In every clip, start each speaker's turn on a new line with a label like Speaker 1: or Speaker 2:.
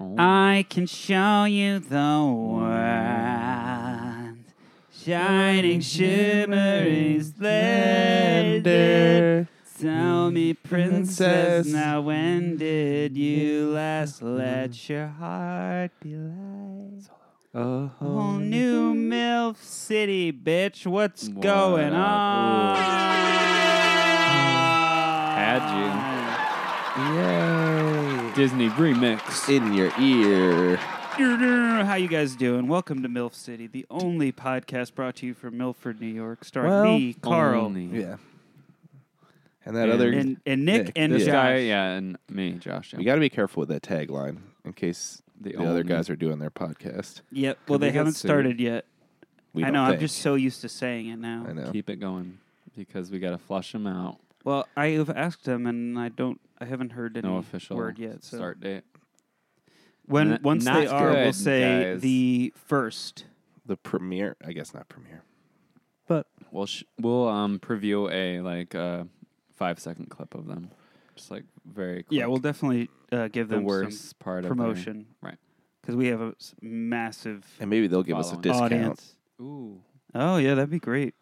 Speaker 1: I can show you the world. Shining, shimmering, splendid. Tell me, princess, Mm-hmm.
Speaker 2: Princess.
Speaker 1: now when did you last let your heart be light?
Speaker 2: Oh,
Speaker 3: Uh-huh.
Speaker 1: Whole new MILF city, bitch. What's going
Speaker 2: What up?
Speaker 1: on?
Speaker 2: Ooh.
Speaker 1: Had Uh-huh.
Speaker 2: yay.
Speaker 3: Disney remix.
Speaker 2: In your ear.
Speaker 1: How you guys doing? Welcome to MILF City, the only podcast brought to you from Milford, New York, starring
Speaker 2: Well,
Speaker 1: me, Carl,
Speaker 3: Only.
Speaker 2: Yeah. And that
Speaker 3: And-
Speaker 2: other.
Speaker 1: and, and Nick,
Speaker 2: Nick,
Speaker 1: and
Speaker 2: this
Speaker 3: This
Speaker 1: Josh.
Speaker 3: guy, yeah, and me, Josh. yeah.
Speaker 2: we got to be careful with that tagline in case the,
Speaker 3: The
Speaker 2: other
Speaker 3: only.
Speaker 2: guys are doing their podcast.
Speaker 1: Yep. Well,
Speaker 2: Could we
Speaker 1: they
Speaker 2: get
Speaker 1: haven't
Speaker 2: sued?
Speaker 1: started yet.
Speaker 2: We
Speaker 1: I
Speaker 2: don't
Speaker 1: know. I'm
Speaker 2: think.
Speaker 1: just so used to saying it now.
Speaker 2: I know.
Speaker 3: keep it going because we got to flush them out.
Speaker 1: Well, I've asked them, and I don't. I haven't heard any
Speaker 3: No official
Speaker 1: word yet. So
Speaker 3: start date.
Speaker 1: when
Speaker 3: N-
Speaker 1: once
Speaker 3: not
Speaker 1: they are, we'll
Speaker 3: good,
Speaker 1: say
Speaker 3: guys.
Speaker 1: the first.
Speaker 2: The premiere. I guess not premiere.
Speaker 3: We'll sh- we'll um preview a like uh five second clip of them, just like very quick.
Speaker 1: Yeah, we'll definitely uh, give
Speaker 3: the
Speaker 1: them
Speaker 3: worst part
Speaker 1: some
Speaker 3: of
Speaker 1: promotion,
Speaker 3: right.
Speaker 1: Because we have a s- massive
Speaker 2: And maybe they'll give us a
Speaker 3: Following.
Speaker 2: discount.
Speaker 1: audience.
Speaker 3: Their- Ooh,
Speaker 1: Oh yeah, that'd be great.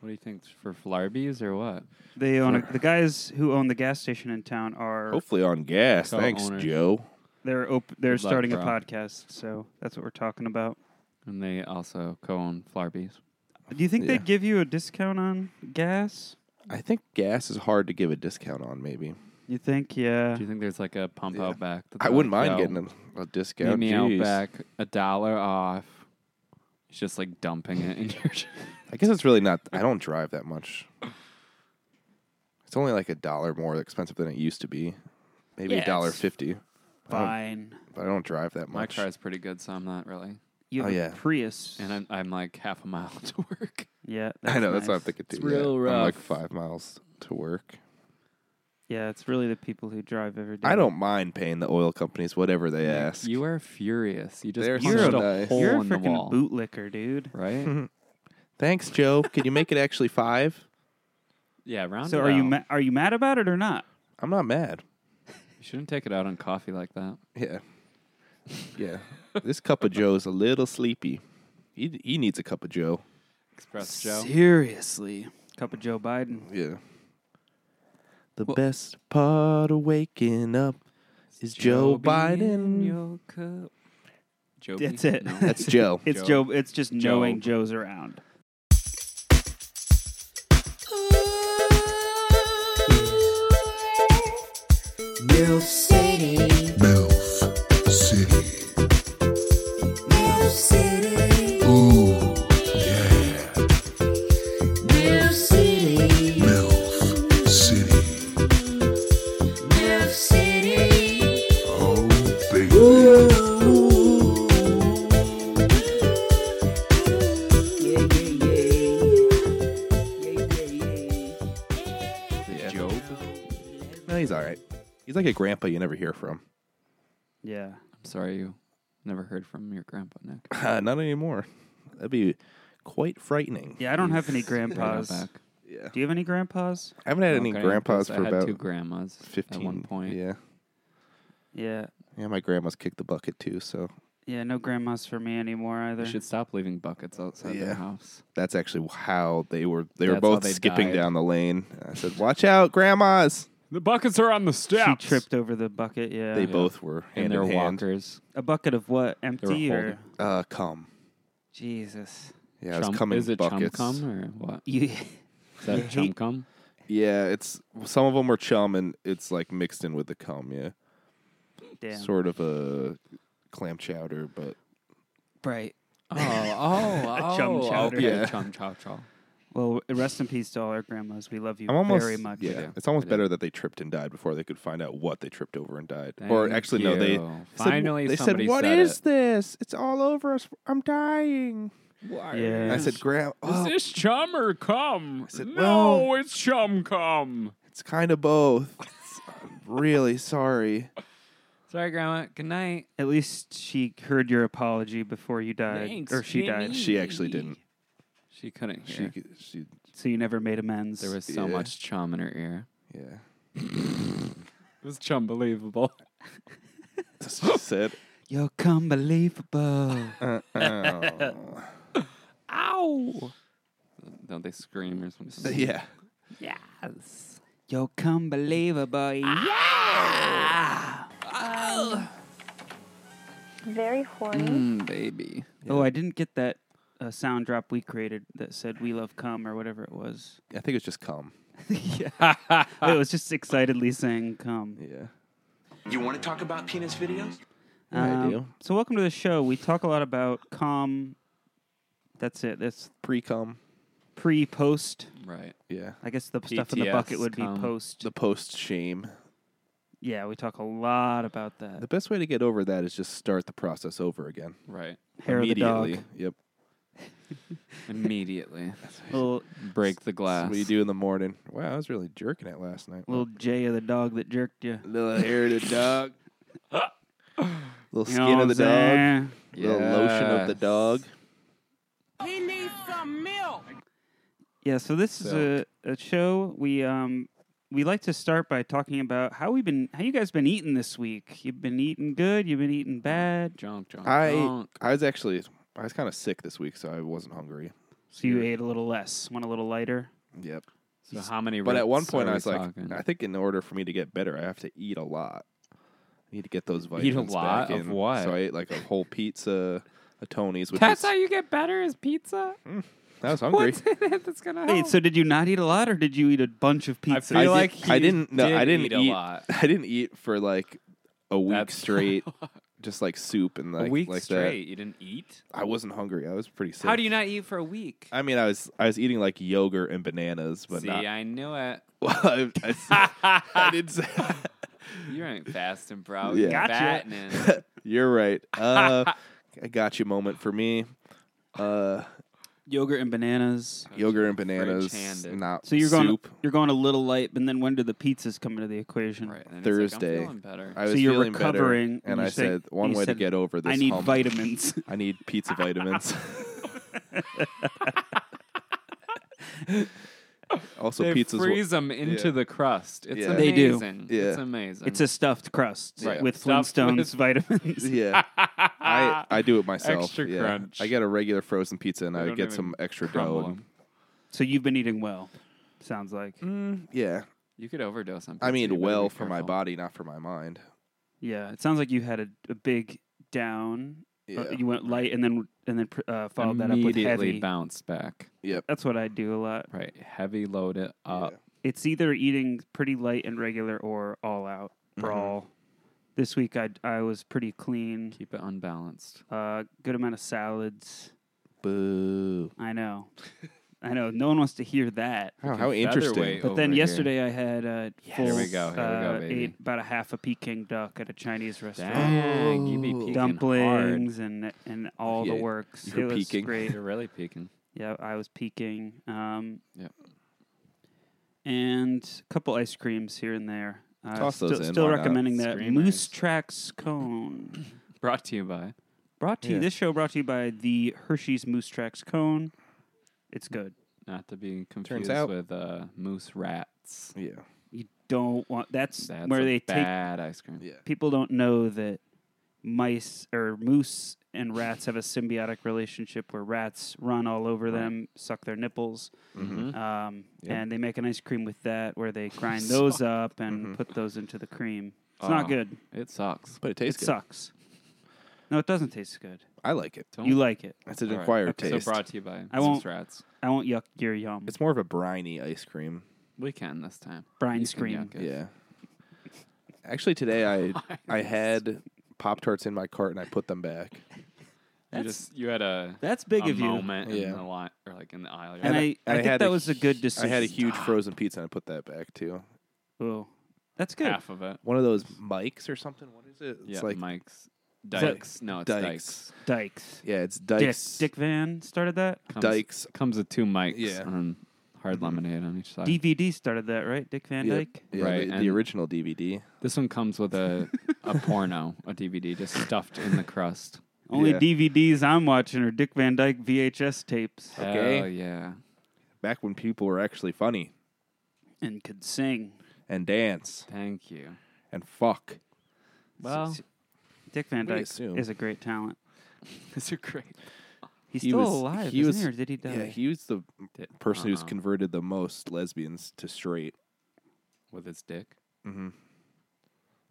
Speaker 3: what do you think for Flarbies or what?
Speaker 1: They own a, the guys who own the gas station in town are
Speaker 2: Hopefully on gas. Thanks,
Speaker 3: Co-owners.
Speaker 2: Joe.
Speaker 1: they're op- they're
Speaker 3: Good luck,
Speaker 1: starting a
Speaker 3: bro.
Speaker 1: podcast, so that's what we're talking about.
Speaker 3: And they also co-own Flarbies.
Speaker 1: Do you think
Speaker 2: Yeah.
Speaker 1: they'd give you a discount on gas?
Speaker 2: I think gas is hard to give a discount on. Maybe
Speaker 1: You think? Yeah.
Speaker 3: Do you think there's like a pump
Speaker 2: Yeah.
Speaker 3: out back? that
Speaker 2: I
Speaker 3: they're
Speaker 2: wouldn't
Speaker 3: like,
Speaker 2: mind
Speaker 3: "Yo,
Speaker 2: getting a, a
Speaker 3: Meet
Speaker 2: discount.
Speaker 3: me out
Speaker 2: Jeez.
Speaker 3: back a dollar off. It's just like dumping it in your.
Speaker 2: I guess it's really not. I don't drive that much. It's only like a dollar more expensive than it used to be. Maybe
Speaker 1: Yeah,
Speaker 2: a dollar
Speaker 1: it's
Speaker 2: fifty. I don't-
Speaker 1: Fine.
Speaker 2: But I don't drive that
Speaker 3: My
Speaker 2: much.
Speaker 3: car is pretty good, so I'm not really.
Speaker 1: You
Speaker 2: Oh,
Speaker 1: have a
Speaker 2: yeah.
Speaker 1: Prius,
Speaker 3: And I'm I'm like half a mile to work.
Speaker 1: yeah,
Speaker 2: I know that's what I'm
Speaker 1: nice.
Speaker 2: thinking too.
Speaker 3: It's
Speaker 2: yeah.
Speaker 3: real
Speaker 2: I'm like
Speaker 3: rough.
Speaker 2: five miles to work.
Speaker 1: Yeah, it's really the people who drive every day.
Speaker 2: I don't mind paying the oil companies whatever they
Speaker 3: Nick,
Speaker 2: ask.
Speaker 3: You are furious. You just
Speaker 2: They're
Speaker 3: punched
Speaker 1: so
Speaker 3: a
Speaker 2: nice.
Speaker 3: hole
Speaker 1: You're a
Speaker 3: in the wall,
Speaker 1: freaking bootlicker, dude.
Speaker 3: right?
Speaker 2: Thanks, Joe. Can you make it actually five?
Speaker 3: yeah, round.
Speaker 1: So
Speaker 3: it
Speaker 1: are you
Speaker 3: out.
Speaker 1: ma- are you mad about it or not?
Speaker 2: I'm not mad.
Speaker 3: You shouldn't take it out on coffee like that.
Speaker 2: Yeah, yeah. this cup of Joe is a little sleepy. He he needs a cup of Joe.
Speaker 3: Express Joe.
Speaker 1: Seriously, cup of Joe Biden.
Speaker 2: Yeah. The
Speaker 3: Well-
Speaker 2: best part of waking up is Joe, Biden.
Speaker 3: Joe.
Speaker 1: That's it.
Speaker 2: That's Joe.
Speaker 1: It's Joe.
Speaker 3: Joe.
Speaker 1: It's just knowing Joe's around.
Speaker 4: MILF City.
Speaker 5: MILF City.
Speaker 4: MILF City.
Speaker 5: Ooh, yeah.
Speaker 4: MILF City.
Speaker 5: MILF City.
Speaker 4: MILF City.
Speaker 5: Oh, baby.
Speaker 4: Ooh. Yeah, yeah, yeah. Yeah, yeah, yeah.
Speaker 2: Yeah.
Speaker 3: Job.
Speaker 2: No, he's all right. He's like a grandpa you never hear from.
Speaker 1: Yeah.
Speaker 3: I'm sorry you never heard from your grandpa Nick.
Speaker 2: Not anymore. That'd be quite frightening.
Speaker 1: Yeah. I don't have any
Speaker 3: Right out
Speaker 1: grandpas.
Speaker 3: back.
Speaker 2: Yeah.
Speaker 1: Do you have any grandpas?
Speaker 2: I haven't had any
Speaker 3: Okay,
Speaker 2: grandpas
Speaker 3: I
Speaker 2: for
Speaker 3: had
Speaker 2: about
Speaker 3: two grandmas
Speaker 2: 15
Speaker 3: at one point.
Speaker 2: Yeah.
Speaker 1: Yeah.
Speaker 2: Yeah, my grandma's kicked the bucket too, so
Speaker 1: Yeah. No grandmas for me anymore either.
Speaker 3: They should stop leaving buckets outside
Speaker 2: Yeah.
Speaker 3: their house.
Speaker 2: that's actually how they were they were
Speaker 3: That's how
Speaker 2: both
Speaker 3: they
Speaker 2: skipping
Speaker 3: died.
Speaker 2: down the lane. I said, "Watch out, grandmas."
Speaker 3: The buckets are on the
Speaker 1: She
Speaker 3: steps.
Speaker 1: tripped over the bucket. Yeah.
Speaker 2: They both were
Speaker 3: and
Speaker 2: hand
Speaker 3: their
Speaker 2: in hand.
Speaker 3: walkers.
Speaker 1: a bucket of what? Empty or
Speaker 3: holding-
Speaker 2: Uh, cum.
Speaker 1: Jesus?
Speaker 2: Yeah, it was
Speaker 3: Chum-
Speaker 2: cum in
Speaker 3: is it
Speaker 2: buckets.
Speaker 3: chum cum or what?
Speaker 1: You.
Speaker 3: Is that chum cum?
Speaker 2: Yeah, it's some of them are chum, and it's like mixed in with the cum. Yeah,
Speaker 1: Damn.
Speaker 2: sort of a clam chowder, but
Speaker 1: Right.
Speaker 3: Oh, oh,
Speaker 1: A chum
Speaker 3: oh,
Speaker 1: chowder.
Speaker 3: okay,
Speaker 2: Yeah.
Speaker 3: chum chow chow.
Speaker 1: Well, rest in peace to all our grandmas. We love you
Speaker 2: I'm almost
Speaker 1: very much.
Speaker 2: Yeah,
Speaker 3: do.
Speaker 2: it's almost
Speaker 3: I do.
Speaker 2: better that they tripped and died before they could find out what they tripped over and died. or actually, no, they
Speaker 3: you.
Speaker 2: said-
Speaker 3: finally
Speaker 2: they said,
Speaker 3: somebody
Speaker 2: "What
Speaker 3: said
Speaker 2: is
Speaker 3: it.
Speaker 2: this? It's all over us. I'm dying."
Speaker 1: Yeah.
Speaker 2: And I said, "Grandma, oh,
Speaker 3: this chum or cum?
Speaker 2: said, No, well-
Speaker 3: it's chum cum.
Speaker 2: it's kind of both." I'm really sorry.
Speaker 3: Sorry, Grandma. Good night.
Speaker 1: At least she heard your apology before you died,
Speaker 3: Thanks,
Speaker 1: or she died,
Speaker 3: Jimmy.
Speaker 2: She actually didn't.
Speaker 3: She couldn't
Speaker 2: She
Speaker 3: hear.
Speaker 2: She she
Speaker 1: so you never made amends.
Speaker 3: there was so
Speaker 2: Yeah.
Speaker 3: much chum in her ear.
Speaker 2: yeah.
Speaker 3: It was chum believable.
Speaker 2: That's what I said.
Speaker 1: You're unbelievable.
Speaker 2: Uh, oh.
Speaker 3: Ow! Don't they scream or something?
Speaker 2: yeah.
Speaker 3: Yes.
Speaker 1: You're unbelievable.
Speaker 6: Very horny.
Speaker 3: Mm, baby.
Speaker 1: Oh, I didn't get that uh, sound drop we created that said "We love cum" or whatever it was.
Speaker 2: I think it was just cum.
Speaker 1: yeah, it was just excitedly saying "cum."
Speaker 2: Yeah.
Speaker 7: You want to talk about penis videos?
Speaker 2: Yeah, I do.
Speaker 1: Um, So, welcome to the show. We talk a lot about cum. That's it. That's
Speaker 2: Pre cum.
Speaker 1: pre, post.
Speaker 3: Right.
Speaker 2: Yeah.
Speaker 1: I guess the stuff in the
Speaker 3: PTS
Speaker 1: bucket would be
Speaker 3: cum.
Speaker 1: post.
Speaker 2: The post shame.
Speaker 1: yeah, we talk a lot about that.
Speaker 2: The best way to get over that is just start the process over again.
Speaker 3: Right.
Speaker 1: Hair of the dog.
Speaker 2: Immediately. Yep.
Speaker 3: Immediately.
Speaker 1: Little,
Speaker 3: Break the glass.
Speaker 2: That's what you do in the morning. Wow, I was really jerking it last night.
Speaker 1: little J of the dog that jerked you.
Speaker 2: Little hair of the dog. little
Speaker 1: You
Speaker 2: skin
Speaker 1: know what
Speaker 2: of
Speaker 1: I'm
Speaker 2: the dog.
Speaker 1: saying?
Speaker 2: Little lotion of the
Speaker 3: Yes.
Speaker 2: dog.
Speaker 1: Yeah, so this is
Speaker 2: So-
Speaker 1: a, a show we um we like to start by talking about how we've been how you guys been eating this week. You've been eating good, you've been eating bad.
Speaker 3: Junk, junk,
Speaker 2: I
Speaker 3: junk.
Speaker 2: I was actually I was kind of sick this week, so I wasn't hungry.
Speaker 1: So you ate a little less, went a little lighter.
Speaker 2: Yep.
Speaker 3: So how many?
Speaker 2: But at one
Speaker 3: ribs
Speaker 2: point,
Speaker 3: are
Speaker 2: I
Speaker 3: we
Speaker 2: was like,
Speaker 3: talking?
Speaker 2: I think in order for me to get better, I have to eat a lot. I need to get those
Speaker 3: Eat a
Speaker 2: vitamins
Speaker 3: lot
Speaker 2: back
Speaker 3: of
Speaker 2: in.
Speaker 3: what?
Speaker 2: So I ate like a whole pizza, a Tony's. Which
Speaker 3: that's
Speaker 2: is,
Speaker 3: how you get better is pizza.
Speaker 2: I was hungry.
Speaker 3: What's in it that's gonna help?
Speaker 1: Wait, so did you not eat a lot or did you eat a bunch of
Speaker 3: I
Speaker 1: pizza?
Speaker 3: feel
Speaker 2: I
Speaker 3: like
Speaker 2: did, I
Speaker 3: he
Speaker 2: didn't. No,
Speaker 3: did
Speaker 2: I didn't
Speaker 3: eat
Speaker 2: eat.
Speaker 3: a lot.
Speaker 2: I didn't eat for like a week
Speaker 3: That's-
Speaker 2: straight. just like soup and like
Speaker 3: a week
Speaker 2: like
Speaker 3: straight, you didn't eat.
Speaker 2: That. I wasn't hungry. I was pretty sick.
Speaker 3: How do you not eat for a week?
Speaker 2: I mean, I was I was eating like yogurt and bananas, but
Speaker 3: See,
Speaker 2: not.
Speaker 3: I knew it.
Speaker 2: Well, I, I, I didn't say.
Speaker 3: You ain't fasting, bro.
Speaker 2: Yeah.
Speaker 3: You're
Speaker 1: Gotcha.
Speaker 3: battening.
Speaker 2: You're right. Uh, I got you moment for me. Uh,
Speaker 1: Yogurt and bananas.
Speaker 2: yogurt and bananas,
Speaker 3: Fridge-handed.
Speaker 2: not
Speaker 1: So you're going
Speaker 2: soup.
Speaker 1: you're going a little light, and then when do the pizzas come into the equation?
Speaker 3: Right, and
Speaker 2: Thursday.
Speaker 3: It's like, I'm feeling better.
Speaker 2: I
Speaker 1: So
Speaker 2: was
Speaker 1: you're
Speaker 2: feeling better,
Speaker 1: recovering, and
Speaker 2: and
Speaker 1: you
Speaker 2: I
Speaker 1: said-
Speaker 2: said one
Speaker 1: you
Speaker 2: way
Speaker 1: said,
Speaker 2: to get over this.
Speaker 1: I need
Speaker 2: hump,
Speaker 1: vitamins.
Speaker 2: I need pizza vitamins. also,
Speaker 3: they
Speaker 2: pizza's
Speaker 3: freeze them into
Speaker 2: Yeah.
Speaker 3: the crust. It's
Speaker 2: Yeah.
Speaker 1: They do.
Speaker 3: amazing.
Speaker 2: Yeah.
Speaker 3: It's amazing.
Speaker 1: it's a stuffed crust
Speaker 2: Right.
Speaker 1: with
Speaker 3: Stuffed
Speaker 1: Flintstones
Speaker 3: with-
Speaker 1: vitamins.
Speaker 2: What, yeah, I I do it myself.
Speaker 3: Extra
Speaker 2: yeah.
Speaker 3: crunch.
Speaker 2: I get a regular frozen pizza, and
Speaker 3: They
Speaker 2: I
Speaker 3: don't
Speaker 2: get
Speaker 3: even
Speaker 2: some extra
Speaker 3: crumble
Speaker 2: dough. and-
Speaker 3: 'em.
Speaker 1: So you've been eating well, sounds like.
Speaker 3: Mm.
Speaker 2: yeah,
Speaker 3: You could overdose on. Pizza.
Speaker 2: I mean,
Speaker 3: you better
Speaker 2: well
Speaker 3: be
Speaker 2: for my
Speaker 3: careful.
Speaker 2: body, not for my mind.
Speaker 1: Yeah, it sounds like you had a, a big down. Uh,
Speaker 2: Yeah.
Speaker 1: you went light and then and then pr- uh, followed that up with
Speaker 3: Immediately
Speaker 1: heavy.
Speaker 3: bounce back.
Speaker 2: Yep.
Speaker 1: That's what I do a lot.
Speaker 3: Right, heavy load it up.
Speaker 1: It's either eating pretty light and regular or all out brawl. This week I I was pretty clean.
Speaker 3: Keep it unbalanced.
Speaker 1: Uh, good amount of salads.
Speaker 2: Boo.
Speaker 1: I know, I know. No one wants to hear that.
Speaker 2: Wow,
Speaker 3: Freaking
Speaker 2: how interesting.
Speaker 3: featherweight
Speaker 1: But then
Speaker 3: over here.
Speaker 1: yesterday I had uh, full.
Speaker 3: Here we go, here we go,
Speaker 1: uh,
Speaker 3: baby.
Speaker 1: Ate about a half a Peking duck at a Chinese restaurant.
Speaker 3: Dang, you be peeking
Speaker 1: dumplings and and all the
Speaker 2: Yeah,
Speaker 1: works.
Speaker 2: you're
Speaker 1: it
Speaker 2: peeking.
Speaker 1: was great.
Speaker 3: Hard. You're really peeking.
Speaker 1: yeah, I was peeking. Um,
Speaker 3: Yep.
Speaker 1: And a couple ice creams here and there. Uh,
Speaker 2: Toss
Speaker 1: still
Speaker 2: those in,
Speaker 1: still
Speaker 2: why not?
Speaker 1: recommending that
Speaker 3: Scream
Speaker 1: Moose
Speaker 3: ice.
Speaker 1: Tracks cone.
Speaker 3: Brought to you by
Speaker 1: brought to you
Speaker 2: Yeah.
Speaker 1: this show brought to you by the Hershey's Moose Tracks cone. It's good.
Speaker 3: not to be confused
Speaker 2: out-
Speaker 3: with uh, moose rats.
Speaker 2: Yeah.
Speaker 1: You don't want that's,
Speaker 3: That's
Speaker 1: where
Speaker 3: a
Speaker 1: they take
Speaker 3: bad ice cream.
Speaker 2: Yeah.
Speaker 1: people don't know that mice or moose and rats have a symbiotic relationship where rats run all over them, suck their nipples,
Speaker 3: Mm-hmm.
Speaker 1: um, and they make an ice cream with that where they grind those up and
Speaker 2: Mm-hmm.
Speaker 1: put those into the cream. It's not
Speaker 3: Oh,
Speaker 1: good.
Speaker 3: It sucks.
Speaker 2: But it
Speaker 1: It
Speaker 2: tastes good.
Speaker 1: sucks. No, it doesn't taste good.
Speaker 2: I like it.
Speaker 3: Don't
Speaker 1: You like it.
Speaker 2: It's an
Speaker 3: All right.
Speaker 2: acquired
Speaker 3: So
Speaker 2: taste.
Speaker 3: brought to you by
Speaker 1: I
Speaker 3: moose
Speaker 1: won't-
Speaker 3: rats.
Speaker 1: I won't yuck your yum.
Speaker 2: it's more of a briny ice cream.
Speaker 3: We can this time.
Speaker 1: Brine
Speaker 3: You can
Speaker 1: scream.
Speaker 3: yuck it.
Speaker 2: Yeah. Actually, today I I had Pop Tarts in my cart and I put them back.
Speaker 3: You
Speaker 1: That's-
Speaker 3: just you had a
Speaker 1: That's big
Speaker 3: a
Speaker 1: of you.
Speaker 3: moment in
Speaker 2: Yeah.
Speaker 3: the line or like in the aisle. You're
Speaker 1: And
Speaker 3: like,
Speaker 1: I, I,
Speaker 2: I
Speaker 1: think
Speaker 2: had
Speaker 1: that
Speaker 2: a
Speaker 1: was a good
Speaker 2: I
Speaker 1: decision.
Speaker 2: had a huge frozen pizza and I put that back too.
Speaker 1: Ooh. That's good.
Speaker 3: half of it.
Speaker 2: One of those Mikes or something. What is it? It's
Speaker 3: Yeah,
Speaker 2: like
Speaker 3: Mike's
Speaker 1: that-
Speaker 3: Dykes. No, it's
Speaker 2: Dykes.
Speaker 3: Dykes.
Speaker 1: Dykes.
Speaker 2: yeah, it's
Speaker 1: Dick,
Speaker 2: Dykes.
Speaker 1: Dick Van started that.
Speaker 3: Comes,
Speaker 2: Dykes.
Speaker 3: comes with two Mikes
Speaker 2: Yeah.
Speaker 3: on hard
Speaker 1: Mm-hmm.
Speaker 3: lemonade on each side.
Speaker 1: DVD started that, right? Dick Van
Speaker 2: Yep.
Speaker 1: Dyke.
Speaker 2: Yeah,
Speaker 3: Right,
Speaker 2: The, the
Speaker 3: and-
Speaker 2: original DVD.
Speaker 3: This one comes with a a porno, a DVD, just stuffed in the crust.
Speaker 1: Only
Speaker 2: Yeah.
Speaker 1: DVDs I'm watching are Dick Van Dyke VHS tapes
Speaker 2: Okay.
Speaker 3: Hell yeah.
Speaker 2: Back when people were actually funny
Speaker 1: and could sing.
Speaker 2: and dance
Speaker 3: Thank you.
Speaker 2: and fuck.
Speaker 3: Well,
Speaker 1: S- Dick Van
Speaker 2: We
Speaker 1: Dyke
Speaker 2: assume.
Speaker 1: is a great talent.
Speaker 3: These are great.
Speaker 1: He's
Speaker 2: He
Speaker 1: still
Speaker 2: was-
Speaker 1: alive,
Speaker 2: he
Speaker 1: isn't
Speaker 2: was-
Speaker 1: he, or did he die?
Speaker 2: Yeah, he was the
Speaker 3: Di-
Speaker 2: person who's
Speaker 3: uh-uh.
Speaker 2: converted the most lesbians to straight
Speaker 3: with his dick
Speaker 2: Mm-hmm.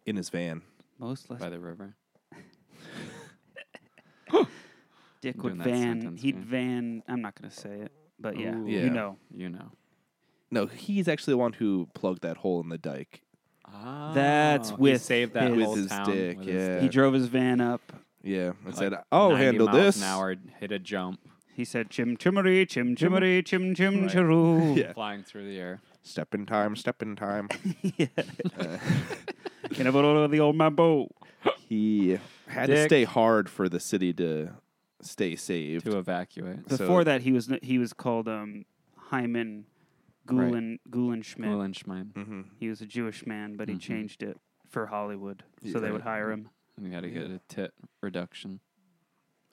Speaker 2: in his van.
Speaker 1: Most less
Speaker 3: by the river.
Speaker 1: Dick
Speaker 3: I'm
Speaker 1: would
Speaker 3: doing that
Speaker 1: van.
Speaker 3: sentence,
Speaker 1: he'd
Speaker 3: yeah.
Speaker 1: van. I'm not going to say it, but yeah,
Speaker 3: Ooh.
Speaker 2: Yeah.
Speaker 1: you know
Speaker 3: You know.
Speaker 2: No, he's actually the one who plugged that hole in the dike.
Speaker 3: Ah,
Speaker 1: That's
Speaker 3: he
Speaker 1: with
Speaker 3: saved that
Speaker 1: his-
Speaker 3: whole
Speaker 2: With his
Speaker 3: town
Speaker 2: dick,
Speaker 3: with
Speaker 2: yeah.
Speaker 1: he Oh, drove his van up.
Speaker 2: Yeah, and
Speaker 3: Like
Speaker 2: said, "I'll
Speaker 3: 90
Speaker 2: handle
Speaker 3: miles
Speaker 2: this."
Speaker 3: An hour hit a jump,
Speaker 1: He said, "Chim chimmery, chim chimmery, chim chim
Speaker 3: Right.
Speaker 1: chiroo."
Speaker 2: Yeah.
Speaker 3: flying through the air.
Speaker 2: Step in time, step in time.
Speaker 1: yeah. Can I borrow the old mambo?
Speaker 2: he had to
Speaker 3: Dick.
Speaker 2: stay hard for the city to stay saved.
Speaker 3: to evacuate.
Speaker 2: So-
Speaker 1: Before that, he was he was called um, Hyman Gulen Gulenschmidt.
Speaker 3: Lynchman.
Speaker 2: hmm
Speaker 1: He was a Jewish man, but he
Speaker 3: Mhm.
Speaker 1: changed it for Hollywood, so they
Speaker 2: Mm-hmm. Yeah.
Speaker 1: would hire him.
Speaker 3: And you had to get a tit reduction.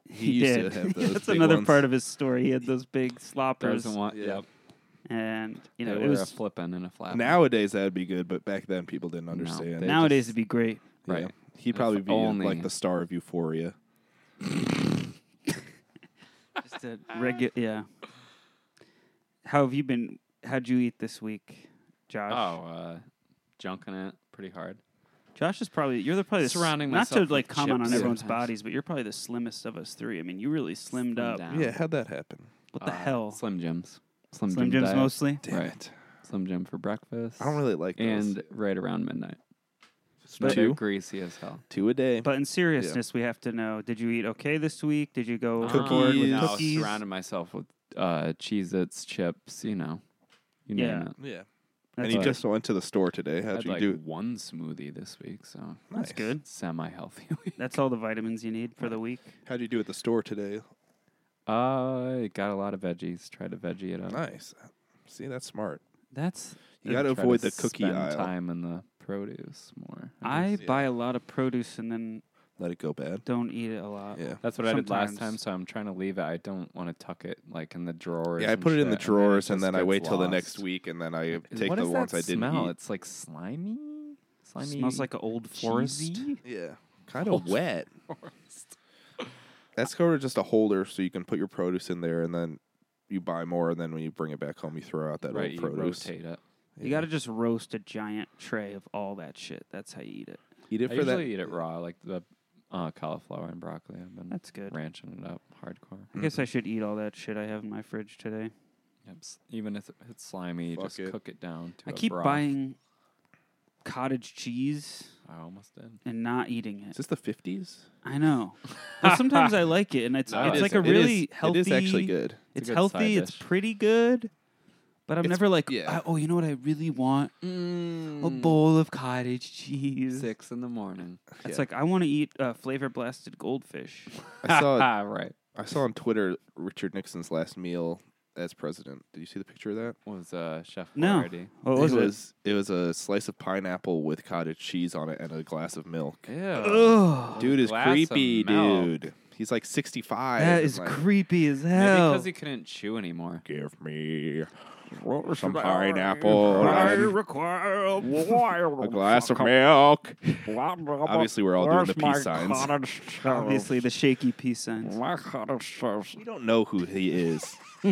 Speaker 2: He used to have those
Speaker 1: That's
Speaker 2: big
Speaker 1: another
Speaker 2: ones.
Speaker 1: part of his story. He had those big sloppers,
Speaker 3: Doesn't want.
Speaker 2: yeah.
Speaker 3: Yep.
Speaker 1: and you
Speaker 3: They
Speaker 1: know
Speaker 3: were
Speaker 1: it
Speaker 3: a
Speaker 1: was
Speaker 3: flipping and a flapping.
Speaker 2: Nowadays that would be good, but back then people didn't understand.
Speaker 3: they
Speaker 1: nowadays it'd
Speaker 3: just-
Speaker 1: be great.
Speaker 2: Yeah.
Speaker 3: right.
Speaker 2: He'd
Speaker 3: If
Speaker 2: probably be
Speaker 3: only-
Speaker 2: like the star of Euphoria.
Speaker 1: Just a regular, yeah. How have you been? How'd you eat this week, Josh?
Speaker 3: Oh, uh, junking it pretty hard.
Speaker 1: Josh is probably you're the probably the, s-
Speaker 3: Surrounding
Speaker 1: not to
Speaker 3: myself
Speaker 1: like
Speaker 3: with
Speaker 1: comment on
Speaker 3: chips
Speaker 1: everyone's
Speaker 3: sometimes.
Speaker 1: bodies, but you're probably the slimmest of us three. I mean, you really slimmed,
Speaker 3: Slimmed
Speaker 1: up.
Speaker 3: down.
Speaker 2: Yeah, how'd that happen?
Speaker 1: What the
Speaker 3: Uh,
Speaker 1: hell?
Speaker 3: Slim Jims. Slim,
Speaker 1: Slim
Speaker 3: Jim
Speaker 1: Jims
Speaker 3: diet.
Speaker 1: mostly.
Speaker 2: Damn
Speaker 3: Right.
Speaker 2: it.
Speaker 3: Slim Jim for breakfast.
Speaker 2: I don't really like those.
Speaker 3: And right around midnight.
Speaker 2: But-
Speaker 3: Too greasy as hell.
Speaker 2: two a day.
Speaker 1: But in seriousness, we have to know: Did you eat okay this week? Did you
Speaker 2: Ah.
Speaker 1: go
Speaker 3: Uh,
Speaker 1: forward with
Speaker 2: Cookies.
Speaker 3: No,
Speaker 1: cookies?
Speaker 3: surrounded myself with uh, Cheez-Its, chips, you know. You name
Speaker 1: Yeah.
Speaker 3: it.
Speaker 2: yeah.
Speaker 1: That's
Speaker 2: and you
Speaker 1: good.
Speaker 2: just went to the store today.
Speaker 3: I
Speaker 2: How'd
Speaker 3: had
Speaker 2: you
Speaker 3: like
Speaker 2: do?
Speaker 3: one smoothie this week, so
Speaker 1: that's good.
Speaker 3: semi-healthy week.
Speaker 1: That's all the vitamins you need for the week.
Speaker 2: How'd you do at the store today?
Speaker 3: Uh, it got a lot of veggies. Tried to veggie it up.
Speaker 2: Nice. See, that's smart.
Speaker 1: That's
Speaker 2: You got to
Speaker 3: Try
Speaker 2: avoid
Speaker 3: to
Speaker 2: the cookie
Speaker 3: spend
Speaker 2: aisle.
Speaker 3: time in the produce more.
Speaker 1: I
Speaker 3: guess.
Speaker 1: buy a lot of produce and then
Speaker 2: Let it go bad.
Speaker 1: don't eat it a lot.
Speaker 2: Yeah.
Speaker 3: that's what I did last time,
Speaker 1: sometimes-
Speaker 3: so I'm trying to leave it. I don't want to tuck it like in the drawers.
Speaker 2: Yeah, I
Speaker 3: and
Speaker 2: put it in the
Speaker 3: shit,
Speaker 2: drawers and
Speaker 3: just
Speaker 2: then I
Speaker 3: gets
Speaker 2: wait till the next
Speaker 3: lost.
Speaker 2: week and then I
Speaker 3: Is-
Speaker 2: take
Speaker 3: what
Speaker 2: the
Speaker 3: is
Speaker 2: ones
Speaker 3: that
Speaker 2: I didn't
Speaker 3: smell?
Speaker 2: eat.
Speaker 3: It's like slimy.
Speaker 1: It
Speaker 3: Slimy.
Speaker 1: smells like an old forest.
Speaker 3: cheesy?
Speaker 2: Yeah. Kind of wet. That's kind of just a holder so you can put your produce in there and then you buy more and then when you bring it back home you throw out that
Speaker 3: right.
Speaker 2: old
Speaker 3: You
Speaker 2: produce.
Speaker 3: rotate it.
Speaker 1: You got to just roast a giant tray of all that shit. That's how you eat it.
Speaker 2: Eat it
Speaker 3: I
Speaker 2: for that.
Speaker 3: usually eat it raw, like the uh, cauliflower and broccoli. I've been
Speaker 1: That's good.
Speaker 3: ranching it up hardcore.
Speaker 1: I
Speaker 2: Mm.
Speaker 1: guess I should eat all that shit I have in my fridge today.
Speaker 3: Yep. s- Even if it's slimy,
Speaker 2: Fuck
Speaker 3: just
Speaker 2: it.
Speaker 3: cook it down to
Speaker 1: I
Speaker 3: a
Speaker 1: keep
Speaker 3: broth.
Speaker 1: buying cottage cheese
Speaker 3: I almost did.
Speaker 1: and not eating
Speaker 2: Is
Speaker 1: it.
Speaker 2: this the 50s?
Speaker 1: I know. but sometimes I like it, and it's
Speaker 3: No,
Speaker 1: it's
Speaker 3: it
Speaker 1: like a
Speaker 2: isn't. It is-
Speaker 1: really healthy.
Speaker 2: It is actually good.
Speaker 1: It's,
Speaker 3: good side
Speaker 1: healthy. It's
Speaker 3: dish.
Speaker 1: pretty good. But I'm
Speaker 2: It's-
Speaker 1: never like,
Speaker 2: yeah.
Speaker 1: "I- oh, you know what I really want?
Speaker 2: Mm.
Speaker 1: A
Speaker 3: Mm.
Speaker 1: bowl of cottage cheese.
Speaker 3: Six in the morning.
Speaker 1: It's
Speaker 2: Yeah.
Speaker 1: like I want to eat uh, flavor blasted goldfish.
Speaker 2: I saw
Speaker 3: Ah, right.
Speaker 2: I saw on Twitter Richard Nixon's last meal as president. Did you see the picture of that?
Speaker 3: Was uh, Chef
Speaker 1: No,
Speaker 3: Boyardee.
Speaker 1: what was
Speaker 2: it
Speaker 1: it?
Speaker 2: was it was a slice of pineapple with cottage cheese on it and a glass of milk.
Speaker 3: Ew.
Speaker 1: Ugh,
Speaker 2: Dude is
Speaker 3: glass of
Speaker 2: creepy,
Speaker 3: milk.
Speaker 2: dude. He's like 65.
Speaker 1: that
Speaker 2: and
Speaker 1: is
Speaker 2: like,
Speaker 1: creepy as
Speaker 3: Maybe
Speaker 1: hell.
Speaker 3: because he couldn't chew anymore.
Speaker 2: Give me some pineapple, and
Speaker 1: require a
Speaker 2: a glass of milk. Obviously, we're all doing the peace signs.
Speaker 1: Obviously, the shaky peace signs.
Speaker 2: We don't know who he is.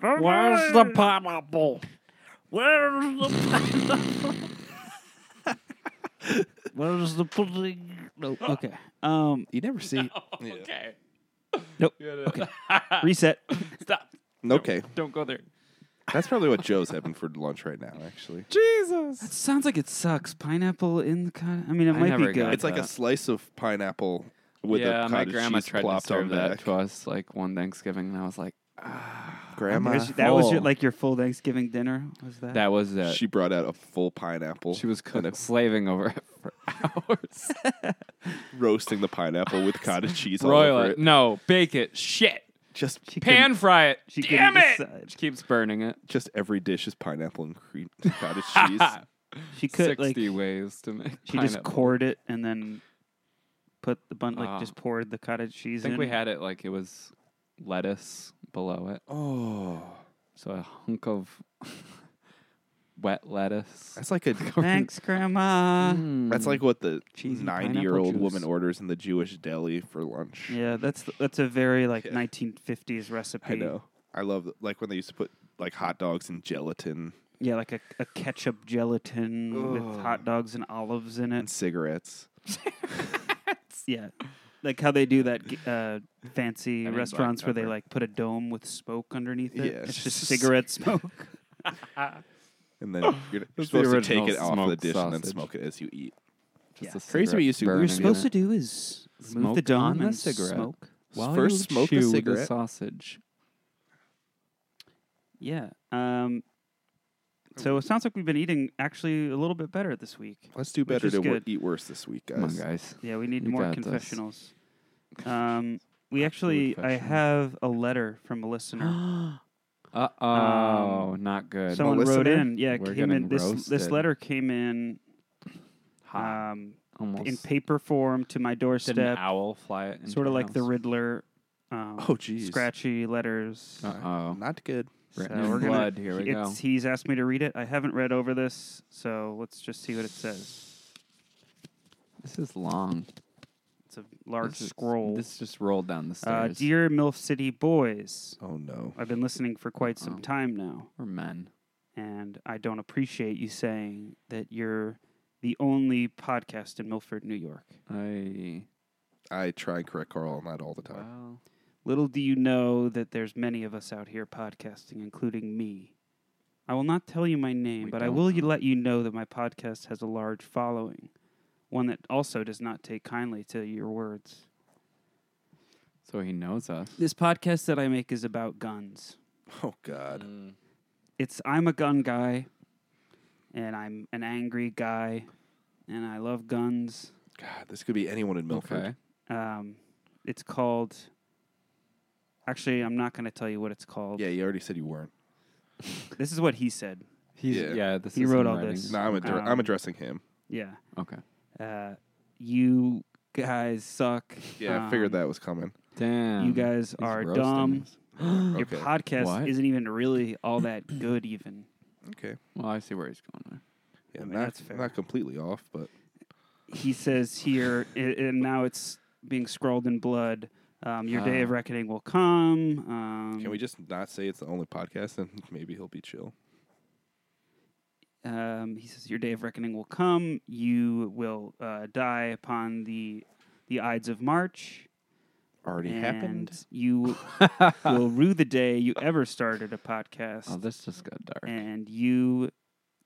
Speaker 6: Where's the pineapple? Where's the pineapple? Where's the pudding? No.
Speaker 1: Okay. Um.
Speaker 2: You never see. Yeah.
Speaker 3: Okay.
Speaker 1: Nope. Okay. Reset.
Speaker 3: Stop.
Speaker 2: Okay,
Speaker 3: Don't go there.
Speaker 2: that's probably what Joe's having for lunch right now. Actually,
Speaker 1: That sounds like it sucks. Pineapple in the con- I mean, it
Speaker 3: I
Speaker 1: might be
Speaker 3: never
Speaker 1: good.
Speaker 3: got
Speaker 2: it's like a
Speaker 3: that.
Speaker 2: slice of pineapple with
Speaker 3: yeah,
Speaker 2: a
Speaker 3: my
Speaker 2: cottage
Speaker 3: grandma
Speaker 2: cheese
Speaker 3: tried to
Speaker 2: plopped on
Speaker 3: serve that
Speaker 2: back.
Speaker 3: to us like one Thanksgiving, and I was like,
Speaker 2: Grandma,
Speaker 1: There's- that was your,
Speaker 3: full.
Speaker 1: like your full Thanksgiving dinner. Was that?
Speaker 3: that was it.
Speaker 2: she brought out a full pineapple.
Speaker 3: She was
Speaker 2: and
Speaker 3: cook-
Speaker 2: it's
Speaker 3: slaving over it for hours.
Speaker 2: roasting the pineapple with cottage cheese all
Speaker 3: Broil
Speaker 2: over
Speaker 3: it.
Speaker 2: it.
Speaker 3: No, bake it. Shit.
Speaker 2: Just
Speaker 1: She
Speaker 3: Pan
Speaker 1: couldn't-
Speaker 3: fry it.
Speaker 1: She
Speaker 3: Damn
Speaker 1: couldn't
Speaker 3: it.
Speaker 1: decide.
Speaker 3: She keeps burning it.
Speaker 2: just every dish is pineapple and cre- cottage cheese.
Speaker 1: She could like
Speaker 3: Sixty
Speaker 1: she
Speaker 3: ways to make.
Speaker 1: just
Speaker 3: pineapple.
Speaker 1: cored it and then put the bun like
Speaker 3: Ah.
Speaker 1: just poured the cottage cheese.
Speaker 3: I think
Speaker 1: in.
Speaker 3: we had it like it was lettuce below it.
Speaker 2: Oh,
Speaker 3: So a hunk of wet lettuce. Hmm.
Speaker 2: That's like a.
Speaker 1: Thanks, Grandma.
Speaker 3: Mm.
Speaker 2: That's like what the
Speaker 1: Cheesy
Speaker 2: ninety-year-old
Speaker 1: pineapple
Speaker 2: woman
Speaker 1: juice.
Speaker 2: orders in the Jewish deli for lunch.
Speaker 1: Yeah, that's that's a very like 1950s recipe.
Speaker 2: I know. I love like when they used to put like hot dogs in gelatin
Speaker 1: Yeah, like a, a ketchup gelatin with hot dogs and olives in
Speaker 2: and
Speaker 1: it.
Speaker 2: cigarettes.
Speaker 1: Yeah, like how they do that g- uh, fancy
Speaker 3: black
Speaker 1: restaurants where they
Speaker 3: pepper.
Speaker 1: like put a dome with smoke underneath it.
Speaker 2: Yeah.
Speaker 1: It's just cigarette smoke.
Speaker 2: And then you're, you're
Speaker 3: That's the
Speaker 2: supposed to take
Speaker 3: original
Speaker 2: it off the
Speaker 3: smoked
Speaker 2: dish and then
Speaker 3: sausage.
Speaker 2: smoke it as you eat.
Speaker 1: Yeah.
Speaker 3: a
Speaker 2: Crazy we
Speaker 3: cigarette
Speaker 2: used to- we were
Speaker 1: What
Speaker 3: burning
Speaker 1: you're supposed
Speaker 3: in
Speaker 1: to
Speaker 3: it.
Speaker 1: do is remove
Speaker 3: Smoke
Speaker 1: the dome
Speaker 3: on a
Speaker 1: and
Speaker 3: cigarette.
Speaker 1: smoke.
Speaker 3: While
Speaker 2: First
Speaker 3: you
Speaker 2: smoke the
Speaker 3: chew
Speaker 2: cigarette.
Speaker 3: sausage.
Speaker 1: Yeah. Um, so it sounds like we've been eating actually a little bit better this week.
Speaker 2: Let's do
Speaker 1: Which
Speaker 2: better
Speaker 1: is
Speaker 2: to wor-
Speaker 1: good.
Speaker 2: eat worse this week, guys.
Speaker 3: Come on, guys.
Speaker 1: Yeah, we need
Speaker 3: You
Speaker 1: more
Speaker 3: got this.
Speaker 1: confessionals. Um, we actually, I
Speaker 3: confessional.
Speaker 1: have a letter from a listener.
Speaker 3: Uh oh, not good.
Speaker 1: Um, Someone
Speaker 2: A
Speaker 1: wrote
Speaker 2: listener?
Speaker 1: in. Yeah, it
Speaker 3: We're
Speaker 1: came in.
Speaker 3: getting
Speaker 1: This this
Speaker 3: roasted.
Speaker 1: letter came in
Speaker 3: Hot,
Speaker 1: um,
Speaker 3: almost.
Speaker 1: in paper form to my
Speaker 3: Did an
Speaker 1: doorstep,
Speaker 3: owl fly it?
Speaker 1: sort of like the Riddler. Um,
Speaker 2: Oh, jeez.
Speaker 1: Scratchy letters.
Speaker 3: Uh oh.
Speaker 2: Not good.
Speaker 3: Written
Speaker 1: So
Speaker 3: in
Speaker 1: we're gonna-
Speaker 3: blood. Here we
Speaker 1: it's-
Speaker 3: go.
Speaker 1: He's asked me to read it. I haven't read over this, so let's just see what it says.
Speaker 3: This is long.
Speaker 1: It's a large
Speaker 3: This is-
Speaker 1: scroll.
Speaker 3: This just rolled down the
Speaker 1: uh,
Speaker 3: stairs.
Speaker 1: Dear MILF City boys,
Speaker 2: Oh no.
Speaker 1: I've been listening for quite some
Speaker 3: Oh.
Speaker 1: time now.
Speaker 3: We're men.
Speaker 1: and I don't appreciate you saying that you're the only podcast in Milford, New York.
Speaker 3: I.
Speaker 2: I try and correct Carl on that all the time.
Speaker 3: Well,
Speaker 1: Little do you know that there's many of us out here podcasting, including me. I will not tell you my name,
Speaker 3: We
Speaker 1: but I
Speaker 3: don't
Speaker 1: will
Speaker 3: know.
Speaker 1: let you know that my podcast has a large following, one that also does not take kindly to your words.
Speaker 3: so he knows us.
Speaker 1: This podcast that I make is about guns.
Speaker 2: Oh God.
Speaker 1: it's I'm a gun guy, and I'm an angry guy, and I love guns.
Speaker 2: God, this could be anyone in Milford.
Speaker 3: Okay.
Speaker 1: Um, it's called. Actually, I'm not going to tell you what it's called.
Speaker 2: Yeah, you already said you weren't.
Speaker 1: This is what he said.
Speaker 3: He's,
Speaker 2: Yeah.
Speaker 3: yeah. This
Speaker 1: He
Speaker 3: is
Speaker 1: wrote
Speaker 3: in
Speaker 1: all
Speaker 3: writing.
Speaker 1: this.
Speaker 2: No, I'm, addre- I'm
Speaker 1: Um,
Speaker 2: addressing him.
Speaker 1: Yeah.
Speaker 3: Okay.
Speaker 1: Uh, you guys suck.
Speaker 2: Yeah, I figured
Speaker 1: Um,
Speaker 2: that was coming.
Speaker 3: Damn.
Speaker 1: You guys
Speaker 3: He's
Speaker 1: are
Speaker 3: roasting
Speaker 1: dumb.
Speaker 3: us.
Speaker 1: Your
Speaker 2: Okay.
Speaker 1: podcast
Speaker 3: What?
Speaker 1: isn't even really all that good, even.
Speaker 2: Okay.
Speaker 3: Well, I see where he's going there.
Speaker 2: Yeah,
Speaker 1: I mean,
Speaker 2: not,
Speaker 1: that's fair.
Speaker 2: not completely off, but
Speaker 1: He says here, i- and now it's being scrawled in blood. Um, your day of
Speaker 3: Ah.
Speaker 1: reckoning will come. Um,
Speaker 2: can we just not say it's the only podcast and maybe he'll be chill?
Speaker 1: um, he says, "Your day of reckoning will come. You will uh, die upon the the Ides of March,
Speaker 2: Already
Speaker 1: and
Speaker 2: happened.
Speaker 1: you will rue the day you ever started a podcast,
Speaker 3: Oh, this just got dark.
Speaker 1: and you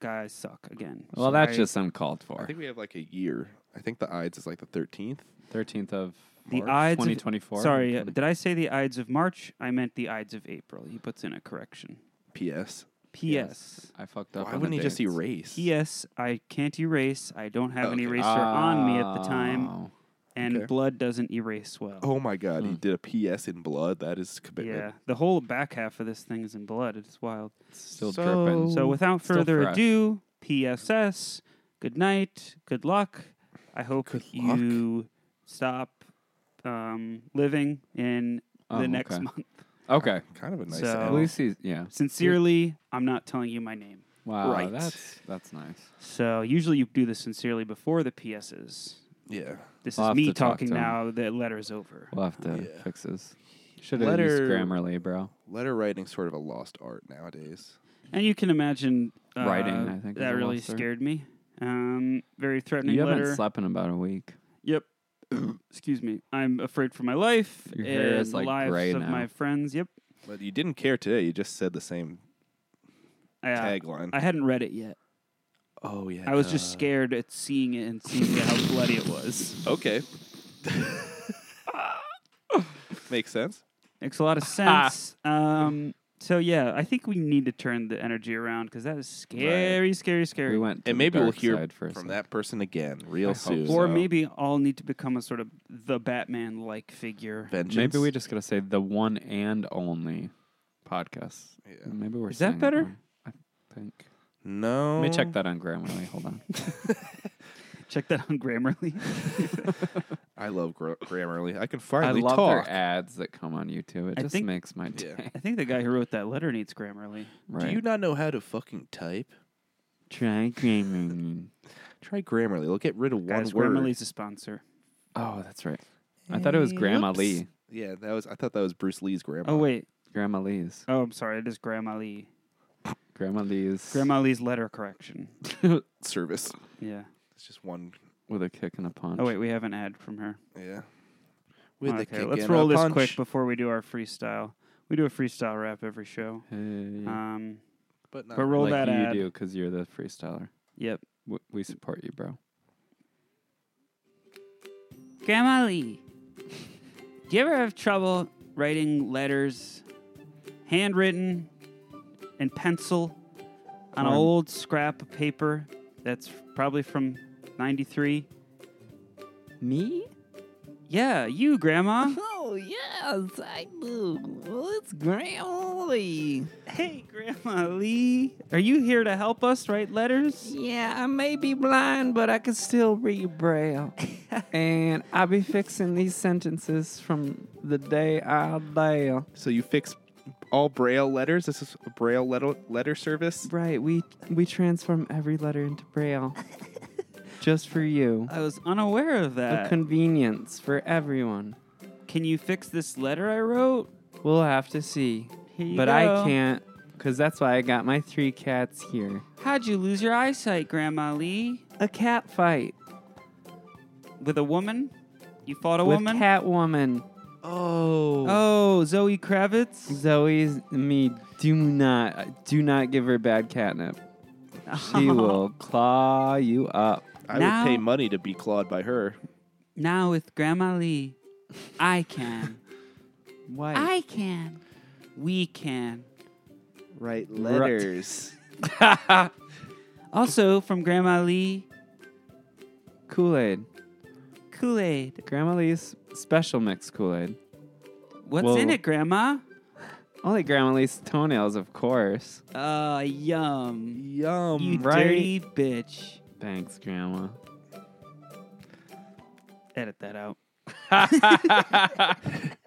Speaker 1: guys suck again."
Speaker 3: well, that's
Speaker 1: Sorry.
Speaker 3: just uncalled
Speaker 2: I
Speaker 3: for.
Speaker 2: think we have like a year. I think the Ides is like the 13th.
Speaker 3: Thirteenth of
Speaker 1: The
Speaker 3: March,
Speaker 1: Ides of-
Speaker 3: 2024.
Speaker 1: Sorry, uh,
Speaker 3: 20.
Speaker 1: did I say the Ides of March? I meant the Ides of April. He puts in a correction.
Speaker 2: P.S.
Speaker 1: P.S.
Speaker 3: I fucked up. on
Speaker 2: Why
Speaker 3: the
Speaker 2: wouldn't he just
Speaker 3: dates.
Speaker 2: erase?
Speaker 1: P.S. I can't erase. I don't have an
Speaker 2: Okay.
Speaker 1: eraser on me at the time,
Speaker 3: Oh.
Speaker 1: and
Speaker 2: okay.
Speaker 1: blood doesn't erase well.
Speaker 2: Oh my God, he did a P.S. in blood. That is
Speaker 3: uh,
Speaker 2: commitment.
Speaker 1: Yeah, the whole back half of this thing is in blood. It's wild.
Speaker 3: Still
Speaker 2: So-
Speaker 3: dripping.
Speaker 1: So without
Speaker 3: Still
Speaker 1: further
Speaker 3: fresh.
Speaker 1: ado, PSS. Good night. Good luck. I hope
Speaker 2: Good luck?
Speaker 1: you stop um, living in the
Speaker 3: Oh,
Speaker 1: next
Speaker 3: okay.
Speaker 1: month.
Speaker 3: okay.
Speaker 2: Kind of a nice.
Speaker 1: So-
Speaker 2: end.
Speaker 3: At
Speaker 1: Oh.
Speaker 3: least he's yeah.
Speaker 1: Sincerely, I'm not telling you my name.
Speaker 3: Wow,
Speaker 2: Right.
Speaker 3: that's that's nice.
Speaker 1: So usually you do this sincerely before the PSs.
Speaker 2: Yeah.
Speaker 1: This
Speaker 3: I'll
Speaker 1: is
Speaker 3: have
Speaker 1: me
Speaker 3: to talk
Speaker 1: talking
Speaker 3: to him.
Speaker 1: now. The letter's over.
Speaker 3: We'll have to
Speaker 2: Yeah.
Speaker 3: fix this. Should have used
Speaker 2: Letter-
Speaker 3: Grammarly, bro.
Speaker 2: Letter writing sort of a lost art nowadays.
Speaker 1: And you can imagine uh,
Speaker 3: Writing, I think, is
Speaker 1: that
Speaker 3: a
Speaker 1: really
Speaker 3: monster.
Speaker 1: scared me. Um, very threatening
Speaker 3: You
Speaker 1: letter.
Speaker 3: haven't slept in about a week.
Speaker 1: Yep. Excuse me. I'm afraid for my life
Speaker 3: Your hair
Speaker 1: and
Speaker 3: is,
Speaker 1: the
Speaker 3: like,
Speaker 1: lives
Speaker 3: gray
Speaker 1: of
Speaker 3: now.
Speaker 1: my friends. Yep.
Speaker 2: But you didn't care today. You just said the same
Speaker 1: I, uh,
Speaker 2: tagline.
Speaker 1: I hadn't read it yet.
Speaker 2: oh yeah.
Speaker 1: I was just
Speaker 3: Uh.
Speaker 1: scared at seeing it and seeing how bloody it was.
Speaker 2: Okay. Makes sense.
Speaker 1: Makes a lot of sense. um, so yeah, I think we need to turn the energy around because that is scary, scary, scary.
Speaker 3: We went to
Speaker 2: And
Speaker 3: the
Speaker 2: maybe we'll
Speaker 3: dark
Speaker 2: hear
Speaker 3: side for a
Speaker 2: from
Speaker 3: sec.
Speaker 2: that person again real
Speaker 3: I hope
Speaker 2: soon.
Speaker 3: so.
Speaker 1: or
Speaker 3: so-
Speaker 1: maybe all need to become a sort of the Batman-like figure.
Speaker 2: vengeance.
Speaker 3: Maybe we just gotta say the one and only podcast.
Speaker 2: Yeah.
Speaker 3: Maybe we're
Speaker 1: Is that
Speaker 3: saying it
Speaker 1: better? Oh.
Speaker 3: wrong. I think.
Speaker 2: no.
Speaker 3: Let me check that on Grammarly. Hold on.
Speaker 1: Check that on Grammarly.
Speaker 2: I love gr- Grammarly. I can
Speaker 3: I
Speaker 2: finally
Speaker 3: love
Speaker 2: talk.
Speaker 3: their ads that come on YouTube. It
Speaker 1: I
Speaker 3: just
Speaker 1: think-
Speaker 3: makes my day.
Speaker 1: I think the guy who wrote that letter needs Grammarly.
Speaker 3: Right.
Speaker 2: Do you not know how to fucking type?
Speaker 3: Try gaming.
Speaker 2: Try Grammarly. They'll get rid of one
Speaker 1: Guys,
Speaker 2: word.
Speaker 1: Grammarly's a sponsor.
Speaker 3: Oh, that's right. I thought it was Grandma Lee.
Speaker 2: Yeah, that was. I thought that was Bruce Lee's grandma.
Speaker 1: Oh wait.
Speaker 3: Grandma Lee's.
Speaker 1: Oh, I'm sorry. It is Grandma Lee.
Speaker 3: Grandma Lee's.
Speaker 1: Grandma Lee's letter correction.
Speaker 2: service.
Speaker 1: Yeah.
Speaker 2: It's just one.
Speaker 3: with a kick and a punch.
Speaker 1: Oh wait, we have an ad from her.
Speaker 2: Yeah. With a
Speaker 1: okay,
Speaker 2: kick
Speaker 1: let's
Speaker 2: and a
Speaker 1: roll this
Speaker 2: punch.
Speaker 1: quick before we do our freestyle. We do a freestyle rap every show.
Speaker 3: Hey.
Speaker 1: Um,
Speaker 2: But not
Speaker 1: but roll
Speaker 3: like
Speaker 1: that
Speaker 3: you
Speaker 1: ad.
Speaker 3: do because you're the freestyler.
Speaker 1: Yep.
Speaker 3: W- We support you, bro.
Speaker 1: Grandma Lee, do you ever have trouble writing letters, handwritten, and pencil on an old scrap of paper that's probably from 93?
Speaker 3: Me?
Speaker 1: Yeah, you, Grandma.
Speaker 6: Oh, yes, I do. Well, it's Grammy.
Speaker 1: hey, Grandma Lee, are you here to help us write letters?
Speaker 6: Yeah, I may be blind, but I can still read Braille. and I'll be fixing these sentences from the day I dial.
Speaker 2: So you fix all braille letters. This is a braille letter letter service.
Speaker 6: Right, we we transform every letter into Braille. Just for you.
Speaker 1: I was unaware of
Speaker 6: A
Speaker 1: that.
Speaker 6: convenience for everyone.
Speaker 1: Can you fix this letter I wrote?
Speaker 6: We'll have to see.
Speaker 1: Here you
Speaker 6: But I
Speaker 1: go.
Speaker 6: can't, because that's why I got my three cats here.
Speaker 1: How'd you lose your eyesight, Grandma Lee?
Speaker 6: A cat fight
Speaker 1: With a woman? You fought a
Speaker 6: with
Speaker 1: woman?
Speaker 6: Catwoman.
Speaker 1: Oh, Zoe Kravitz.
Speaker 6: Zoe's me. Do not, do not give her bad catnip. She will claw you up.
Speaker 2: I
Speaker 1: Now-
Speaker 2: would pay money to be clawed by her.
Speaker 1: Now with Grandma Lee, I can.
Speaker 6: Why?
Speaker 1: I can. We can.
Speaker 2: Right
Speaker 6: letters.
Speaker 1: Also from Grandma Lee,
Speaker 6: Kool Aid.
Speaker 1: Kool Aid.
Speaker 6: Grandma Lee's special mix Kool Aid.
Speaker 1: What's
Speaker 6: Whoa.
Speaker 1: in it, Grandma?
Speaker 6: Only Grandma Lee's toenails, of course.
Speaker 1: Uh, yum.
Speaker 2: Yum.
Speaker 1: You
Speaker 6: right.
Speaker 1: dirty bitch.
Speaker 6: Thanks, Grandma.
Speaker 1: Edit that out.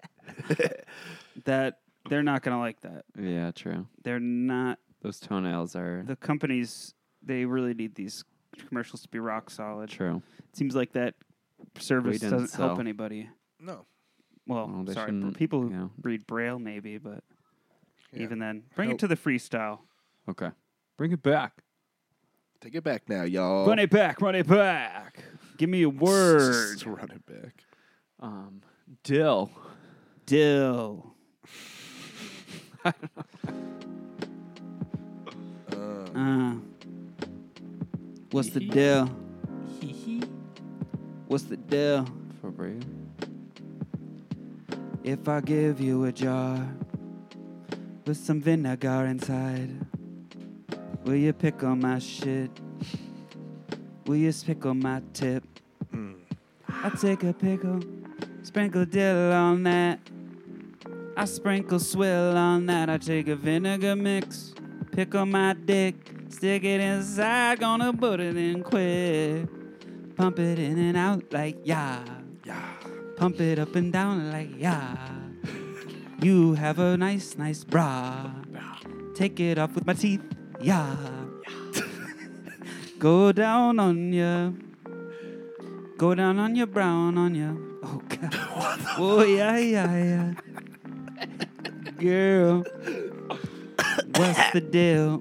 Speaker 1: that they're not gonna like that.
Speaker 3: Yeah, true.
Speaker 1: They're not
Speaker 3: Those toenails are
Speaker 1: the companies they really need these commercials to be rock solid.
Speaker 3: true.
Speaker 1: It seems like that service
Speaker 3: didn't
Speaker 1: doesn't help
Speaker 3: sell.
Speaker 1: anybody.
Speaker 2: No.
Speaker 1: Well,
Speaker 3: Well, they
Speaker 1: sorry, for
Speaker 3: shouldn't-
Speaker 1: people who
Speaker 3: yeah.
Speaker 1: read Braille maybe, but
Speaker 2: Yeah.
Speaker 1: even then, bring
Speaker 2: Nope.
Speaker 1: it to the freestyle.
Speaker 3: Okay, bring it back.
Speaker 2: Take it back now, y'all.
Speaker 1: Run it back, run it back. Give me a word.
Speaker 2: Just run it back.
Speaker 3: Um, dill.
Speaker 1: Dill. Uh, what's the deal? What's the deal?
Speaker 3: For breathe.
Speaker 1: If I give you a jar with some vinegar inside, will you pick on my shit? Will you pick on my tip? I take a pickle, sprinkle dill on that. I sprinkle swill on that. I take a vinegar mix, pick on my dick, stick it inside, gonna put it in quick. Pump it in and out like yeah. Pump it up and down like yeah. You have a nice, nice bra. Take it off with my teeth, yeah. Go down on ya. Go down on your brown on ya. Oh god. oh yeah, yeah, yeah. Girl, what's the deal?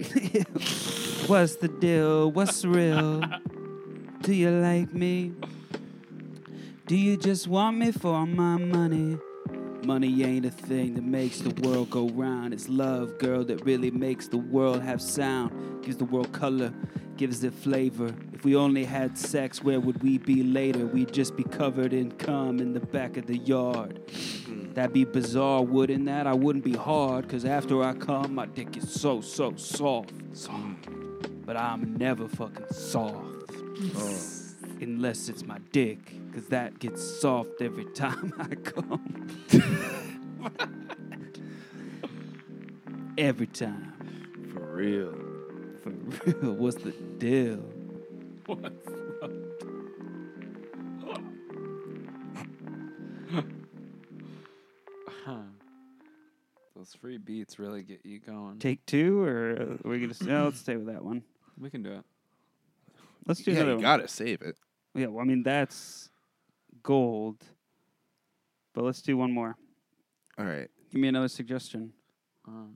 Speaker 1: what's the deal? What's real? Do you like me? Do you just want me for my money? Money ain't a thing that makes the world go round. It's love, girl, that really makes the world have sound. Gives the world color, gives it flavor. If we only had sex, where would we be later? We'd just be covered in cum in the back of the yard. That'd be bizarre, wouldn't that? I wouldn't be hard, cause after I come, my dick is so, so soft. Soft. But I'm never fucking soft unless it's my dick, because that gets soft every time I come. every time.
Speaker 2: For real.
Speaker 1: For real, what's the deal?
Speaker 3: Those free beats really get you going.
Speaker 1: Take two, or are we going to... No, let's stay with that one.
Speaker 3: We can do it.
Speaker 1: Let's do
Speaker 2: Yeah,
Speaker 1: another
Speaker 2: you
Speaker 1: one.
Speaker 2: gotta save it.
Speaker 1: Yeah, well, I mean that's gold. But let's do one more.
Speaker 2: All right.
Speaker 1: Give me another suggestion.
Speaker 3: Um,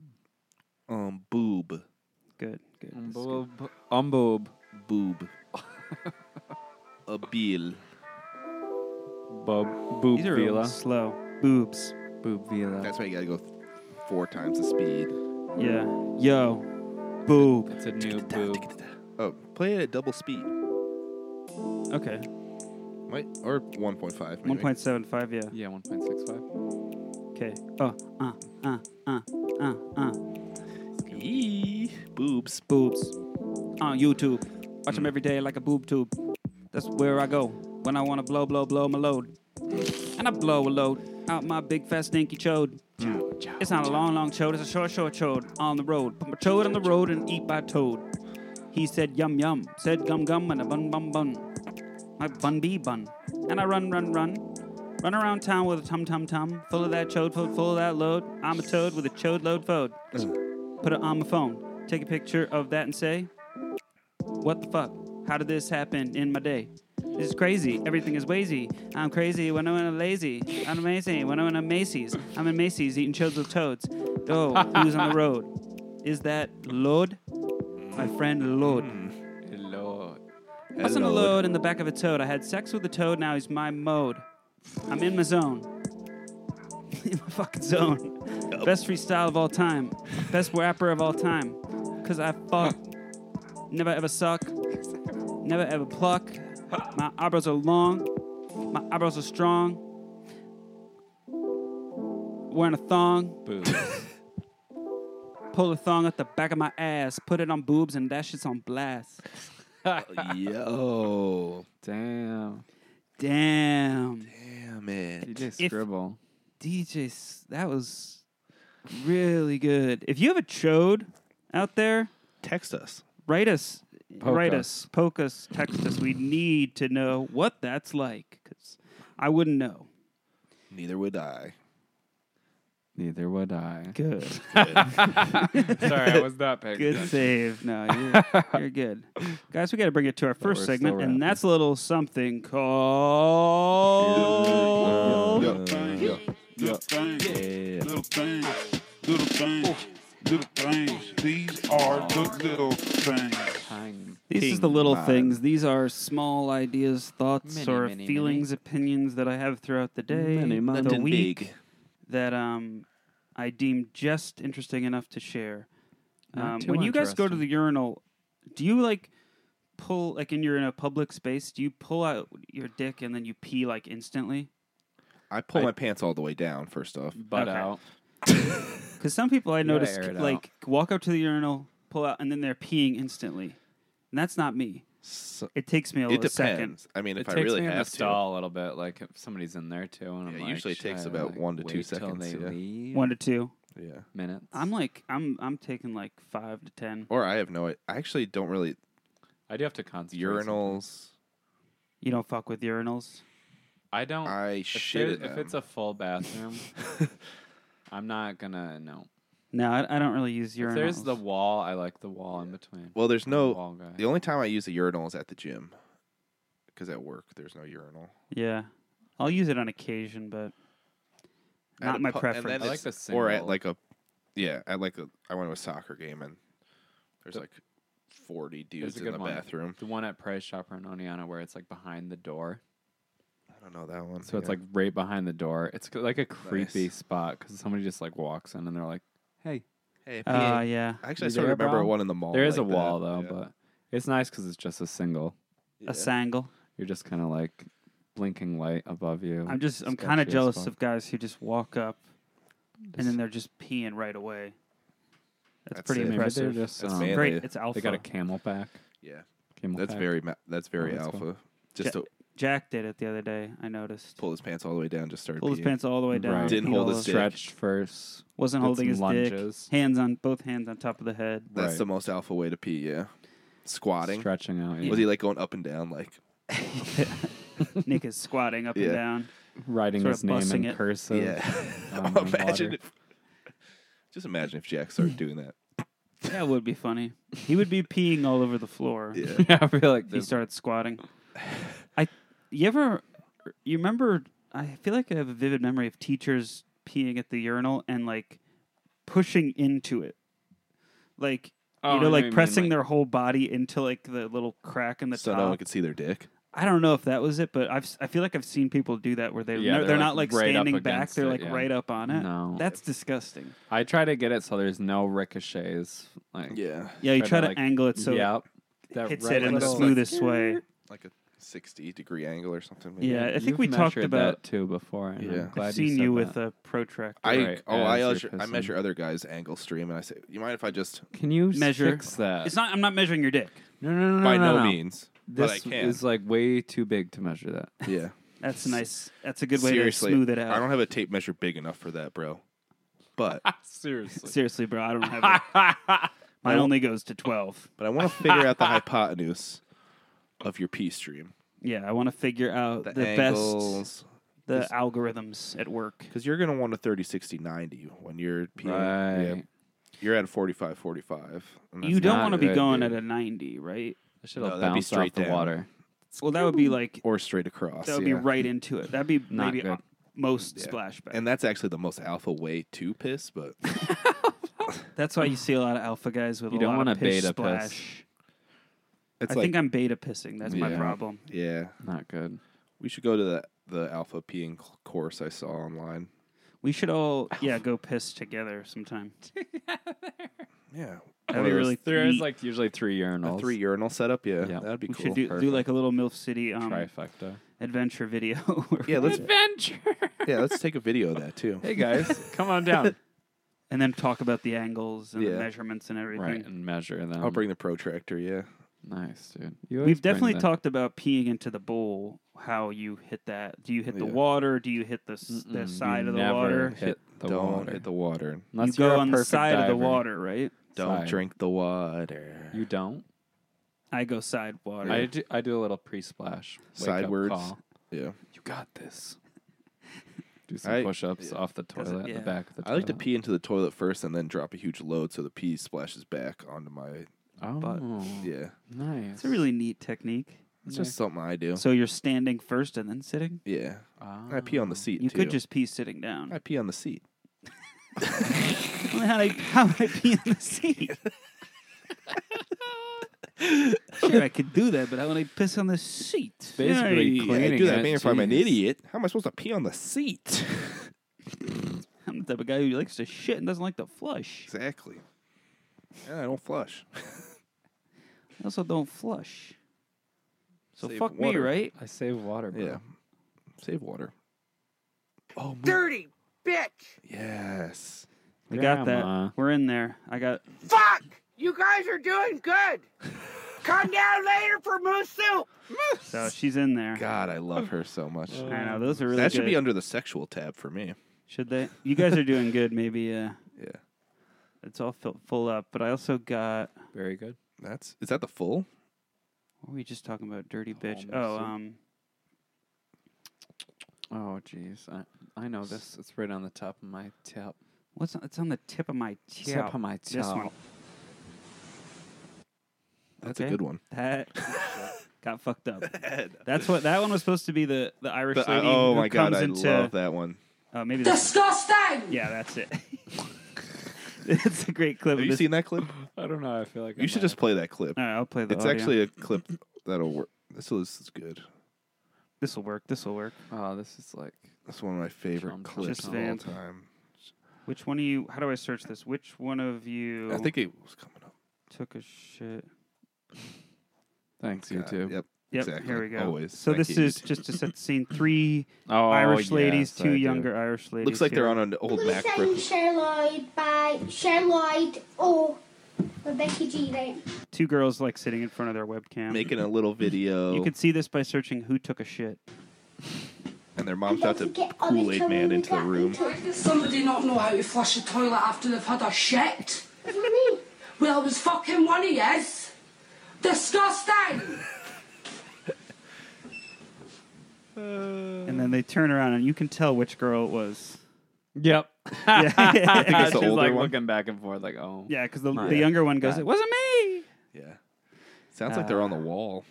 Speaker 2: Um, boob,
Speaker 1: Good, good.
Speaker 3: Mm,
Speaker 1: this is good.
Speaker 3: Umbob. Umbob.
Speaker 2: boob, a bill.
Speaker 3: Bob. Boob
Speaker 1: These are really
Speaker 3: Vila.
Speaker 1: slow. Boobs.
Speaker 3: Boob Vila.
Speaker 2: That's why you gotta go th- four times the speed.
Speaker 1: Yeah. Yo. Boob.
Speaker 3: It's a new boob.
Speaker 2: Oh, play it at double speed.
Speaker 1: Okay.
Speaker 2: Might or one point five.
Speaker 1: One point seven five. Yeah.
Speaker 3: Yeah, 1.65.
Speaker 1: Okay. Oh. Uh. Uh. Uh. Uh. Uh.
Speaker 2: Eee, boobs.
Speaker 1: Boobs. On YouTube. Watch them every day like a boob tube. That's where I go when I want to blow, blow, blow my load. And I blow a load out my big fat stinky chode. It's not a long, long chode. It's a short, short chode on the road. Put my chode on the road and eat my toad. He said yum yum, said gum gum, and a bun bun bun. My bun bee bun. And I run, run, run. Run around town with a tum tum tum, full of that chode, full, full of that load. I'm a toad with a chode load fode. Put it on my phone. Take a picture of that and say, what the fuck? How did this happen in my day? This is crazy. Everything is wazy. I'm crazy when I'm in a lazy. I'm amazing when I'm in a Macy's. I'm in Macy's eating chodes with toads. Oh, who's on the road? Is that Lord? My friend Lord.
Speaker 3: Lord.
Speaker 1: What's on a load in the back of a toad? I had sex with a toad, now he's my mode. I'm in my zone. in my fucking zone. Best freestyle of all time. Best rapper of all time. Cause I fuck. Never ever suck. Never ever pluck. My eyebrows are long. My eyebrows are strong. Wearing a thong.
Speaker 3: Boob.
Speaker 1: Pull a thong at the back of my ass. Put it on boobs and that shit's on blast.
Speaker 2: Yo,
Speaker 3: Damn.
Speaker 1: Damn.
Speaker 2: damn it.
Speaker 3: DJ
Speaker 1: If-
Speaker 3: Scribble.
Speaker 1: DJ, 's- that was really good. If you have a chode out there,
Speaker 2: Text us.
Speaker 1: write us,
Speaker 3: Poke
Speaker 1: write
Speaker 3: us.
Speaker 1: us, poke us, text us. We need to know what that's like because I wouldn't know.
Speaker 2: Neither would I.
Speaker 3: Neither would I.
Speaker 1: Good,
Speaker 3: Sorry, I was not paying
Speaker 1: good save. No, you're, you're good, guys. We got to bring it to our first
Speaker 3: we're still
Speaker 1: segment,
Speaker 3: rapping.
Speaker 1: and that's a little something called.
Speaker 2: Yo, yo, yo.
Speaker 5: Little things, little things, little things. These are the little things.
Speaker 3: Time.
Speaker 1: These is the little things. These are small ideas, thoughts,
Speaker 3: Many,
Speaker 1: or
Speaker 3: many, many.
Speaker 1: feelings, opinions that I have throughout the day, the
Speaker 2: Nothing
Speaker 1: week,
Speaker 2: big.
Speaker 1: that um, I deem just interesting enough to share.
Speaker 3: Not
Speaker 1: Um,
Speaker 3: too
Speaker 1: when you guys go to
Speaker 3: interesting.
Speaker 1: the urinal, do you like pull like in you're in a public space? Do you pull out your dick and then you pee like instantly?
Speaker 2: I pull
Speaker 3: I-
Speaker 2: my pants all the way down. First off,
Speaker 3: Butt
Speaker 1: Okay.
Speaker 3: out.
Speaker 1: Because some people I
Speaker 3: gotta
Speaker 1: notice
Speaker 3: air it out.
Speaker 1: like walk up to the urinal, pull out, and then they're peeing instantly, and that's not me.
Speaker 2: So-
Speaker 1: It takes me a
Speaker 2: it
Speaker 1: little
Speaker 2: depends.
Speaker 1: second.
Speaker 2: I mean, if
Speaker 3: it
Speaker 2: I
Speaker 3: takes
Speaker 2: really
Speaker 3: me in the
Speaker 2: have to,
Speaker 3: stall a little bit, like if somebody's in there too. And
Speaker 2: Yeah,
Speaker 3: I'm
Speaker 2: it
Speaker 3: like,
Speaker 2: usually takes
Speaker 3: "Should I,
Speaker 2: about
Speaker 3: like,
Speaker 2: one to two
Speaker 3: wait till
Speaker 2: seconds,
Speaker 3: They
Speaker 2: yeah.
Speaker 3: leave?
Speaker 1: One to two.
Speaker 2: yeah.
Speaker 3: minutes.
Speaker 1: I'm like I'm I'm taking like five to ten.
Speaker 2: Or I have no. I actually don't really
Speaker 3: I do have to concentrate.
Speaker 2: urinals.
Speaker 1: You don't fuck with urinals.
Speaker 3: I don't.
Speaker 2: I
Speaker 3: if
Speaker 2: Ah, shit
Speaker 3: there- If
Speaker 2: at
Speaker 3: it's
Speaker 2: them.
Speaker 3: a full bathroom, I'm not gonna no.
Speaker 1: No, I, I don't really use
Speaker 3: If
Speaker 1: urinals.
Speaker 3: there's the wall. I like the wall in between.
Speaker 2: Well, there's
Speaker 3: I'm a
Speaker 2: no.
Speaker 3: wall guy.
Speaker 2: The only time I use a urinal is at the gym. Because at work, there's no urinal.
Speaker 1: yeah, I'll use it on occasion, but
Speaker 2: At
Speaker 1: not
Speaker 2: a
Speaker 1: my
Speaker 2: pu- and then
Speaker 1: preference.
Speaker 3: I like
Speaker 2: it's-
Speaker 3: the
Speaker 2: Or at
Speaker 3: single.
Speaker 2: like a, yeah, at like a. I went to a soccer game and there's like 40
Speaker 3: Here's
Speaker 2: dudes
Speaker 3: a
Speaker 2: in
Speaker 3: good
Speaker 2: the
Speaker 3: one.
Speaker 2: bathroom.
Speaker 3: The one at Price Chopper and Oneonta where it's like behind the door.
Speaker 2: I don't know that one.
Speaker 3: So it's
Speaker 2: yeah.
Speaker 3: like right behind the door. It's like a creepy spot 'cause spot because somebody just like walks in and they're like, "Hey,
Speaker 2: Hey,
Speaker 1: Uh,
Speaker 2: PA.
Speaker 1: yeah,
Speaker 2: Actually, I
Speaker 3: you
Speaker 2: sort
Speaker 3: there,
Speaker 2: of remember
Speaker 3: bro?
Speaker 2: one in the mall.
Speaker 3: there is
Speaker 2: like
Speaker 3: a wall
Speaker 2: that.
Speaker 3: though,
Speaker 2: Yeah.
Speaker 3: but it's nice because it's just a single.
Speaker 1: a sangle.
Speaker 3: You're just kind of like blinking light above you.
Speaker 1: I'm just I'm
Speaker 3: Sketchy
Speaker 1: kind of
Speaker 3: as
Speaker 1: jealous
Speaker 3: fuck.
Speaker 1: of guys who just walk up and
Speaker 3: Just-
Speaker 1: then they're just peeing right away. That's,
Speaker 2: That's
Speaker 1: pretty
Speaker 2: it.
Speaker 3: Maybe they're
Speaker 1: impressive.
Speaker 3: just,
Speaker 2: That's
Speaker 3: um,
Speaker 2: man-
Speaker 1: Great,
Speaker 2: They-
Speaker 1: it's alpha.
Speaker 3: They got a camel back.
Speaker 2: Yeah.
Speaker 3: Camel
Speaker 2: That's
Speaker 3: pack.
Speaker 2: very ma- that's very
Speaker 3: that's
Speaker 2: alpha.
Speaker 3: cool.
Speaker 2: Just
Speaker 1: Ja-
Speaker 2: to
Speaker 1: Jack did it the other day. I noticed.
Speaker 2: pull his pants all the way down, just started.
Speaker 1: Pulled his
Speaker 2: peeing.
Speaker 1: pants all the way down.
Speaker 3: Right.
Speaker 2: Didn't
Speaker 1: peed
Speaker 2: hold
Speaker 1: all
Speaker 2: his
Speaker 1: over-
Speaker 2: dick.
Speaker 3: stretched first.
Speaker 1: Wasn't
Speaker 3: did
Speaker 1: holding
Speaker 3: some
Speaker 1: his
Speaker 3: lunges.
Speaker 1: dick. Hands on both hands on top of the head.
Speaker 2: That's
Speaker 3: Right.
Speaker 2: the most alpha way to pee. Yeah. Squatting.
Speaker 3: Stretching out.
Speaker 2: Was
Speaker 3: yeah.
Speaker 2: he like going up and down? Like
Speaker 1: Nick is squatting up and
Speaker 2: Yeah.
Speaker 1: down.
Speaker 3: Writing
Speaker 1: sort
Speaker 3: his
Speaker 1: of
Speaker 3: name
Speaker 1: busting
Speaker 3: in
Speaker 1: it?
Speaker 3: cursive.
Speaker 2: yeah.
Speaker 3: um, in
Speaker 2: imagine.
Speaker 3: water.
Speaker 2: If, just imagine if Jack started doing that.
Speaker 1: That would be funny. He would be peeing all over the floor.
Speaker 3: yeah, I feel like
Speaker 1: He
Speaker 3: this.
Speaker 1: started squatting. I, you ever, you remember? I feel like I have a vivid memory of teachers peeing at the urinal and like pushing into it, like
Speaker 3: Oh, I
Speaker 1: you
Speaker 3: know
Speaker 1: know,
Speaker 3: what
Speaker 1: like
Speaker 3: you mean,
Speaker 1: pressing
Speaker 3: like-
Speaker 1: their whole body into like the little crack in the
Speaker 2: so
Speaker 1: top.
Speaker 2: no one could see their dick.
Speaker 1: I don't know if that was it, but I've s- I feel like I've seen people do that where they they're,
Speaker 3: Yeah, they're,
Speaker 1: they're
Speaker 3: like,
Speaker 1: not like
Speaker 3: right up
Speaker 1: standing back,
Speaker 3: against
Speaker 1: they're
Speaker 3: it,
Speaker 1: like
Speaker 3: yeah.
Speaker 1: right up on it.
Speaker 3: No.
Speaker 1: That's disgusting.
Speaker 3: I try to get it so there's no ricochets. Like
Speaker 2: Yeah,
Speaker 1: Yeah, you
Speaker 3: Try to,
Speaker 1: try to
Speaker 3: like,
Speaker 1: angle it so it
Speaker 3: yep, that
Speaker 1: hits
Speaker 3: right
Speaker 1: it in the
Speaker 3: little-
Speaker 1: smoothest way.
Speaker 2: like a sixty degree angle or something. Maybe.
Speaker 1: Yeah, I think
Speaker 3: You've
Speaker 1: we talked
Speaker 3: measured
Speaker 1: about.
Speaker 3: that too before. And
Speaker 2: Yeah.
Speaker 3: I'm glad
Speaker 1: I've seen
Speaker 3: said
Speaker 1: you,
Speaker 3: that.
Speaker 1: with a protractor.
Speaker 2: I
Speaker 3: Right,
Speaker 2: oh I,
Speaker 3: as
Speaker 2: measure,
Speaker 3: you're
Speaker 2: I
Speaker 3: pissing.
Speaker 2: measure other guys' angle stream, and I say, you mind if I just
Speaker 6: Can you
Speaker 1: Measure.
Speaker 3: fix that.
Speaker 1: It's not. I'm not measuring your dick.
Speaker 3: no, no, no, no,
Speaker 2: by
Speaker 3: no,
Speaker 2: no,
Speaker 3: no.
Speaker 2: means,
Speaker 3: This
Speaker 2: but I can.
Speaker 3: is like way too big to measure that.
Speaker 2: yeah,
Speaker 1: That's a nice. That's a good way
Speaker 2: seriously,
Speaker 1: to smooth it out.
Speaker 2: I don't have a tape measure big enough for that, bro. But
Speaker 3: Seriously.
Speaker 1: Seriously, bro, I don't have. it. Mine only goes to twelve.
Speaker 2: but I want to figure out the hypotenuse of your pee stream,
Speaker 1: Yeah, I want to figure out
Speaker 2: the,
Speaker 1: the, best
Speaker 2: angles,
Speaker 1: the algorithms at work.
Speaker 2: because you're gonna want a 30, 60, 90 when you're peeing.
Speaker 3: Right.
Speaker 2: Yeah. You're at 45, 45. and that's
Speaker 1: you don't
Speaker 3: not
Speaker 1: want to be
Speaker 3: good,
Speaker 1: going
Speaker 3: dude.
Speaker 1: at a ninety, right?
Speaker 3: I should
Speaker 2: No,
Speaker 3: have
Speaker 2: that'd be
Speaker 3: bounced off
Speaker 2: straight
Speaker 3: the
Speaker 2: down.
Speaker 3: water.
Speaker 1: Well, that would be like
Speaker 2: or straight across.
Speaker 1: that would
Speaker 2: yeah.
Speaker 1: be right into it. That'd be
Speaker 3: Not
Speaker 1: maybe
Speaker 3: good.
Speaker 1: uh, most
Speaker 2: Yeah.
Speaker 1: splashback.
Speaker 2: And that's actually the most alpha way to piss, but
Speaker 1: that's why you see a lot of alpha guys with
Speaker 3: You
Speaker 1: a
Speaker 3: don't
Speaker 1: lot
Speaker 3: wanna
Speaker 1: of piss
Speaker 3: beta piss.
Speaker 1: splash.
Speaker 2: it's
Speaker 1: I
Speaker 2: like
Speaker 1: think I'm beta pissing. That's my
Speaker 3: Yeah.
Speaker 1: problem.
Speaker 2: yeah,
Speaker 3: Not good.
Speaker 2: we should go to the the alpha peeing c- course I saw online.
Speaker 1: We should all yeah go piss together sometime. That'd
Speaker 2: Yeah, One
Speaker 1: be
Speaker 2: of those-
Speaker 1: really
Speaker 3: There is
Speaker 1: neat.
Speaker 3: like usually three urinals.
Speaker 2: a three urinal setup. Yeah,
Speaker 3: Yeah.
Speaker 2: that'd be
Speaker 1: we
Speaker 2: cool.
Speaker 1: should do, do
Speaker 3: Perfect.
Speaker 1: like a little MILF City um,
Speaker 3: trifecta.
Speaker 1: adventure video. where
Speaker 2: yeah,
Speaker 1: we-
Speaker 2: let's
Speaker 3: Adventure.
Speaker 2: yeah let's take a video of that too.
Speaker 3: hey guys, come on down.
Speaker 1: and then talk about the angles and
Speaker 2: Yeah.
Speaker 1: the measurements and everything.
Speaker 3: right, and measure
Speaker 1: um,
Speaker 3: them.
Speaker 2: I'll bring the protractor. Yeah,
Speaker 3: nice, dude. You always
Speaker 1: We've
Speaker 3: bring
Speaker 1: definitely
Speaker 3: that.
Speaker 1: talked about peeing into the bowl. How you hit that? Do you hit the
Speaker 2: Yeah.
Speaker 1: water? Do you hit the s-
Speaker 3: Mm-mm,
Speaker 1: the side
Speaker 3: Mm, you
Speaker 1: of the
Speaker 3: never
Speaker 1: water?
Speaker 3: Hit the
Speaker 2: don't
Speaker 3: water.
Speaker 2: hit the water.
Speaker 1: You
Speaker 3: Unless you're
Speaker 1: go
Speaker 3: a
Speaker 1: on the
Speaker 3: perfect
Speaker 1: side of the
Speaker 3: diver.
Speaker 1: water, right?
Speaker 2: Don't
Speaker 3: Side.
Speaker 2: drink the water.
Speaker 3: You don't.
Speaker 1: I go side water.
Speaker 3: I do. I do a little pre-splash. wake up
Speaker 2: Sidewards.
Speaker 3: call.
Speaker 2: yeah,
Speaker 3: You got this. Do some
Speaker 2: I-
Speaker 3: push-ups off the
Speaker 1: Does it-
Speaker 3: toilet,
Speaker 1: yeah.
Speaker 3: the back of the
Speaker 2: I
Speaker 3: toilet.
Speaker 2: like to pee into the toilet first and then drop a huge load so the pee splashes back onto my
Speaker 3: Oh,
Speaker 1: butt.
Speaker 2: yeah.
Speaker 3: nice.
Speaker 1: It's a really neat technique.
Speaker 2: It's just something I do.
Speaker 1: So you're standing first and then sitting.
Speaker 2: yeah,
Speaker 3: Ah.
Speaker 2: I pee on the seat.
Speaker 1: Um, You could
Speaker 2: too.
Speaker 1: just pee sitting down.
Speaker 2: I pee on the seat.
Speaker 1: Well, how, do I, how would I pee in the seat? sure, I could do that, but how would I piss on the seat?
Speaker 3: basically
Speaker 1: Hey,
Speaker 3: clean.
Speaker 2: Yeah, I
Speaker 3: Cleaning
Speaker 2: do that
Speaker 3: it,
Speaker 2: being if I'm an
Speaker 3: jeez.
Speaker 2: idiot. How am I supposed to pee on the seat?
Speaker 1: I'm the type of guy who likes to shit and doesn't like to flush.
Speaker 2: exactly. Yeah, I don't flush.
Speaker 1: I also don't flush. So
Speaker 2: Save
Speaker 1: fuck
Speaker 2: water.
Speaker 1: me, right?
Speaker 3: I save water, bro.
Speaker 2: Yeah. Save water. Oh, mo-
Speaker 4: Dirty bitch!
Speaker 2: yes.
Speaker 1: We got
Speaker 3: Grandma.
Speaker 1: that. We're in there. I got.
Speaker 4: Fuck! You guys are doing good! Come down later for moose soup!
Speaker 1: So she's in there.
Speaker 2: God, I love her so much.
Speaker 1: I know those are really.
Speaker 2: that should be
Speaker 1: good.
Speaker 2: under the sexual tab for me.
Speaker 1: Should they? You guys are doing good. Maybe uh,
Speaker 2: Yeah.
Speaker 1: it's all fill, full up. But I also got.
Speaker 3: Very good.
Speaker 2: That's is that the full?
Speaker 1: What were we just talking about? Dirty bitch.
Speaker 3: Homeless.
Speaker 1: Oh, um,
Speaker 3: Oh, jeez. I, I know this. It's right on the top of my tip.
Speaker 1: what's on, it's on the tip of my
Speaker 3: Tip
Speaker 1: chin?
Speaker 3: of my
Speaker 1: This one.
Speaker 3: towel.
Speaker 2: That's a
Speaker 1: Okay.
Speaker 2: good one.
Speaker 1: That got fucked up. That's what that one was supposed to be the the Irish
Speaker 2: But I-
Speaker 1: lady
Speaker 2: oh
Speaker 1: who
Speaker 2: my god,
Speaker 1: comes
Speaker 2: I
Speaker 1: into
Speaker 2: love that one.
Speaker 1: Oh, maybe that's
Speaker 4: Disgusting!
Speaker 1: yeah, that's it. it's a great clip.
Speaker 2: Have
Speaker 1: of
Speaker 2: you
Speaker 1: this.
Speaker 2: seen that clip?
Speaker 1: Oh,
Speaker 3: I don't know. I feel like I
Speaker 2: You should
Speaker 3: might
Speaker 2: just play that clip.
Speaker 1: All right, I'll play the.
Speaker 2: It's
Speaker 1: audio.
Speaker 2: actually a clip that'll work. This is is good.
Speaker 1: this will work. This will work.
Speaker 3: have- Oh, this is like
Speaker 2: That's one of my favorite
Speaker 3: Drum
Speaker 2: clips
Speaker 1: Just
Speaker 2: of all
Speaker 1: vamp.
Speaker 2: time.
Speaker 1: Which one of you? How do I search this? Which one of you?
Speaker 2: I think it was coming up.
Speaker 1: took a shit.
Speaker 3: thanks
Speaker 2: God,
Speaker 3: YouTube.
Speaker 2: Yep.
Speaker 1: Yep,
Speaker 2: Exactly.
Speaker 1: here we go.
Speaker 2: Always.
Speaker 1: So
Speaker 2: Thank
Speaker 1: this
Speaker 2: you,
Speaker 1: is
Speaker 2: YouTube.
Speaker 1: just to set the scene: three
Speaker 3: Oh,
Speaker 1: Irish ladies,
Speaker 3: yes,
Speaker 1: two
Speaker 3: I do.
Speaker 1: younger Irish ladies.
Speaker 2: Looks like they're
Speaker 1: here.
Speaker 2: on an old
Speaker 8: Please
Speaker 2: Mac.
Speaker 8: send
Speaker 2: record.
Speaker 8: Sherloid by Sherloid or Rebecca G. Lane.
Speaker 1: two girls like sitting in front of their webcam.
Speaker 2: making a little video,
Speaker 1: you can see this by searching "Who took a shit."
Speaker 2: and their mom's out to Kool Aid Man into the room.
Speaker 9: Why does somebody not know how to flush a toilet after they've had a shit? Well, I was fucking one of yes. Disgusting!
Speaker 1: And then they turn around, and you can tell which girl it was.
Speaker 3: Yep.
Speaker 1: yeah,
Speaker 2: think it's the
Speaker 3: She's
Speaker 2: older
Speaker 3: like
Speaker 2: one.
Speaker 3: looking back and forth, like, oh,
Speaker 1: yeah, because the,
Speaker 3: Yeah.
Speaker 1: the younger one goes, "It wasn't me."
Speaker 2: Yeah. Sounds like they're on the wall.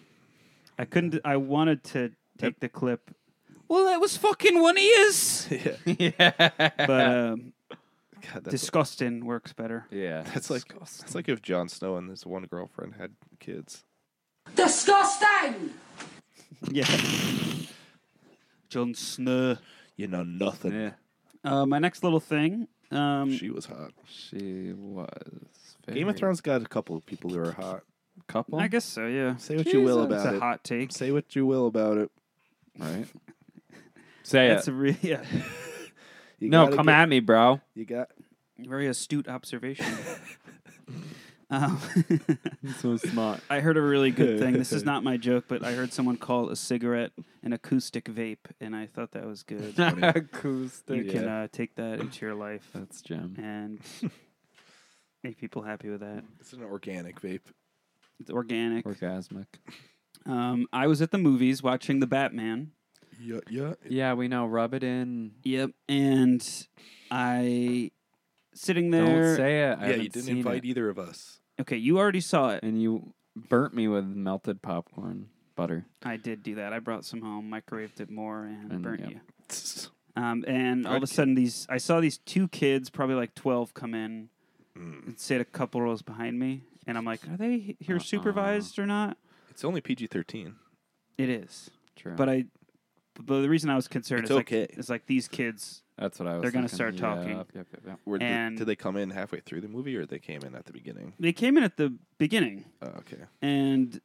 Speaker 1: I couldn't. I wanted to take the clip,
Speaker 3: Well, that was fucking one of his.
Speaker 1: but um,
Speaker 2: God, that's,
Speaker 1: disgusting works better.
Speaker 3: Yeah,
Speaker 2: that's like that's like if Jon Snow and his one girlfriend had kids.
Speaker 9: Disgusting!
Speaker 1: Yeah. Jon Snow.
Speaker 2: You know nothing.
Speaker 3: yeah.
Speaker 1: Uh, my next little thing. Um,
Speaker 2: She was hot.
Speaker 3: She was
Speaker 2: Game of
Speaker 3: very-
Speaker 2: Thrones got a couple of people who are hot.
Speaker 3: couple.
Speaker 1: I guess so. Yeah.
Speaker 2: Say what you will
Speaker 1: It's
Speaker 2: about
Speaker 1: a
Speaker 2: it.
Speaker 1: hot take.
Speaker 2: Say what you will about it.
Speaker 3: right. Say
Speaker 1: That's
Speaker 3: it.
Speaker 1: a re- yeah,
Speaker 2: You
Speaker 3: no,
Speaker 2: gotta
Speaker 3: come
Speaker 2: get-
Speaker 3: at me, bro.
Speaker 2: You got
Speaker 1: very astute observation. um,
Speaker 3: So smart.
Speaker 1: I heard a really good thing. This is not my joke, but I heard someone call a cigarette an acoustic vape, and I thought that was good. you
Speaker 3: Acoustic.
Speaker 1: can uh, take that into your life
Speaker 3: That's Jim.
Speaker 1: and make people happy with that.
Speaker 2: it's an organic vape.
Speaker 1: It's organic.
Speaker 3: Orgasmic.
Speaker 1: Um, I was at the movies watching The Batman.
Speaker 2: Yeah, yeah.
Speaker 3: Yeah, we know. Rub it in.
Speaker 1: Yep. And I sitting there.
Speaker 3: Don't say it. I
Speaker 2: yeah, you
Speaker 3: haven't
Speaker 2: didn't
Speaker 3: seen
Speaker 2: invite
Speaker 3: it.
Speaker 2: either of us.
Speaker 1: Okay, you already saw it.
Speaker 3: And you burnt me with melted popcorn butter.
Speaker 1: I did do that. I brought some home, microwaved it more, and,
Speaker 3: And,
Speaker 1: burnt
Speaker 3: yeah.
Speaker 1: you. Um, and all of a sudden, these I saw these two kids, probably like twelve, come in and sit a couple rows behind me, and I'm like, "Are they he- here supervised or not?"
Speaker 2: It's only PG thirteen.
Speaker 1: It is,
Speaker 3: True.
Speaker 1: but uh, I. But the reason I was concerned
Speaker 2: It's
Speaker 1: is
Speaker 2: okay.
Speaker 1: like it's like these kids.
Speaker 3: that's what I was.
Speaker 1: they're gonna
Speaker 3: thinking.
Speaker 1: start talking.
Speaker 3: Yep, yep, yep, yep.
Speaker 2: Where
Speaker 1: And-
Speaker 2: did, did they come in halfway through the movie, or they came in at the beginning?
Speaker 1: They came in at the beginning,
Speaker 2: Oh, okay.
Speaker 1: and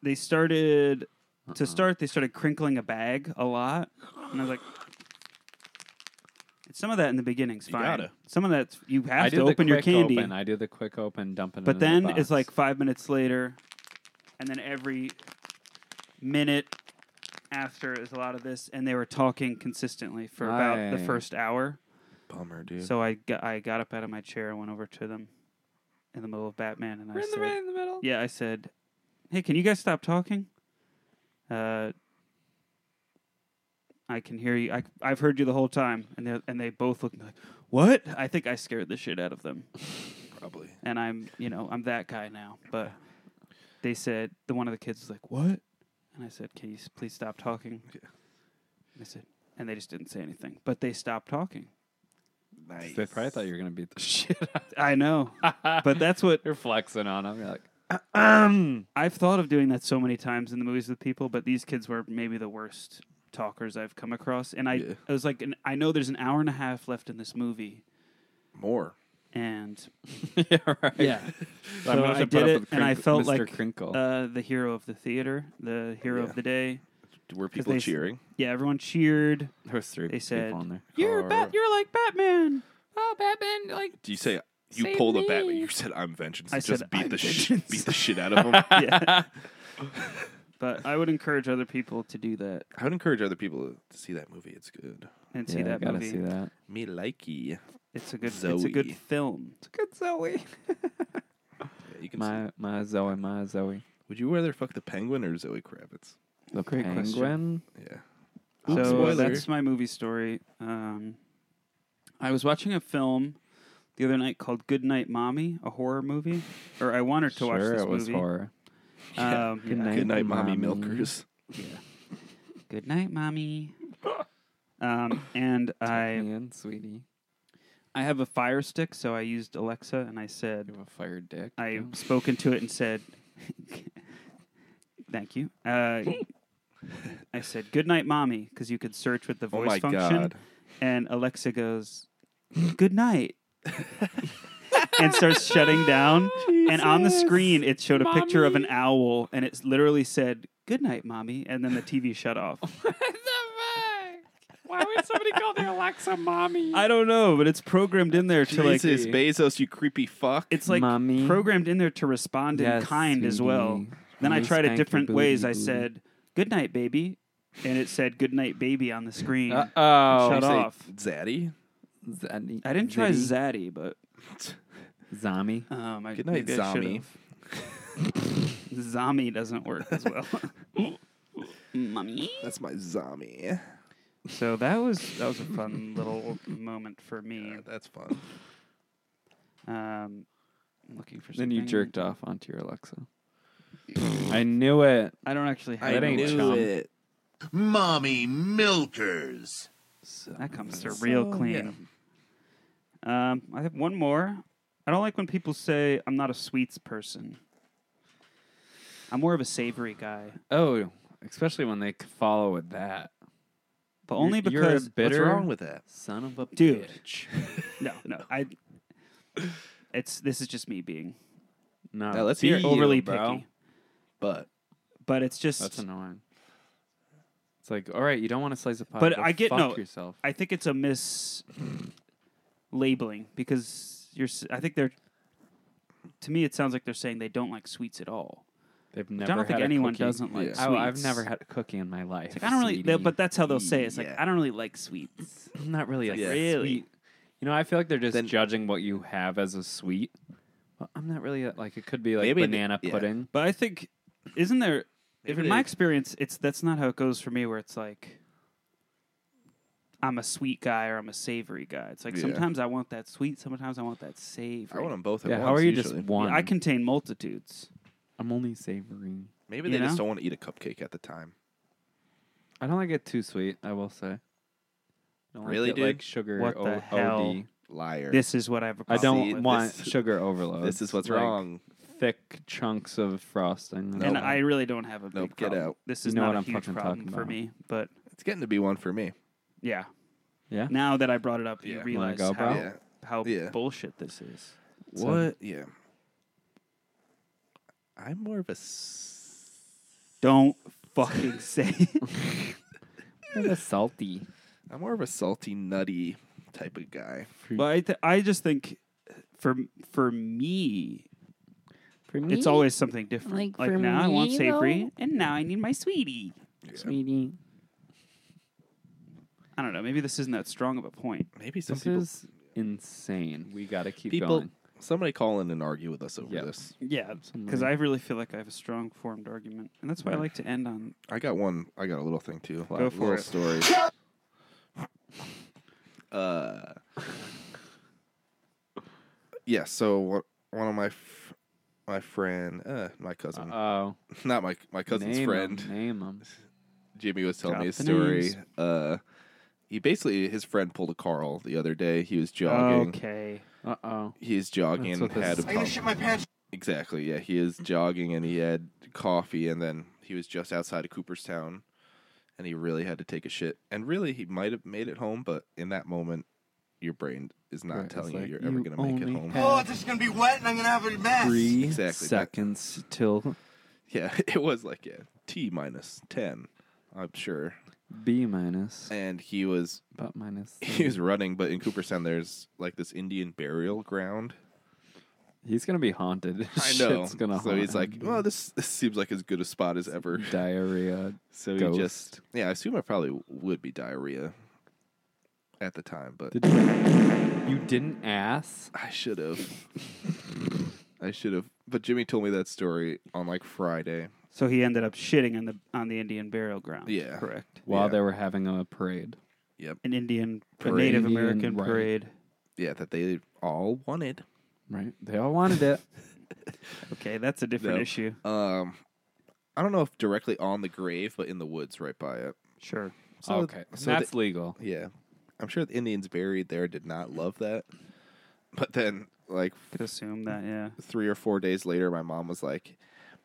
Speaker 1: they started to start. They started crinkling a bag a lot, and I was like. and Some of that in the beginning's
Speaker 2: You
Speaker 1: fine.
Speaker 2: gotta.
Speaker 1: Some of that you have
Speaker 3: I
Speaker 1: to
Speaker 3: did the
Speaker 1: open your
Speaker 3: quick
Speaker 1: candy.
Speaker 3: Open. I do the quick open, dumping.
Speaker 1: But then it's like five minutes later, and then every minute after is a lot of this, and they were talking consistently for about the
Speaker 3: Aye.
Speaker 1: first hour.
Speaker 2: Bummer, dude.
Speaker 1: So I got, I got up out of my chair and went over to them in the middle of Batman, and I said,
Speaker 3: in the middle.
Speaker 1: "Yeah, I said, hey, can you guys stop talking? Uh, I can hear you. I, I've heard you the whole time." And they, and they both looked like, "What?" I think I scared the shit out of them
Speaker 2: probably.
Speaker 1: and I'm you know I'm that guy now. But they said the one of the kids was like, "What?" And I said, "Can you s- please stop talking?" Yeah. They said, and they just didn't say anything, but they stopped talking.
Speaker 2: Nice.
Speaker 3: They probably thought you were gonna beat the shit. out
Speaker 1: I know, but that's what
Speaker 3: You're flexing on them. You're like,
Speaker 1: I've thought of doing that so many times in the movies with people. But these kids were maybe the worst talkers I've come across, and I,
Speaker 2: Yeah.
Speaker 1: I was like, an, I know there's an hour and a half left in this movie,
Speaker 2: More.
Speaker 1: and
Speaker 3: yeah, right.
Speaker 1: yeah,
Speaker 3: I'm
Speaker 1: so
Speaker 3: gonna have
Speaker 1: I
Speaker 3: to put
Speaker 1: did
Speaker 3: up
Speaker 1: it,
Speaker 3: with
Speaker 1: and I
Speaker 3: Crink-
Speaker 1: felt
Speaker 3: Mr.
Speaker 1: like
Speaker 3: Crinkle.
Speaker 1: uh, the hero of the theater, the hero
Speaker 2: Yeah.
Speaker 1: of the day.
Speaker 2: Were people
Speaker 1: they s-
Speaker 2: cheering?
Speaker 1: Yeah, everyone cheered.
Speaker 3: there was three
Speaker 1: They said,
Speaker 3: people on there.
Speaker 1: "You're
Speaker 2: Or-
Speaker 1: Bat. You're like Batman."
Speaker 2: Do you say you pulled a bat? You said I'm vengeance.
Speaker 1: I
Speaker 2: just
Speaker 1: said,
Speaker 2: beat
Speaker 1: "I'm
Speaker 2: the
Speaker 1: vengeance."
Speaker 2: shit, beat the shit out of them. I
Speaker 1: Yeah. but I would encourage other people to do that
Speaker 2: would encourage other people to see that movie. It's good.
Speaker 1: and
Speaker 3: Yeah,
Speaker 1: see
Speaker 3: I
Speaker 1: that
Speaker 3: gotta
Speaker 1: movie.
Speaker 3: see that.
Speaker 2: Me likey.
Speaker 1: It's a good. It's a
Speaker 2: Zoe.
Speaker 1: good film.
Speaker 6: Good Zoe.
Speaker 2: Yeah, you can see.
Speaker 3: My my Zoe, my Zoe.
Speaker 2: Would you rather fuck the penguin or Zoe Kravitz?
Speaker 3: The
Speaker 1: Great question.
Speaker 3: penguin.
Speaker 2: Yeah.
Speaker 1: so
Speaker 2: Oops,
Speaker 1: uh,
Speaker 2: spoiler.
Speaker 1: that's my movie story. Um, I was watching a film the other night called Good Night Mommy, a horror movie, or I wanted to
Speaker 3: sure,
Speaker 1: watch this
Speaker 3: it was
Speaker 1: movie.
Speaker 3: horror.
Speaker 1: Um,
Speaker 3: Good Night
Speaker 2: Good night,
Speaker 3: Mommy.
Speaker 2: mommy, milkers.
Speaker 1: Good night, mommy. um, and I
Speaker 3: Me and sweetie,
Speaker 1: I have a Fire Stick, so I used Alexa and I said
Speaker 3: you have a fire dick.
Speaker 1: I
Speaker 3: too.
Speaker 1: spoke into it and said, "Thank you." Uh, I said, "Good night, mommy," because you could search with the
Speaker 2: Oh
Speaker 1: voice
Speaker 2: my
Speaker 1: function,
Speaker 2: god.
Speaker 1: and Alexa goes, "Good night," and starts shutting down. and on the screen, it showed a picture of an owl, and it literally said, "Good night, mommy," and then the TV shut off.
Speaker 3: Why would somebody call their Alexa mommy?
Speaker 1: I don't know, but it's programmed in there to like.
Speaker 2: Jesus, Bezos, you creepy fuck.
Speaker 1: It's like
Speaker 3: Mommy.
Speaker 1: programmed in there to respond in
Speaker 3: Yes,
Speaker 1: kind as well.
Speaker 3: sweetie.
Speaker 1: Then I
Speaker 3: Please
Speaker 1: tried it
Speaker 3: spank your
Speaker 1: different ways. I
Speaker 3: booty, booty.
Speaker 1: said, "Good night, baby," and it said, "Good night, baby" on the screen.
Speaker 3: Uh oh.
Speaker 1: Shut
Speaker 2: You say
Speaker 1: off.
Speaker 2: Zaddy.
Speaker 3: Zaddy.
Speaker 1: I didn't try
Speaker 3: Ziddy.
Speaker 1: Zaddy, but
Speaker 3: Zombie.
Speaker 1: um, I,
Speaker 2: Good night,
Speaker 1: maybe I
Speaker 2: zombie.
Speaker 1: should've. zombie doesn't work as well. Mommy.
Speaker 2: That's my zombie.
Speaker 1: So that was that was a fun little moment for me.
Speaker 2: That's fun.
Speaker 1: Um, I'm looking for.
Speaker 3: Then you
Speaker 1: something.
Speaker 3: jerked off onto your Alexa. I knew it.
Speaker 1: I don't actually have.
Speaker 3: That
Speaker 1: a-
Speaker 3: ain't chum.
Speaker 10: Mommy milkers.
Speaker 1: That comes through real clean. Um, I have one more. I don't like when people say I'm not a sweets person. I'm more of a savory guy,
Speaker 3: Oh, especially when they c- follow with that.
Speaker 1: but only
Speaker 3: You're-
Speaker 1: because
Speaker 3: you're a bitter
Speaker 2: that?
Speaker 3: son of a
Speaker 1: Dude.
Speaker 3: bitch.
Speaker 1: no, no, I. It's this is just me being
Speaker 3: No,
Speaker 2: Now let's
Speaker 3: be
Speaker 2: hear it.
Speaker 3: you,
Speaker 1: overly
Speaker 3: bro.
Speaker 1: picky,
Speaker 2: But
Speaker 1: but it's just
Speaker 3: That's annoying. It's like, all right, you don't want to slice a pie,
Speaker 1: But
Speaker 3: go
Speaker 1: I get-
Speaker 3: fuck
Speaker 1: no.
Speaker 3: yourself.
Speaker 1: I think it's a mis labeling because you're. s- I think they're. To me, it sounds like they're saying they don't like sweets at all.
Speaker 3: They've never.
Speaker 1: I don't think
Speaker 3: had a
Speaker 1: anyone
Speaker 3: cookie.
Speaker 1: doesn't like
Speaker 3: I,
Speaker 1: sweets.
Speaker 3: I've never had a cookie in my life.
Speaker 1: Like, I don't really, they,
Speaker 3: CD.
Speaker 1: but that's how they'll say it. it's like
Speaker 2: Yeah.
Speaker 1: I don't really like sweets.
Speaker 3: I'm not really a
Speaker 1: like,
Speaker 3: sweet-
Speaker 1: really?
Speaker 3: You know, I feel like they're just
Speaker 2: Then-
Speaker 3: judging what you have as a sweet. Well, I'm not really a, like it could be like
Speaker 2: Maybe they-
Speaker 3: banana
Speaker 2: yeah.
Speaker 3: pudding.
Speaker 1: But I think, isn't there? If
Speaker 2: Maybe
Speaker 1: in my
Speaker 2: they-
Speaker 1: experience, it's that's not how it goes for me. Where it's like, I'm a sweet guy or I'm a savory guy. It's like
Speaker 2: Yeah.
Speaker 1: sometimes I want that sweet, sometimes I want that savory.
Speaker 2: I want them both at
Speaker 3: yeah,
Speaker 2: once.
Speaker 3: how are you
Speaker 2: usually.
Speaker 3: just one?
Speaker 1: I contain multitudes.
Speaker 3: I'm only savory.
Speaker 2: Maybe
Speaker 1: you
Speaker 2: they
Speaker 1: know?
Speaker 2: just don't want to eat a cupcake at the time.
Speaker 3: I don't like it too sweet. I will say. Don't
Speaker 2: Really,
Speaker 3: like, it, like
Speaker 2: dude?
Speaker 3: sugar
Speaker 1: What
Speaker 3: o-
Speaker 1: the hell?
Speaker 3: OD.
Speaker 2: Liar.
Speaker 1: This is what I have. a
Speaker 3: I
Speaker 1: problem
Speaker 3: don't
Speaker 1: with.
Speaker 3: want
Speaker 2: this-
Speaker 3: sugar overload.
Speaker 2: This is what's
Speaker 3: Like,
Speaker 2: wrong.
Speaker 3: Thick chunks of frosting.
Speaker 1: And
Speaker 2: Nope.
Speaker 1: I really don't have a big
Speaker 2: Nope, get
Speaker 1: problem.
Speaker 2: out.
Speaker 1: This
Speaker 3: You
Speaker 1: is
Speaker 3: know
Speaker 1: not
Speaker 3: what
Speaker 1: a
Speaker 3: I'm
Speaker 1: huge
Speaker 3: fucking
Speaker 1: problem
Speaker 3: talking
Speaker 1: for
Speaker 3: about.
Speaker 1: me, but
Speaker 2: It's getting to be one for me.
Speaker 1: yeah,
Speaker 3: Yeah?
Speaker 1: Now that I brought it up,
Speaker 2: Yeah.
Speaker 1: you
Speaker 2: Wanna
Speaker 1: realize
Speaker 3: go,
Speaker 1: how
Speaker 3: bro?
Speaker 2: Yeah.
Speaker 1: how
Speaker 2: Yeah.
Speaker 1: bullshit this is.
Speaker 2: What? Yeah. I'm more of a. S-
Speaker 1: Don't fucking say. it.
Speaker 3: salty.
Speaker 2: I'm more of a salty, nutty type of guy.
Speaker 1: but I, th- I just think for for me,
Speaker 6: For me,
Speaker 1: it's always something different. Like,
Speaker 6: Like, for
Speaker 1: now I want
Speaker 6: me,
Speaker 1: savory,
Speaker 6: though-
Speaker 1: and now I need my sweetie.
Speaker 6: sweetie.
Speaker 1: I don't know. Maybe this isn't that strong of a point.
Speaker 2: Maybe some
Speaker 3: This
Speaker 2: people.
Speaker 3: is insane. We got to keep
Speaker 2: people.
Speaker 3: going.
Speaker 2: Somebody call in and argue with us over
Speaker 3: Yeah.
Speaker 2: this.
Speaker 1: Yeah, because I really feel like I have a strong formed argument, and that's why I like to end on.
Speaker 2: I got one. I got a little thing too.
Speaker 1: Go for
Speaker 2: little
Speaker 1: it.
Speaker 2: story. uh, yeah. So what, one of my f- my friend, uh, my cousin,
Speaker 3: Oh,
Speaker 2: not my my cousin's friend,
Speaker 3: Name him.
Speaker 2: Jimmy was telling me a
Speaker 1: Drop the
Speaker 2: story.
Speaker 1: names.
Speaker 2: Uh, he basically his friend pulled a Carl the other day. He was jogging.
Speaker 1: Okay.
Speaker 3: Uh oh.
Speaker 2: He's jogging
Speaker 3: That's
Speaker 2: and
Speaker 3: what this
Speaker 2: had a
Speaker 3: is.
Speaker 2: pump. Exactly. Yeah, he is jogging and he had coffee and then he was just outside of Cooperstown and he really had to take a shit. And really he might have made it home, but in that moment your brain is not
Speaker 3: Right, it's
Speaker 2: telling you
Speaker 3: like,
Speaker 2: you're ever
Speaker 3: you
Speaker 2: going to make it
Speaker 3: only
Speaker 2: home.
Speaker 3: have- Oh,
Speaker 10: this is gonna be wet and I'm gonna have a mess.
Speaker 3: Three
Speaker 2: Exactly, that-
Speaker 3: seconds till
Speaker 2: Yeah, it was like yeah, T minus 10, I'm sure.
Speaker 3: B minus,
Speaker 2: And he was
Speaker 3: but minus.
Speaker 2: he was running, but in Cooperstown there's like this Indian burial ground.
Speaker 3: He's gonna be haunted.
Speaker 2: I know.
Speaker 3: Shit's gonna
Speaker 2: so
Speaker 3: haunt
Speaker 2: he's like,
Speaker 3: him.
Speaker 2: "Well, this, this seems like as good a spot as ever."
Speaker 3: diarrhea.
Speaker 2: So
Speaker 3: Ghost.
Speaker 2: he just yeah, I assume I probably would be diarrhea at the time, but
Speaker 3: Did you, you didn't ass?
Speaker 2: I should have. I should have. But Jimmy told me that story on like Friday.
Speaker 1: So he ended up shitting on the on the Indian burial ground.
Speaker 2: Yeah.
Speaker 1: correct.
Speaker 3: While
Speaker 2: Yeah.
Speaker 3: they were having a parade.
Speaker 1: An Indian, a
Speaker 2: Parade.
Speaker 1: Native
Speaker 3: Indian,
Speaker 1: American
Speaker 3: right.
Speaker 1: parade.
Speaker 2: Yeah, that they all wanted.
Speaker 3: Right. They all wanted it.
Speaker 1: Okay, that's a different
Speaker 2: No.
Speaker 1: issue.
Speaker 2: Um, I don't know if directly on the grave, but in the woods right by it.
Speaker 1: Sure.
Speaker 2: So
Speaker 3: okay.
Speaker 2: so the-
Speaker 3: That's legal.
Speaker 2: Yeah, I'm sure the Indians buried there did not love that. But then, like
Speaker 1: Could assume that, yeah.
Speaker 2: three or four days later, my mom was like,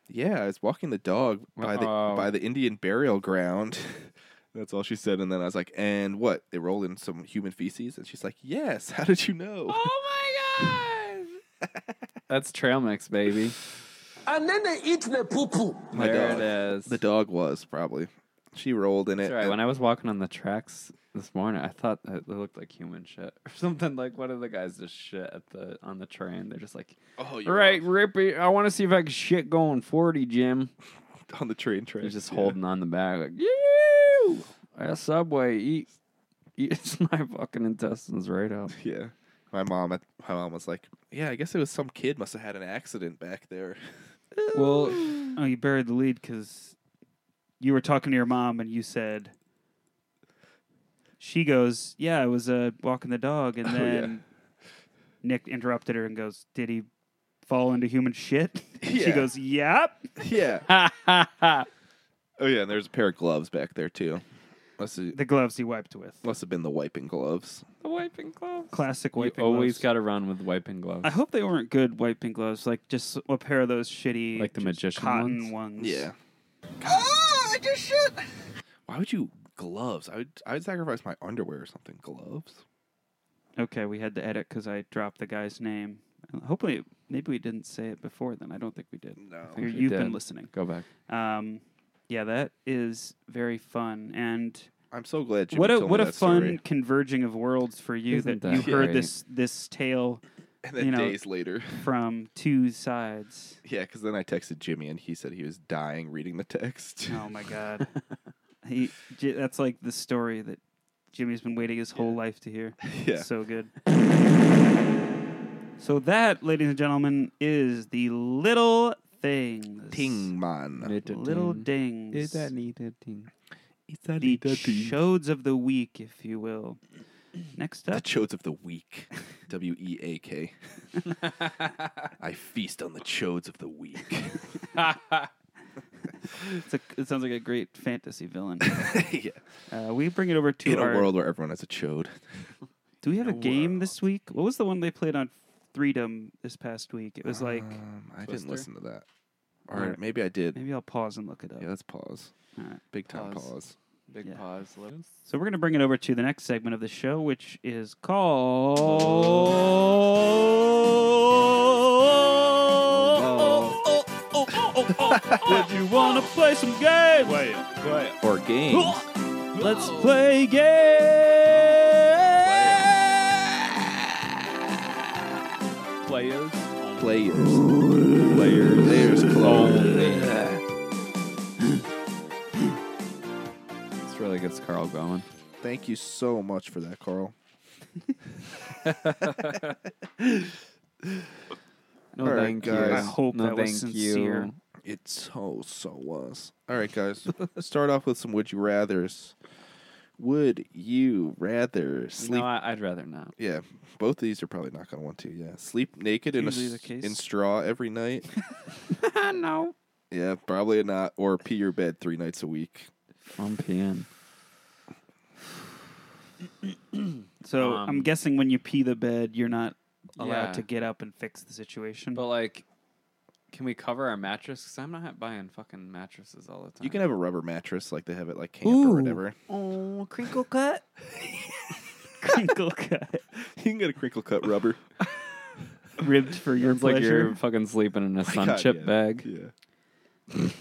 Speaker 2: "Yeah, I was walking the dog by the
Speaker 3: Uh-oh.
Speaker 2: by the Indian burial ground." That's all she said, and then I was like, "And what? They rolled in some human feces?" And she's like, "Yes. How did you know?"
Speaker 3: That's trail mix, baby.
Speaker 10: And then they eat the poo poo.
Speaker 2: My
Speaker 3: there
Speaker 2: dog.
Speaker 3: it is.
Speaker 2: The dog was probably. She rolled in it.
Speaker 3: That's right.
Speaker 2: and-
Speaker 3: When I was walking on the tracks this morning, I thought that it looked like human shit or something. Like one of the guys just shit at the on the train. They're just like,
Speaker 2: oh,
Speaker 3: "All
Speaker 2: you're
Speaker 3: right,
Speaker 2: off.
Speaker 3: Rippy, I want to see if I can shit going forty, Jim."
Speaker 2: on the train track.
Speaker 3: He's just
Speaker 2: yeah.
Speaker 3: holding on the back, like, "You, that subway eat eats my fucking intestines right up."
Speaker 2: Yeah. My mom, at, my mom was like, "Yeah, I guess it was some kid must have had an accident back there."
Speaker 3: well,
Speaker 1: Oh, you buried the lead because you were talking to your mom and you said, she goes, "Yeah, I was uh, walking the dog," and
Speaker 2: Oh,
Speaker 1: then Nick interrupted her and goes, "Did he fall into human shit?"
Speaker 2: Yeah.
Speaker 1: She goes, "Yep."
Speaker 2: Yeah. Oh yeah, and there's a pair of gloves back there too. Must have,
Speaker 1: the gloves he wiped with.
Speaker 2: must have been the wiping gloves.
Speaker 6: The wiping gloves.
Speaker 1: Classic
Speaker 3: You
Speaker 1: wiping.
Speaker 3: always
Speaker 1: gloves.
Speaker 3: got to run with wiping gloves.
Speaker 1: I hope they weren't good wiping gloves, like just a pair of those shitty,
Speaker 3: Like the
Speaker 1: just
Speaker 3: magician
Speaker 1: cotton
Speaker 3: ones?
Speaker 1: ones.
Speaker 2: Yeah.
Speaker 4: Oh, I just shit.
Speaker 2: Why would you gloves? I would I would sacrifice my underwear or something. Gloves.
Speaker 1: Okay, we had to edit because I dropped the guy's name. Hopefully, maybe we didn't say it before. Then I don't think we did.
Speaker 2: No.
Speaker 1: You-
Speaker 3: think we
Speaker 1: You've been
Speaker 3: did.
Speaker 1: listening.
Speaker 3: Go back.
Speaker 1: Um, yeah, that is very fun and.
Speaker 2: I'm so glad you
Speaker 1: what a
Speaker 2: told
Speaker 1: what
Speaker 2: me
Speaker 1: a
Speaker 2: that
Speaker 1: fun
Speaker 2: story.
Speaker 1: converging of worlds for you
Speaker 3: Isn't
Speaker 1: that,
Speaker 3: that
Speaker 1: you heard
Speaker 3: great?
Speaker 1: this this tale
Speaker 2: And then
Speaker 1: you know-
Speaker 2: days later.
Speaker 1: from two sides.
Speaker 2: Yeah, because then I texted Jimmy and he said he was dying reading the text.
Speaker 1: Oh my god, he, J- that's like the story that Jimmy's been waiting his whole life to hear.
Speaker 2: yeah.
Speaker 1: so good. So that, ladies and gentlemen, is the little things.
Speaker 2: Ting man.
Speaker 1: Little dings.
Speaker 6: Is that needed thing?
Speaker 1: the shows of the week, if you will. Next
Speaker 2: The
Speaker 1: up,
Speaker 2: chodes of the week. W E A K. I feast on the chodes of the week.
Speaker 1: it's a, it sounds like a great fantasy villain.
Speaker 2: yeah.
Speaker 1: Uh, we bring it over to
Speaker 2: In a
Speaker 1: our.
Speaker 2: world where everyone has a chode.
Speaker 1: Do we have a, game this week? What was the one they played on Freedom this past week? It was like
Speaker 2: Um, I didn't
Speaker 3: Twister?
Speaker 2: listen to that. Or
Speaker 1: Alright.
Speaker 2: maybe I did.
Speaker 1: maybe I'll pause and look it up.
Speaker 2: Yeah, let's pause.
Speaker 1: Alright.
Speaker 2: Big time
Speaker 3: Pause.
Speaker 2: pause.
Speaker 3: Big
Speaker 1: Yeah.
Speaker 3: pause. Liz.
Speaker 1: So we're gonna bring it over to the next segment of the show, which is called. Would you wanna play some games?
Speaker 2: Or game.
Speaker 1: Let's play games.
Speaker 3: Players. on-
Speaker 2: Players. Players. Players clone.
Speaker 3: This really gets Carl going.
Speaker 2: Thank you so much for that, Carl.
Speaker 3: No,
Speaker 2: All right,
Speaker 3: thank
Speaker 2: guys.
Speaker 3: you.
Speaker 2: I
Speaker 1: hope
Speaker 3: no,
Speaker 1: that was
Speaker 3: thank
Speaker 1: sincere.
Speaker 3: You.
Speaker 2: It so so was. All right, guys. start off with some would you rather's. Would you rather sleep?
Speaker 3: No, I, I'd rather not.
Speaker 2: yeah, both of these are probably not going to want to. Yeah, sleep naked in a
Speaker 1: Usually
Speaker 2: s-
Speaker 1: the case.
Speaker 2: in straw every night. Oh,
Speaker 6: no.
Speaker 2: yeah, probably not. Or pee your bed three nights a week.
Speaker 3: I'm peeing.
Speaker 1: So
Speaker 3: Um,
Speaker 1: I'm guessing when you pee the bed, you're not allowed
Speaker 3: Yeah.
Speaker 1: to get up and fix the situation.
Speaker 3: But like, can we cover our mattress? Because I'm not buying fucking mattresses all the time.
Speaker 2: You can have a rubber mattress like they have at like camp or whatever.
Speaker 6: Oh, crinkle cut.
Speaker 1: crinkle cut,
Speaker 2: You can get a crinkle cut rubber.
Speaker 1: ribbed for your
Speaker 3: It's like
Speaker 1: pleasure.
Speaker 3: you're fucking sleeping in a sun
Speaker 2: God,
Speaker 3: chip
Speaker 2: yeah.
Speaker 3: bag.
Speaker 2: yeah.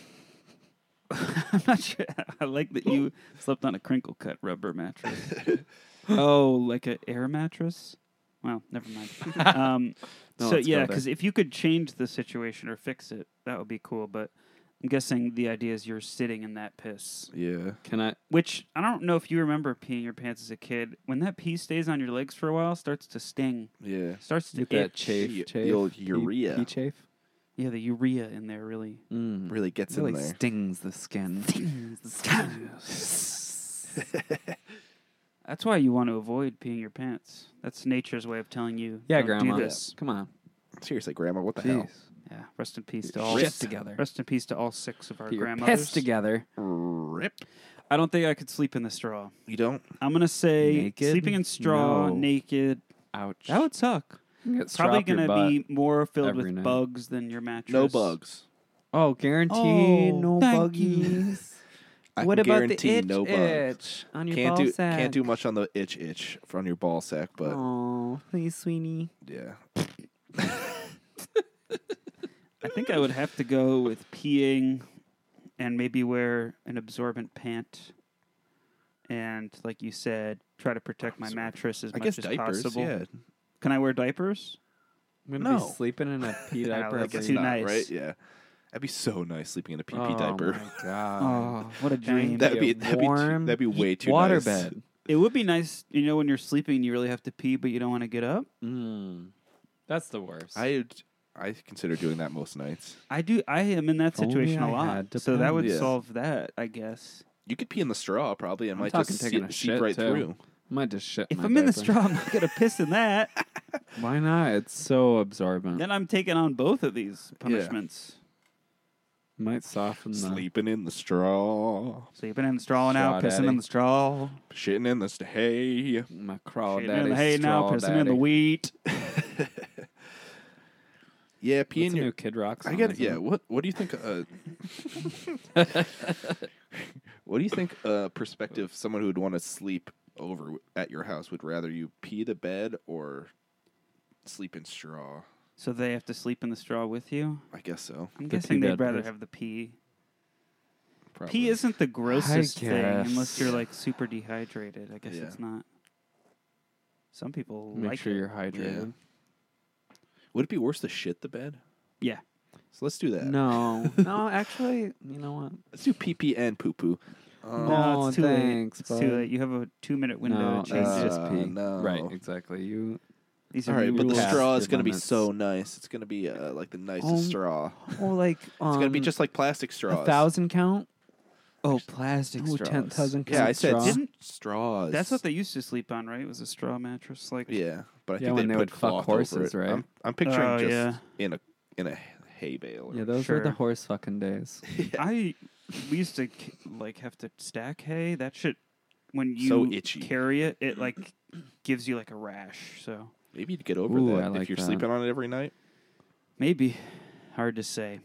Speaker 1: I'm not sure. I like that you slept on a crinkle cut rubber mattress. oh, like an air mattress? Well, never mind. Um,
Speaker 3: No,
Speaker 1: so
Speaker 3: let's go
Speaker 1: yeah,
Speaker 3: there.
Speaker 1: because if you could change the situation or fix it, that would be cool. But I'm guessing the idea is you're sitting in that piss,
Speaker 2: Yeah.
Speaker 3: Can I?
Speaker 1: which I don't know if you remember peeing your pants as a kid. When that pee stays on your legs for a while, it starts to sting,
Speaker 2: Yeah.
Speaker 1: It starts to
Speaker 3: Get that
Speaker 1: itch.
Speaker 3: chafe,
Speaker 2: The- the
Speaker 3: chafe,
Speaker 2: old
Speaker 3: pee-
Speaker 2: urea.
Speaker 3: pee chafe.
Speaker 1: Yeah, the urea in there really.
Speaker 3: Mm.
Speaker 2: Really gets
Speaker 3: really
Speaker 2: in there.
Speaker 3: stings the skin.
Speaker 1: That's why you want to avoid peeing your pants. That's nature's way of telling you.
Speaker 3: yeah,
Speaker 1: don't
Speaker 3: Grandma.
Speaker 1: Do this.
Speaker 3: Come on.
Speaker 2: Seriously, Grandma, what the hell?
Speaker 1: Yeah. Rest in peace to all.
Speaker 3: Shit together.
Speaker 1: Rest in peace to all six of our
Speaker 3: Get your
Speaker 1: grandmothers.
Speaker 3: piss together.
Speaker 2: Rip.
Speaker 1: I don't think I could sleep in the straw.
Speaker 2: You don't?
Speaker 1: I'm gonna say
Speaker 3: Naked?
Speaker 1: sleeping in straw,
Speaker 3: No.
Speaker 1: naked.
Speaker 3: Ouch.
Speaker 1: That would suck.
Speaker 3: Get
Speaker 1: Probably
Speaker 3: strop your
Speaker 1: gonna be more filled
Speaker 3: every
Speaker 1: with
Speaker 3: night.
Speaker 1: bugs than your mattress.
Speaker 2: No bugs.
Speaker 6: Oh, guaranteed
Speaker 1: Oh,
Speaker 6: no
Speaker 1: thank you.
Speaker 6: buggies.
Speaker 2: I
Speaker 6: what
Speaker 2: can
Speaker 6: about the
Speaker 2: guarantee
Speaker 6: itch,
Speaker 2: no bugs.
Speaker 6: itch on your
Speaker 2: Can't
Speaker 6: ball
Speaker 2: do
Speaker 6: sack?
Speaker 2: can't do much on the itch itch from your ball sack, but
Speaker 6: Oh, please, Sweeney.
Speaker 2: yeah.
Speaker 1: I think I would have to go with peeing, and maybe wear an absorbent pant. And like you said, try to protect my mattress as
Speaker 2: I
Speaker 1: much
Speaker 2: guess
Speaker 1: as
Speaker 2: diapers.
Speaker 1: possible.
Speaker 2: Yeah,
Speaker 1: Can I wear diapers?
Speaker 3: I'm gonna
Speaker 2: No.
Speaker 3: be sleeping in a pee
Speaker 1: I
Speaker 3: diaper.
Speaker 1: like it
Speaker 3: every
Speaker 1: too
Speaker 3: night.
Speaker 1: nice.
Speaker 2: right? Yeah, that'd be so nice sleeping in a pee pee
Speaker 3: oh
Speaker 2: diaper.
Speaker 3: My God.
Speaker 1: Oh, what a dream!
Speaker 2: That'd be
Speaker 3: Be a
Speaker 2: that'd be, too,
Speaker 3: warm
Speaker 2: that'd be way too
Speaker 3: Water
Speaker 2: nice.
Speaker 3: bed.
Speaker 1: It would be nice, you know, when you're sleeping, you really have to pee, but you don't want to get up.
Speaker 3: Mm. That's the worst.
Speaker 2: I I consider doing that most nights.
Speaker 1: I do. I am in that
Speaker 3: If only
Speaker 1: situation a
Speaker 3: I
Speaker 1: lot,
Speaker 3: had to
Speaker 1: so that would
Speaker 2: pee. Yeah.
Speaker 1: solve that, I guess.
Speaker 2: You could pee in the straw probably. It might
Speaker 3: talking
Speaker 2: just
Speaker 3: taking
Speaker 2: see-
Speaker 3: a
Speaker 2: seep
Speaker 3: shit,
Speaker 2: right
Speaker 3: too.
Speaker 2: through.
Speaker 3: might just shit.
Speaker 1: If
Speaker 3: my
Speaker 1: I'm in the
Speaker 3: diaper.
Speaker 1: straw, I'm not gonna piss in that.
Speaker 3: why not? It's so absorbent.
Speaker 1: then I'm taking on both of these punishments.
Speaker 3: might soften the
Speaker 2: Sleeping in the straw,
Speaker 1: Sleeping in the straw now,
Speaker 3: Straw
Speaker 1: pissing
Speaker 3: daddy.
Speaker 1: in the straw,
Speaker 2: shitting in the st- hay.
Speaker 3: my crawl
Speaker 1: shitting in the hay now, pissing in the
Speaker 3: weed.
Speaker 1: wheat.
Speaker 2: Yeah,
Speaker 3: That's
Speaker 2: peeing
Speaker 3: a
Speaker 2: your
Speaker 3: new Kid Rock song.
Speaker 2: I get it.
Speaker 3: isn't
Speaker 2: Yeah. What What do you think? Uh, what do you think? Uh, perspective. Someone who would want to sleep over w- at your house would rather you pee the bed or sleep in straw.
Speaker 1: So they have to sleep in the straw with you.
Speaker 2: I guess so.
Speaker 1: I'm
Speaker 3: The
Speaker 1: guessing
Speaker 3: pee
Speaker 1: they'd
Speaker 3: bed
Speaker 1: rather
Speaker 3: is-
Speaker 1: have the pee.
Speaker 2: Probably.
Speaker 1: Pee isn't the grossest thing
Speaker 3: guess.
Speaker 1: unless you're like super dehydrated. I guess
Speaker 2: Yeah.
Speaker 1: it's not. Some people
Speaker 3: Make
Speaker 1: like
Speaker 3: sure
Speaker 1: it.
Speaker 3: you're hydrated.
Speaker 2: Would it be worse to shit the bed?
Speaker 1: Yeah.
Speaker 2: So let's do that.
Speaker 6: No, no, actually, you know what?
Speaker 2: Let's do pee pee and poo poo.
Speaker 1: no,
Speaker 6: Oh,
Speaker 1: it's too
Speaker 6: thanks,
Speaker 1: late. It's too
Speaker 6: bud.
Speaker 1: late. You have a two minute window
Speaker 3: No,
Speaker 1: to change
Speaker 3: that's
Speaker 1: it.
Speaker 3: just
Speaker 2: Uh,
Speaker 3: pee.
Speaker 2: no.
Speaker 3: Right, exactly. You
Speaker 1: These
Speaker 2: All
Speaker 1: are
Speaker 2: right,
Speaker 1: new
Speaker 2: but the
Speaker 1: rules.
Speaker 3: Past
Speaker 2: straw is
Speaker 3: your
Speaker 2: going to be
Speaker 3: limits.
Speaker 2: so nice. It's going to be uh, like the nicest
Speaker 6: Oh,
Speaker 2: straw.
Speaker 6: Oh, like um,
Speaker 2: It's going to be just like plastic straws.
Speaker 6: a thousand count.
Speaker 1: Oh, plastic
Speaker 6: Oh, ten thousand count.
Speaker 2: Yeah, I said
Speaker 6: straw.
Speaker 2: s-
Speaker 1: Didn't-
Speaker 2: straws.
Speaker 1: That's what they used to sleep on, right? Was a straw mattress like
Speaker 2: Yeah, but I
Speaker 3: Yeah,
Speaker 2: think
Speaker 3: when
Speaker 2: they
Speaker 3: they would
Speaker 2: put
Speaker 3: fuck
Speaker 2: cloth
Speaker 3: horses,
Speaker 2: over it.
Speaker 3: right?
Speaker 2: I'm, I'm picturing
Speaker 1: Oh,
Speaker 2: just
Speaker 1: yeah.
Speaker 2: in a in a hay bale. Or
Speaker 3: yeah, those were the
Speaker 1: Sure.
Speaker 3: horse fucking days.
Speaker 1: I we used to c- like have to stack hay. That shit when you
Speaker 2: So itchy.
Speaker 1: carry it, it like gives you like a rash. So
Speaker 2: Maybe you'd get over
Speaker 3: Ooh, I
Speaker 2: that
Speaker 3: like
Speaker 2: if you're
Speaker 3: that.
Speaker 2: sleeping on it every night.
Speaker 1: maybe hard to say.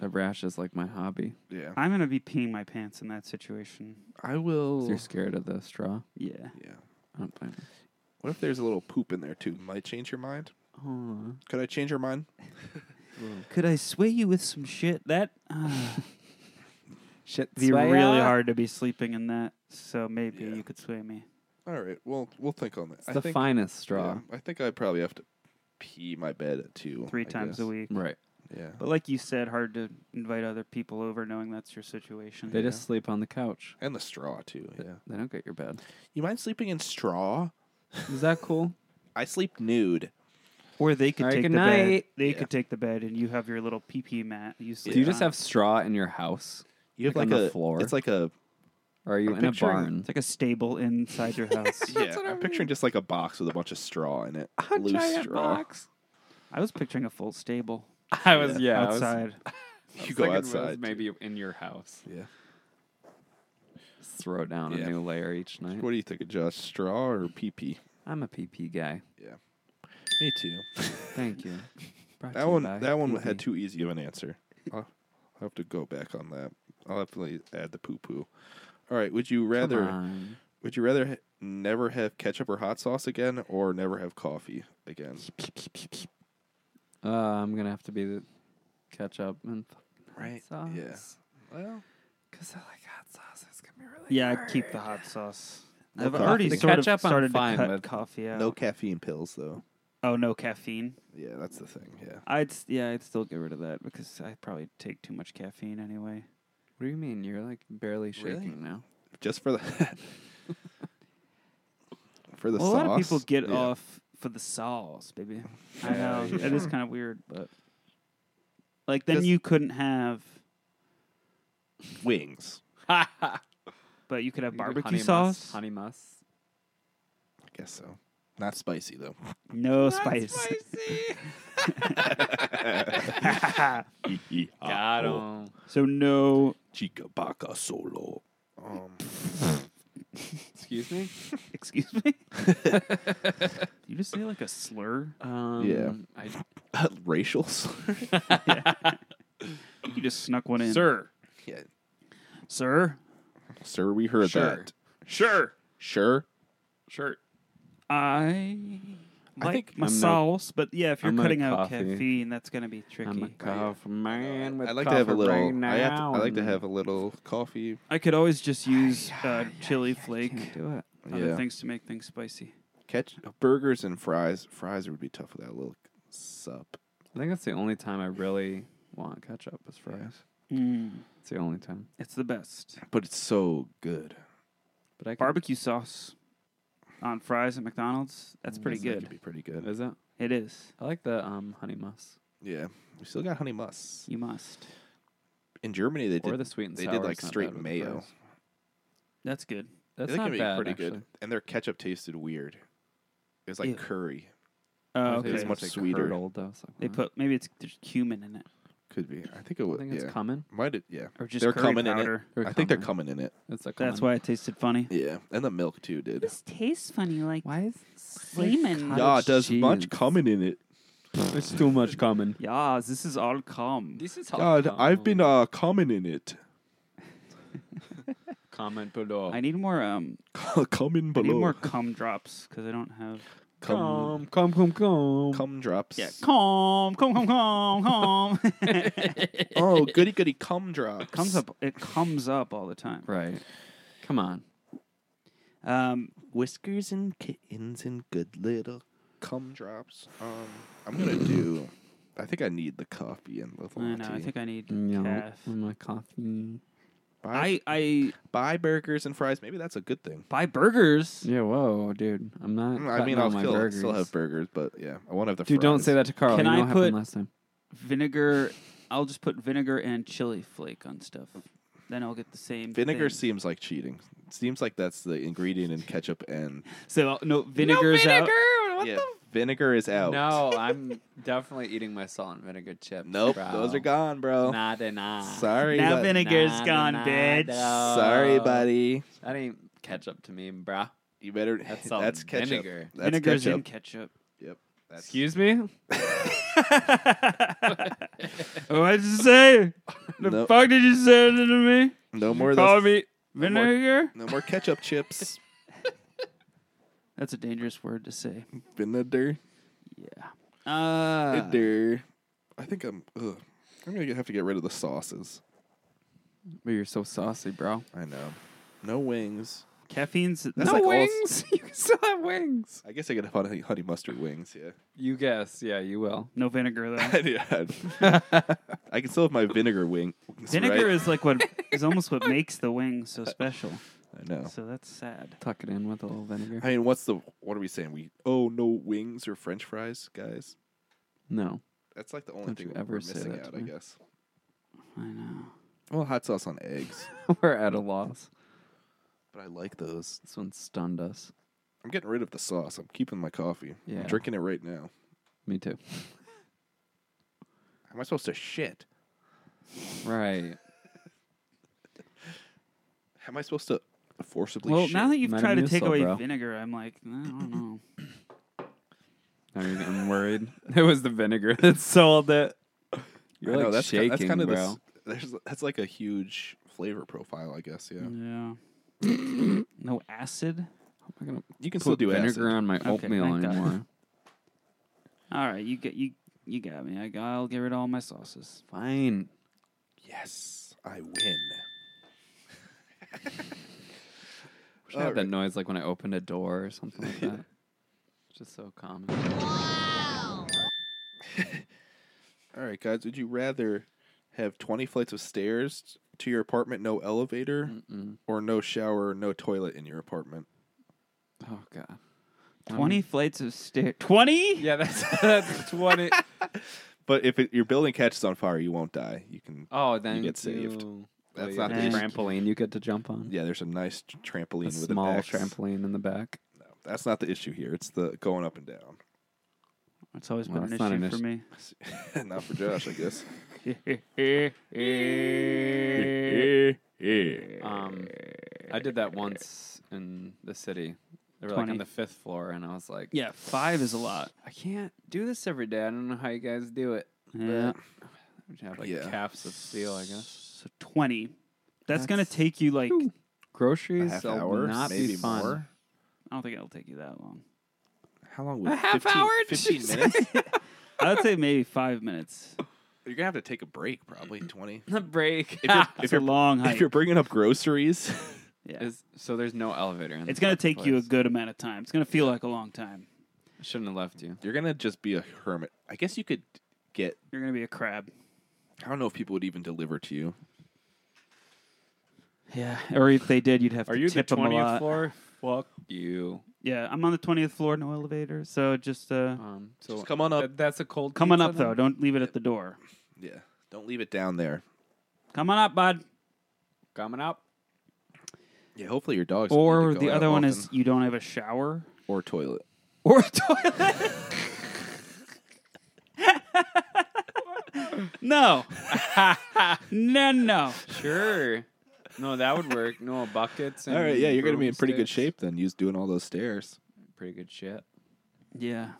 Speaker 3: The rash is like my hobby.
Speaker 2: Yeah,
Speaker 1: I'm gonna be peeing my pants in that situation.
Speaker 2: I
Speaker 3: 'Cause
Speaker 2: will.
Speaker 3: You're scared of the straw.
Speaker 1: Yeah.
Speaker 2: Yeah.
Speaker 3: I don't blame you.
Speaker 2: What if there's a little poop in there too? Might change your mind. Could I change your mind?
Speaker 1: Could I sway you with some shit? That uh,
Speaker 6: Shit,
Speaker 1: be
Speaker 6: sway
Speaker 1: really
Speaker 6: out.
Speaker 1: hard to be sleeping in that. So maybe
Speaker 2: Yeah.
Speaker 1: you could sway me.
Speaker 2: All right. Well, we'll think on that.
Speaker 3: It's
Speaker 2: I
Speaker 3: the
Speaker 2: think,
Speaker 3: finest
Speaker 2: yeah,
Speaker 3: straw.
Speaker 2: I think I probably have to pee my bed at two,
Speaker 1: Three
Speaker 2: I
Speaker 1: times a
Speaker 2: guess.
Speaker 1: week.
Speaker 3: Right.
Speaker 2: Yeah.
Speaker 1: But like you said, hard to invite other people over knowing that's your situation.
Speaker 3: They just sleep on the couch.
Speaker 2: And the straw too. Yeah.
Speaker 3: They don't get your bed.
Speaker 2: You mind sleeping in straw?
Speaker 3: Is that cool?
Speaker 2: I sleep nude.
Speaker 1: Or they could
Speaker 6: All right,
Speaker 1: take
Speaker 6: good
Speaker 1: the bed.
Speaker 6: night.
Speaker 1: They
Speaker 2: Yeah.
Speaker 1: could take the bed, and you have your little pee pee mat. You sleep
Speaker 3: Do you just
Speaker 1: on.
Speaker 3: have straw in your house?
Speaker 2: You have
Speaker 3: Like
Speaker 2: like,
Speaker 3: on the
Speaker 2: a
Speaker 3: floor?
Speaker 2: It's like a
Speaker 3: Or are you
Speaker 2: I'm
Speaker 3: in a
Speaker 2: picturing-
Speaker 3: barn?
Speaker 1: It's like a stable inside your house.
Speaker 2: yeah, I'm picturing just like a box with a bunch of straw in it. loose straw.
Speaker 1: I was picturing a full stable
Speaker 3: I was yeah, I was-
Speaker 1: outside.
Speaker 3: I was
Speaker 2: You go
Speaker 3: thinking it was
Speaker 2: outside.
Speaker 3: maybe in your house.
Speaker 2: Yeah.
Speaker 3: Just throw down
Speaker 2: Yeah.
Speaker 3: a new layer each night.
Speaker 2: What do you think of Josh? Straw or PP?
Speaker 3: I'm a PP guy.
Speaker 2: Me too.
Speaker 3: Thank you. Brought to
Speaker 2: That
Speaker 3: you
Speaker 2: one.
Speaker 3: by
Speaker 2: That one
Speaker 3: PP.
Speaker 2: had too easy of an answer. I'll, I'll have to go back on that. I'll definitely add the poo poo. All right. Would you
Speaker 3: Come
Speaker 2: rather?
Speaker 3: on.
Speaker 2: Would you rather ha- never have ketchup or hot sauce again, or never have coffee again?
Speaker 3: Uh, I'm gonna have to be the ketchup and fucking
Speaker 2: Right,
Speaker 3: Hot sauce.
Speaker 2: yeah. Well,
Speaker 6: Because I like hot sauce. It's gonna be really.
Speaker 1: Yeah, I'd keep the hot sauce.
Speaker 2: No
Speaker 1: I've
Speaker 2: coffee.
Speaker 1: already
Speaker 3: The
Speaker 1: sort of
Speaker 3: ketchup I'm
Speaker 1: started
Speaker 3: fine
Speaker 1: to cut
Speaker 3: with.
Speaker 1: coffee out.
Speaker 2: no caffeine pills though.
Speaker 1: Oh, no caffeine.
Speaker 2: Yeah, that's the thing. Yeah.
Speaker 1: I'd s- yeah, I'd still get rid of that because I probably take too much caffeine anyway.
Speaker 3: What do you mean? You're like barely shaking
Speaker 2: Really?
Speaker 3: now.
Speaker 2: Just for the. For the
Speaker 1: Well, a
Speaker 2: sauce,
Speaker 1: lot of people get
Speaker 2: yeah.
Speaker 1: off for the sauce, baby. I know it is kind of weird, but like then
Speaker 2: Just-
Speaker 1: you couldn't have,
Speaker 2: wings.
Speaker 1: but you could have
Speaker 3: You could do
Speaker 1: barbecue
Speaker 3: honey
Speaker 1: sauce.
Speaker 3: Must, honey must.
Speaker 2: I guess so. Not spicy though.
Speaker 1: No spice.
Speaker 3: Got him.
Speaker 1: So no.
Speaker 2: Chicabaca solo. Um,
Speaker 3: Excuse me.
Speaker 1: Excuse me. you just say like a slur.
Speaker 3: Um, I,
Speaker 2: racials.
Speaker 1: You just snuck one in, sir.
Speaker 2: Yeah.
Speaker 1: Sir,
Speaker 2: Sir, we heard
Speaker 3: Sure.
Speaker 2: that.
Speaker 1: sure.
Speaker 2: Sure.
Speaker 3: sure.
Speaker 1: I
Speaker 2: I
Speaker 1: like
Speaker 2: think
Speaker 1: my
Speaker 3: I'm no-
Speaker 1: sauce, but yeah, if you're
Speaker 3: I'm no
Speaker 1: cutting out
Speaker 3: coffee.
Speaker 1: caffeine, that's gonna be tricky.
Speaker 3: I'm a coffee man with
Speaker 2: I like to have a
Speaker 3: coffee
Speaker 2: little.
Speaker 3: right now.
Speaker 2: I, have to, I like to
Speaker 3: and
Speaker 2: have a little coffee.
Speaker 1: I could always just use uh, chili flake,
Speaker 3: Can't do it.
Speaker 1: other
Speaker 2: Yeah.
Speaker 1: things to make things spicy.
Speaker 2: Catch burgers and fries. Fries would be tough without a little sup.
Speaker 3: I think that's the only time I really want ketchup is fries. It's the only time.
Speaker 1: Mm, It's the best.
Speaker 2: But it's so good.
Speaker 3: But I can,
Speaker 1: Barbecue sauce on fries at McDonald's. That's pretty
Speaker 2: That could
Speaker 1: good.
Speaker 2: be pretty good.
Speaker 3: is it?
Speaker 1: It is.
Speaker 3: I like the um, honey must
Speaker 2: Yeah. We still got honey must.
Speaker 1: You must.
Speaker 2: In Germany, they
Speaker 3: or
Speaker 2: did.
Speaker 3: the sweet and
Speaker 2: they
Speaker 3: sour.
Speaker 2: did like
Speaker 3: is not bad
Speaker 2: straight
Speaker 3: with the
Speaker 2: mayo.
Speaker 3: fries.
Speaker 1: That's good.
Speaker 3: That's
Speaker 2: they
Speaker 3: not
Speaker 2: can be
Speaker 3: bad,
Speaker 2: pretty good.
Speaker 3: actually.
Speaker 2: And their ketchup tasted weird. It was like
Speaker 1: Ew.
Speaker 2: curry.
Speaker 1: Oh,
Speaker 2: It was
Speaker 1: okay.
Speaker 2: much
Speaker 1: It's
Speaker 2: sweeter.
Speaker 3: curdled or something.
Speaker 1: They put maybe it's there's cumin in it.
Speaker 2: Could be. I think it was.
Speaker 3: I think it's
Speaker 2: yeah.
Speaker 3: cumin.
Speaker 2: Might it? Yeah.
Speaker 1: Or just
Speaker 2: they're
Speaker 1: curry
Speaker 2: coming
Speaker 1: powder.
Speaker 2: in
Speaker 3: Or
Speaker 2: it. I think they're
Speaker 3: cumin.
Speaker 2: coming in it.
Speaker 3: It's like
Speaker 1: That's why it tasted funny.
Speaker 2: Yeah, and the milk too did.
Speaker 1: tastes funny, like
Speaker 6: Why is
Speaker 1: semen.
Speaker 2: Yeah, it does much
Speaker 3: cheese.
Speaker 2: coming in it.
Speaker 3: it's too much common.
Speaker 1: Yeah, this is all calm.
Speaker 3: This is
Speaker 2: God, I've been uh coming in it.
Speaker 3: comment below.
Speaker 1: I need more. Um,
Speaker 2: coming
Speaker 1: I
Speaker 2: below.
Speaker 1: need more cum drops because I don't have.
Speaker 2: cum,
Speaker 3: come, come, come.
Speaker 2: cum drops.
Speaker 1: Yeah, cum, cum, cum, cum, cum.
Speaker 2: oh, goody goody cum drops.
Speaker 1: comes up. It comes up all the time.
Speaker 3: Right. Come on.
Speaker 1: Um,
Speaker 2: Whiskers and kittens and good little cum drops. Um, I'm gonna do. I think I need the coffee and the
Speaker 1: I
Speaker 2: latte.
Speaker 1: know. I think I need
Speaker 3: Yeah.
Speaker 1: calf.
Speaker 3: My coffee.
Speaker 2: buy,
Speaker 1: I I
Speaker 2: buy burgers and fries. Maybe that's a good thing.
Speaker 1: buy burgers.
Speaker 3: Yeah, whoa, dude. I'm not.
Speaker 2: Mm, I mean, I'll
Speaker 3: on my
Speaker 2: still,
Speaker 3: burgers.
Speaker 2: still have burgers, but yeah, I want to have the.
Speaker 3: Dude, don't
Speaker 2: fries.
Speaker 3: say that to Carl.
Speaker 1: Can
Speaker 3: you know
Speaker 1: I
Speaker 3: what
Speaker 1: put-
Speaker 3: happened last time.
Speaker 1: Vinegar. I'll just put vinegar and chili flake on stuff. Then I'll get the same
Speaker 2: Vinegar
Speaker 1: Thing.
Speaker 2: seems like cheating. Seems like that's the ingredient in ketchup, and
Speaker 1: So I'll- no vinegar's out.
Speaker 2: yeah, vinegar is out.
Speaker 3: No, I'm definitely eating my salt and vinegar chips.
Speaker 2: nope,
Speaker 3: bro.
Speaker 2: those are gone, bro.
Speaker 3: Not uh, enough.
Speaker 2: Sorry,
Speaker 1: Now
Speaker 2: bud.
Speaker 1: vinegar's
Speaker 3: Nah,
Speaker 1: gone,
Speaker 3: nah,
Speaker 1: bitch.
Speaker 3: nah.
Speaker 1: Uh,
Speaker 2: Sorry, buddy.
Speaker 3: uh, That ain't ketchup to me, bro.
Speaker 2: You better.
Speaker 3: That's
Speaker 2: That's,
Speaker 3: all
Speaker 2: ketchup.
Speaker 3: vinegar.
Speaker 2: That's
Speaker 1: vinegar's
Speaker 2: ketchup.
Speaker 1: in ketchup.
Speaker 2: Yep. That's
Speaker 3: Excuse me?
Speaker 1: Oh, What'd you say? The
Speaker 2: no,
Speaker 1: fuck did you say to me?
Speaker 2: no more.
Speaker 1: Call
Speaker 2: That's,
Speaker 1: me
Speaker 2: no more-
Speaker 1: vinegar?
Speaker 2: no more ketchup chips.
Speaker 1: That's a dangerous word to say.
Speaker 2: Vinegar.
Speaker 1: Uh,
Speaker 2: Vinegar. I think I'm. Ugh. I'm gonna have to get rid of the sauces.
Speaker 3: But you're so saucy, bro.
Speaker 2: I know. No wings.
Speaker 1: caffeine's
Speaker 2: That's
Speaker 1: no
Speaker 2: like all s-
Speaker 3: wings? you can still have wings.
Speaker 2: I guess I could have honey, honey mustard wings. Yeah.
Speaker 3: You guess. Yeah, you will.
Speaker 1: no vinegar though.
Speaker 2: yeah. I can still have my vinegar wing. wings,
Speaker 1: Vinegar
Speaker 2: right?
Speaker 1: is like what is almost what makes the wings so special.
Speaker 2: I know.
Speaker 1: So that's sad.
Speaker 3: Tuck it in with a little vinegar.
Speaker 2: I mean, what's the? What are we saying? We oh no wings or French fries, guys.
Speaker 3: No.
Speaker 2: That's like the only
Speaker 3: Don't
Speaker 2: thing
Speaker 3: you
Speaker 2: we're-
Speaker 3: ever
Speaker 2: we're
Speaker 3: say
Speaker 2: missing
Speaker 3: that to
Speaker 2: out, I
Speaker 3: me.
Speaker 2: guess.
Speaker 1: I know.
Speaker 2: Well, hot sauce on eggs,
Speaker 3: We're at a loss.
Speaker 2: but I like those.
Speaker 3: This one stunned us.
Speaker 2: I'm getting rid of the sauce. I'm keeping my coffee.
Speaker 3: Yeah.
Speaker 2: I'm drinking it right now.
Speaker 3: Me too.
Speaker 2: How am I supposed to shit?
Speaker 3: Right.
Speaker 2: How am I supposed to forcibly
Speaker 1: Well,
Speaker 2: shit?
Speaker 1: now that you've
Speaker 3: Might
Speaker 1: tried to
Speaker 3: amuse
Speaker 1: take
Speaker 3: yourself,
Speaker 1: away
Speaker 3: bro.
Speaker 1: vinegar, I'm like, I don't know.
Speaker 3: I mean, I'm worried. it was the vinegar that sold it.
Speaker 2: I
Speaker 3: You're like
Speaker 2: know, that's ki-
Speaker 3: shaking,
Speaker 2: that's kind of
Speaker 3: bro.
Speaker 2: there's that's like a huge flavor profile, I guess. Yeah,
Speaker 3: Mm,
Speaker 1: yeah. no acid.
Speaker 3: I'm not gonna
Speaker 2: you can still
Speaker 3: put
Speaker 2: do
Speaker 3: vinegar
Speaker 2: acid.
Speaker 3: on my oatmeal
Speaker 1: thank God.
Speaker 3: anymore.
Speaker 1: All right, you get you you got me. I got, I'll get rid of all my sauces.
Speaker 3: Fine.
Speaker 2: Yes, I win.
Speaker 3: Should have that
Speaker 2: Alright.
Speaker 3: noise like when I opened a door or something like that. It's Just so common.
Speaker 2: All right, guys, would you rather have 20 flights of stairs to your apartment, no elevator,
Speaker 3: Mm-mm.
Speaker 2: or no shower, no toilet in your apartment?
Speaker 3: Oh god. Um,
Speaker 1: Twenty flights of stairs. Twenty?
Speaker 3: Yeah, that's that's twenty.
Speaker 2: But if it, your building catches on fire, you won't die. You can.
Speaker 3: Oh, then
Speaker 2: get saved.
Speaker 3: you-
Speaker 2: That's
Speaker 3: you
Speaker 2: not
Speaker 3: have
Speaker 1: the issue.
Speaker 3: trampoline you get to jump on.
Speaker 2: Yeah, there's a nice t- trampoline
Speaker 3: a
Speaker 2: with
Speaker 3: small
Speaker 2: an X.
Speaker 3: trampoline in the back.
Speaker 2: No, that's not the issue here. It's the going up and down.
Speaker 1: It's always
Speaker 3: Well,
Speaker 1: been an
Speaker 3: that's not
Speaker 1: issue
Speaker 3: an
Speaker 1: for
Speaker 3: issue.
Speaker 1: me.
Speaker 2: not for Josh, I guess.
Speaker 3: Um, I did that once in the city. They were like on
Speaker 1: 20.
Speaker 3: the fifth floor, and I was like,
Speaker 1: yeah, five is a lot.
Speaker 3: I can't do this every day. I don't know how you guys do it.
Speaker 1: Yeah.
Speaker 3: But you have like
Speaker 2: Yeah.
Speaker 3: calves of steel, I guess.
Speaker 1: So twenty. That's, gonna
Speaker 3: That's-
Speaker 1: take you like
Speaker 3: Whew. Groceries
Speaker 2: half
Speaker 3: will
Speaker 2: hour,
Speaker 3: not be
Speaker 2: maybe
Speaker 3: fun.
Speaker 2: more.
Speaker 1: I don't think it'll take you that long.
Speaker 2: How long would
Speaker 3: A half
Speaker 2: 15,
Speaker 3: hour?
Speaker 2: 15
Speaker 3: Did you
Speaker 2: minutes?
Speaker 1: I'd say maybe five minutes.
Speaker 2: You're gonna have to take a break, probably 20.
Speaker 3: The break
Speaker 2: If you're,
Speaker 1: It's
Speaker 2: if
Speaker 1: a
Speaker 2: you're,
Speaker 1: long
Speaker 2: if
Speaker 1: hike.
Speaker 2: you're bringing up groceries,
Speaker 1: Yeah.
Speaker 3: is so there's no elevator. In
Speaker 1: It's
Speaker 3: the
Speaker 1: gonna take you a
Speaker 3: place.
Speaker 1: good amount of time. It's gonna feel like a long time.
Speaker 3: I Shouldn't have left you.
Speaker 2: you're gonna just be a hermit. I guess you could get
Speaker 1: You're gonna be a crab.
Speaker 2: I don't know if people would even deliver to you.
Speaker 1: Yeah. Or if they did, you'd have to tip them a lot.
Speaker 3: floor? Fuck you.
Speaker 1: Yeah, I'm on the twentieth floor, no elevator. So just uh,
Speaker 3: Um, so
Speaker 2: Just come on up.
Speaker 3: that- that's a cold.
Speaker 1: come on
Speaker 3: pizza
Speaker 1: up though.
Speaker 3: then?
Speaker 1: Don't leave it at the door.
Speaker 2: Yeah. Don't leave it down there.
Speaker 1: Come on up, bud.
Speaker 3: Coming up.
Speaker 2: Yeah, hopefully your dog's. gonna
Speaker 1: Or
Speaker 2: need to
Speaker 1: the
Speaker 2: go
Speaker 1: other
Speaker 2: out
Speaker 1: one
Speaker 2: often.
Speaker 1: is you don't have a shower
Speaker 2: or toilet.
Speaker 1: or a toilet. no, no, no.
Speaker 3: Sure. No, that would work. No buckets. And
Speaker 2: All right, yeah, you're gonna be in pretty good
Speaker 3: broomsticks.
Speaker 2: shape then. You's doing all those stairs.
Speaker 3: Pretty good shit.
Speaker 1: Yeah,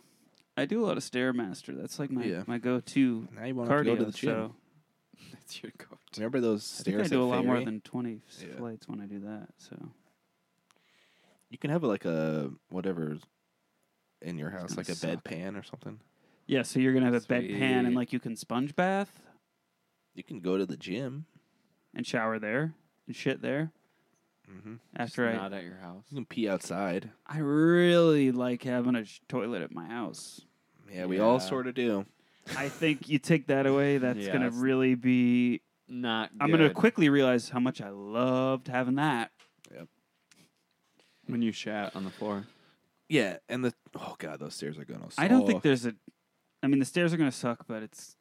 Speaker 1: I do a lot of stairmaster. That's like my
Speaker 2: Yeah.
Speaker 1: my go-to
Speaker 2: Now you won't have
Speaker 1: cardio.
Speaker 2: to go to the gym.
Speaker 1: So
Speaker 3: That's your go.
Speaker 2: Remember those
Speaker 1: I think
Speaker 2: stairs?
Speaker 1: I do a
Speaker 2: at
Speaker 1: lot more
Speaker 2: Ferry?
Speaker 1: than twenty
Speaker 2: Yeah.
Speaker 1: flights when I do that. So
Speaker 2: you can have like a whatever in your house,
Speaker 1: gonna
Speaker 2: like a
Speaker 1: suck.
Speaker 2: bedpan or something.
Speaker 1: yeah, so you're gonna have a bedpan
Speaker 3: Sweet.
Speaker 1: and like you can sponge bath
Speaker 2: You can go to the gym.
Speaker 1: and shower there and shit there.
Speaker 2: Mhm.
Speaker 3: Mm-hmm. Just
Speaker 1: After I
Speaker 3: Not at your house.
Speaker 2: You can pee outside.
Speaker 1: I really like having a sh- toilet at my house.
Speaker 2: Yeah, we all
Speaker 3: Yeah.
Speaker 2: sort of do.
Speaker 1: I think you take that away, that's
Speaker 3: Yeah,
Speaker 1: gonna
Speaker 3: it's-
Speaker 1: really be.
Speaker 3: Not. Good.
Speaker 1: I'm gonna quickly realize how much I loved having that.
Speaker 3: when you shat on the floor.
Speaker 2: Yeah, and the oh god, those stairs are gonna. Suck.
Speaker 1: I
Speaker 3: Oh.
Speaker 1: don't think there's a. I mean, the stairs are gonna suck, but it's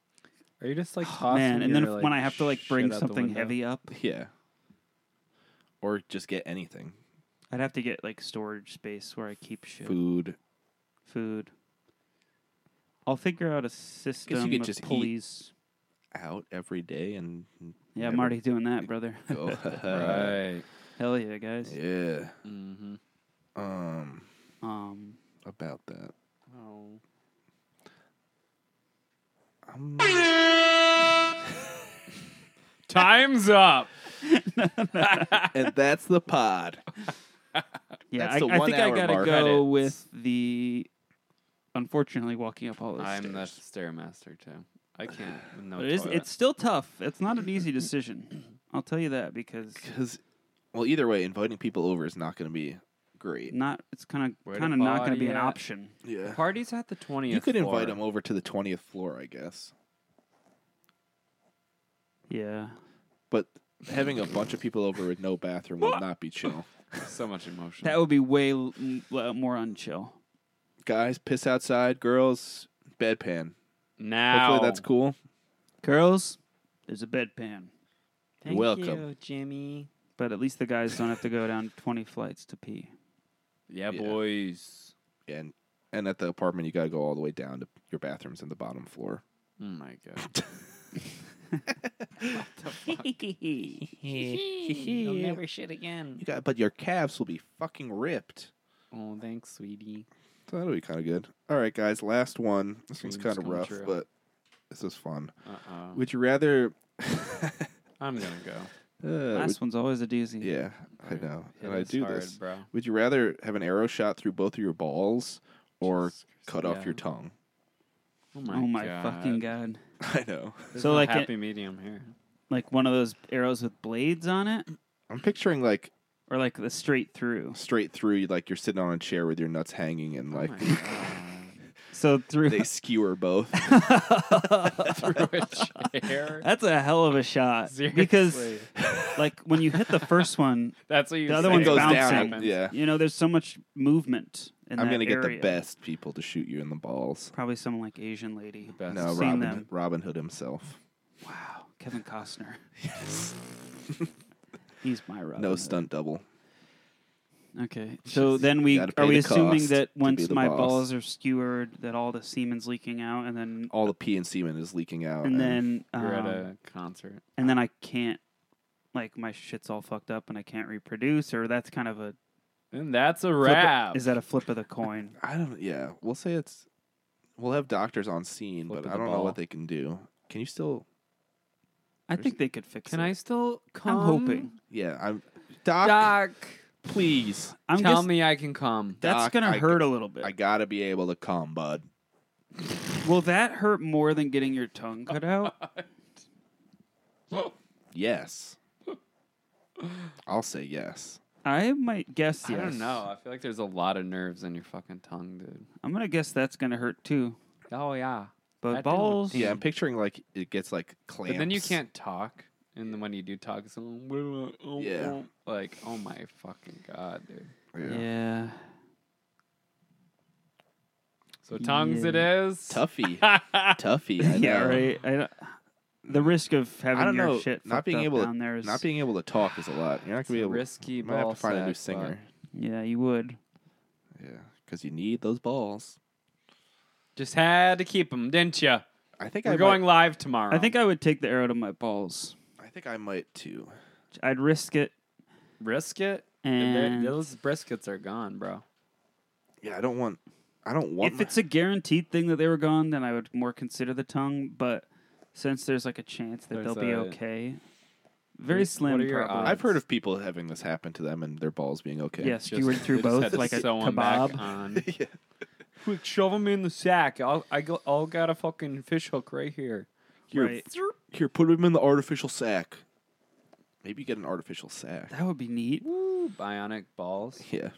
Speaker 3: Are you just like
Speaker 1: oh,
Speaker 3: tossing?
Speaker 1: man. And
Speaker 3: your,
Speaker 1: then if-
Speaker 3: like,
Speaker 1: when I have to like bring
Speaker 3: shit out the
Speaker 1: something
Speaker 3: window?
Speaker 1: heavy up,
Speaker 2: Yeah, or just get anything,
Speaker 1: I'd have to get like storage space where I keep shit, food.
Speaker 2: food.
Speaker 1: I'll figure out a system
Speaker 2: could
Speaker 1: of
Speaker 2: just eat.
Speaker 1: pulleys.
Speaker 2: Out every day and
Speaker 1: Yeah, I'm
Speaker 2: never
Speaker 1: already doing that, brother.
Speaker 2: go.
Speaker 3: Right.
Speaker 1: Hell yeah, guys.
Speaker 2: Yeah.
Speaker 3: Mm-hmm.
Speaker 2: Um.
Speaker 1: Um,
Speaker 2: About that.
Speaker 1: uh,
Speaker 3: Oh.
Speaker 2: I'm
Speaker 3: Time's up.
Speaker 2: and that's the pod.
Speaker 1: yeah,
Speaker 2: That's
Speaker 1: I,
Speaker 2: the
Speaker 1: I think I
Speaker 2: one-hour
Speaker 1: gotta
Speaker 2: mark.
Speaker 1: go
Speaker 2: Edits.
Speaker 1: with the. Unfortunately, walking up all those
Speaker 3: I'm
Speaker 1: stairs.
Speaker 3: the stairmaster too. I can't. With no
Speaker 1: But it is,
Speaker 3: toilet.
Speaker 1: it's still tough. It's not an easy decision. I'll tell you that because
Speaker 2: Because, well, either way, inviting people over is not going to be great.
Speaker 1: not it's kind
Speaker 3: Where
Speaker 1: of
Speaker 3: to
Speaker 1: kind of not going to
Speaker 3: body
Speaker 1: be an
Speaker 3: at?
Speaker 1: option.
Speaker 2: Yeah.
Speaker 3: Parties at the twentieth.
Speaker 2: You could invite them over to the 20th floor, I guess.
Speaker 1: Yeah.
Speaker 2: But having a bunch of people over with no bathroom would not be chill.
Speaker 3: So much emotion.
Speaker 1: That would be way l- m- l- more unchill.
Speaker 2: Guys, piss outside. Girls, bedpan.
Speaker 3: now
Speaker 2: Hopefully that's cool.
Speaker 1: Girls, there's a bedpan,
Speaker 2: You're welcome.
Speaker 6: Jimmy.
Speaker 1: but at least the guys don't have to go down 20 flights to pee.
Speaker 3: Yeah,
Speaker 2: Yeah.
Speaker 3: boys.
Speaker 2: And and at the apartment, you got to go all the way down to your bathrooms in the bottom floor.
Speaker 3: Oh my god.
Speaker 6: You'll never shit again.
Speaker 2: You got, but your calves will be fucking ripped.
Speaker 3: oh, thanks, sweetie.
Speaker 2: So that'll be kind of good. All right, guys, last one. This one's
Speaker 3: Dreams
Speaker 2: kind of
Speaker 3: come
Speaker 2: rough,
Speaker 3: true.
Speaker 2: but this is fun.
Speaker 3: Uh oh.
Speaker 2: Would you rather?
Speaker 3: I'm gonna go.
Speaker 2: Uh,
Speaker 1: Last one's always a doozy.
Speaker 2: would- yeah, I know,
Speaker 3: Hit
Speaker 2: and I
Speaker 3: us
Speaker 2: do
Speaker 3: hard,
Speaker 2: this.
Speaker 3: bro.
Speaker 2: Would you rather have an arrow shot through both of your balls or
Speaker 3: Jesus
Speaker 2: cut
Speaker 3: Christ.
Speaker 2: off your tongue?
Speaker 3: Oh my.
Speaker 1: oh my
Speaker 3: god.
Speaker 1: fucking god.
Speaker 2: I know.
Speaker 3: There's
Speaker 1: So,
Speaker 3: no
Speaker 1: like, it-
Speaker 3: happy medium here.
Speaker 1: Like one of those arrows with blades on it
Speaker 2: I'm picturing like
Speaker 1: or like the straight through.
Speaker 2: straight through, like you're sitting on a chair with your nuts hanging, and like
Speaker 3: oh my god.
Speaker 1: So through
Speaker 2: they skewer both.
Speaker 3: through a chair.
Speaker 1: That's a hell of a shot because
Speaker 3: Seriously.
Speaker 1: like when you hit the first one
Speaker 3: that's what you.
Speaker 1: the other
Speaker 3: say
Speaker 1: one's
Speaker 2: goes
Speaker 3: when it
Speaker 2: down,
Speaker 1: bouncing.
Speaker 3: happens.
Speaker 2: yeah.
Speaker 1: You know, there's so much movement. In
Speaker 2: I'm
Speaker 1: that
Speaker 2: gonna get
Speaker 1: area.
Speaker 2: the best people to shoot you in the balls.
Speaker 1: Probably someone like Asian lady.
Speaker 3: Best.
Speaker 2: No,
Speaker 1: Seen
Speaker 2: Robin,
Speaker 1: them.
Speaker 2: Robin Hood himself.
Speaker 1: Wow, Kevin Costner. Yes, he's my Robin.
Speaker 2: No
Speaker 1: Hood.
Speaker 2: stunt double.
Speaker 1: Okay, so then we
Speaker 2: gotta
Speaker 1: are
Speaker 2: pay
Speaker 1: we
Speaker 2: the
Speaker 1: assuming
Speaker 2: cost
Speaker 1: that
Speaker 2: to be
Speaker 1: once
Speaker 2: the
Speaker 1: my
Speaker 2: boss.
Speaker 1: balls are skewered, that all the semen's leaking out, and then
Speaker 2: All the pee and semen is leaking out,
Speaker 1: and then
Speaker 3: You're at
Speaker 1: um,
Speaker 3: a concert.
Speaker 1: and then I can't. Like my shit's all fucked up and I can't reproduce, or that's kind of a
Speaker 3: And that's a
Speaker 1: flip
Speaker 3: wrap.
Speaker 1: Of, is that a flip of the coin?
Speaker 2: I don't. Yeah, we'll say it's. We'll have doctors on scene,
Speaker 3: Flip
Speaker 2: but
Speaker 3: of
Speaker 2: I
Speaker 3: the
Speaker 2: don't know what
Speaker 3: ball.
Speaker 2: they can do. Can you still?
Speaker 1: I think they could fix
Speaker 3: Can
Speaker 1: it.
Speaker 3: I still come?
Speaker 1: I'm hoping.
Speaker 2: Yeah, I'm. Doc,
Speaker 3: Doc,
Speaker 2: please.
Speaker 1: I'm
Speaker 3: tell
Speaker 1: guess-
Speaker 3: me I can come.
Speaker 1: That's
Speaker 2: Doc,
Speaker 1: gonna
Speaker 2: I-
Speaker 1: hurt a little bit.
Speaker 2: I gotta be able to come, bud.
Speaker 1: Will that hurt more than getting your tongue cut out?
Speaker 2: Yes. I'll say yes.
Speaker 1: I might guess
Speaker 3: I
Speaker 1: yes.
Speaker 3: don't know. I feel like there's a lot of nerves in your fucking tongue, dude.
Speaker 1: I'm gonna guess that's gonna hurt too.
Speaker 3: Oh yeah.
Speaker 1: But
Speaker 3: That didn't look
Speaker 1: balls,
Speaker 2: Yeah, I'm picturing like it gets like clamps.
Speaker 3: But then you can't talk, and then when you do talk, it's like,
Speaker 2: Yeah.
Speaker 3: like oh my fucking god, dude.
Speaker 1: yeah.
Speaker 3: So tongues it is.
Speaker 2: Tuffy, Tuffy. I
Speaker 1: yeah,
Speaker 2: know.
Speaker 1: right. I don't, the risk of having
Speaker 2: I don't
Speaker 1: your
Speaker 2: know.
Speaker 1: shit
Speaker 2: Not
Speaker 1: fucked
Speaker 2: being
Speaker 1: up
Speaker 2: able
Speaker 1: down there
Speaker 2: to
Speaker 1: is
Speaker 2: not being able to talk is a lot. You're not gonna be able.
Speaker 3: risky
Speaker 2: You might have
Speaker 3: ball
Speaker 2: to find a new
Speaker 3: sack, but-
Speaker 2: singer.
Speaker 1: yeah, you would.
Speaker 2: Yeah, because you need those balls.
Speaker 3: Just had to keep them, didn't you?
Speaker 2: I think
Speaker 3: We're
Speaker 2: I
Speaker 3: going
Speaker 2: Might,
Speaker 3: live tomorrow.
Speaker 1: I think I would take the arrow to my balls.
Speaker 2: I think I might too.
Speaker 1: I'd risk it.
Speaker 3: brisket.
Speaker 1: And-
Speaker 3: And those briskets are gone, bro.
Speaker 2: Yeah, I don't want. I don't want.
Speaker 1: if it's a guaranteed thing that they were gone, then I would more consider the tongue. But since there's like a chance that they'll
Speaker 3: There's
Speaker 1: be
Speaker 3: a-
Speaker 1: okay, very
Speaker 3: What
Speaker 1: slim.
Speaker 3: are your
Speaker 1: probably.
Speaker 3: odds?
Speaker 2: I've heard of people having this happen to them and their balls being okay.
Speaker 1: Yeah, skewered through
Speaker 3: they
Speaker 2: Oh,
Speaker 1: both
Speaker 3: just had to
Speaker 1: like a
Speaker 3: sew 'em back
Speaker 1: kebab.
Speaker 3: on. Quick, shove them in the sack. I'll, I go, I'll got a fucking fish hook right here.
Speaker 2: Here,
Speaker 1: Right.
Speaker 2: here, put them in the artificial sack. Maybe you get an artificial sack.
Speaker 1: That would be neat.
Speaker 3: Woo, bionic balls.
Speaker 2: Yeah.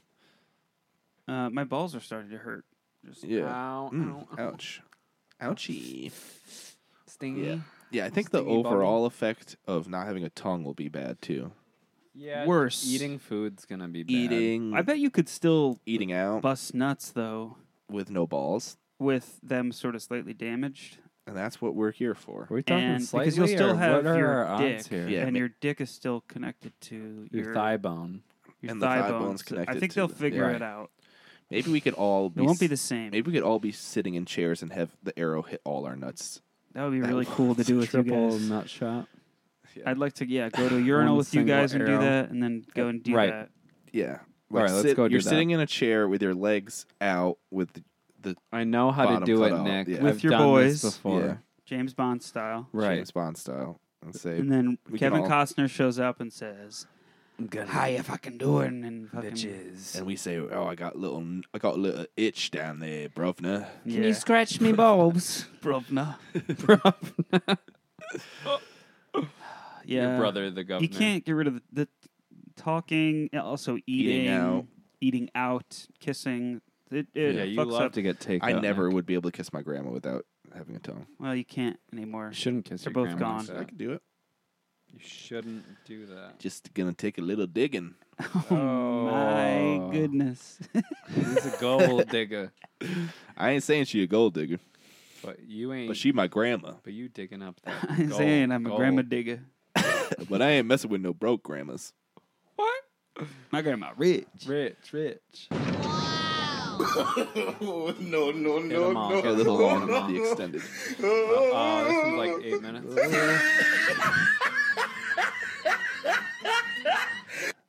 Speaker 1: Uh, my balls are starting to hurt. Just
Speaker 2: Yeah.
Speaker 3: Ow,
Speaker 2: Mm,
Speaker 3: ow,
Speaker 2: ouch. Ouchie.
Speaker 3: stingy.
Speaker 2: Yeah. Yeah, I think the
Speaker 3: Stingy bubble.
Speaker 2: overall effect of not having a tongue will be bad too.
Speaker 3: Yeah, just
Speaker 1: Worse.
Speaker 3: Eating food's gonna be bad.
Speaker 2: Eating,
Speaker 1: I bet you could still
Speaker 2: eating out
Speaker 1: bust nuts though
Speaker 2: with no balls,
Speaker 1: with them sort of slightly damaged.
Speaker 2: and that's what we're here for.
Speaker 3: Are we talking
Speaker 1: and
Speaker 3: slightly
Speaker 1: because you'll
Speaker 3: or
Speaker 1: still have
Speaker 3: what are
Speaker 1: your
Speaker 3: our
Speaker 1: dick,
Speaker 3: odds here?
Speaker 2: Yeah,
Speaker 1: and
Speaker 2: ma-
Speaker 1: your dick is still connected to your,
Speaker 3: Your thigh bone.
Speaker 1: your
Speaker 2: and the
Speaker 1: thigh,
Speaker 2: thigh
Speaker 1: bones.
Speaker 2: bone's
Speaker 1: I
Speaker 2: connected
Speaker 1: think
Speaker 2: to
Speaker 1: they'll
Speaker 2: the-
Speaker 1: figure
Speaker 2: yeah.
Speaker 1: it out.
Speaker 2: Maybe we could all. Be
Speaker 1: It won't be
Speaker 2: s-
Speaker 1: the same.
Speaker 2: Maybe we could all be sitting in chairs and have the arrow hit all our nuts.
Speaker 1: That would be
Speaker 2: That
Speaker 1: really cool to
Speaker 2: was
Speaker 1: do with you
Speaker 3: Triple
Speaker 1: guys.
Speaker 3: nut shot.
Speaker 1: I'd like to, yeah, go to a urinal
Speaker 3: One
Speaker 1: with you
Speaker 3: single
Speaker 1: guys and do
Speaker 3: arrow.
Speaker 1: that, and then go and do
Speaker 3: Right.
Speaker 1: that.
Speaker 2: Yeah.
Speaker 3: All right, let's
Speaker 2: sit-
Speaker 3: go do
Speaker 2: You're
Speaker 3: that.
Speaker 2: sitting in a chair with your legs out, with the, the
Speaker 3: I know how
Speaker 2: Bottom
Speaker 3: to do
Speaker 2: cut
Speaker 3: it,
Speaker 2: out,
Speaker 3: Nick.
Speaker 2: yeah.
Speaker 1: With
Speaker 3: I've
Speaker 1: your
Speaker 3: done this
Speaker 1: boys.
Speaker 3: before.
Speaker 2: Yeah.
Speaker 1: James Bond style.
Speaker 3: Right.
Speaker 2: James Bond style, and say,
Speaker 1: And then
Speaker 2: We can
Speaker 1: Kevin
Speaker 2: all-
Speaker 1: Costner shows up and says,
Speaker 3: I'm gonna
Speaker 1: "How you fucking doing?" And fucking,
Speaker 3: bitches.
Speaker 2: and we say, "Oh, I got little, I got a little itch down there, bruvna."
Speaker 1: Can you
Speaker 6: scratch me bulbs?
Speaker 1: Brovna? yeah,
Speaker 3: Your brother, the governor.
Speaker 1: You can't get rid of the, the talking, and also eating,
Speaker 2: out.
Speaker 1: eating out, kissing. It, it
Speaker 3: Yeah, you
Speaker 1: fucks
Speaker 3: love
Speaker 1: up.
Speaker 3: to get taken.
Speaker 2: I never would be able to kiss my grandma without having a tongue.
Speaker 1: Well, you can't anymore.
Speaker 3: Shouldn't kiss
Speaker 1: They're
Speaker 3: your
Speaker 1: both
Speaker 3: grandma
Speaker 1: gone.
Speaker 3: like
Speaker 2: I
Speaker 3: that.
Speaker 2: could do it.
Speaker 3: You shouldn't do that.
Speaker 2: Just gonna take a little digging.
Speaker 1: My
Speaker 3: Oh.
Speaker 1: goodness.
Speaker 3: He's a gold digger,
Speaker 2: I ain't saying she a gold digger,
Speaker 3: but you ain't.
Speaker 2: but she my grandma.
Speaker 3: But you digging up that.
Speaker 1: I'm
Speaker 3: gold,
Speaker 1: saying I'm a
Speaker 3: gold.
Speaker 1: grandma digger.
Speaker 2: But I ain't messing with no broke grandmas.
Speaker 3: What?
Speaker 1: My grandma rich.
Speaker 3: Rich, rich.
Speaker 10: no, no,
Speaker 3: Get 'em all.
Speaker 2: Got a little long on the extended.
Speaker 3: Oh, this one's like eight minutes.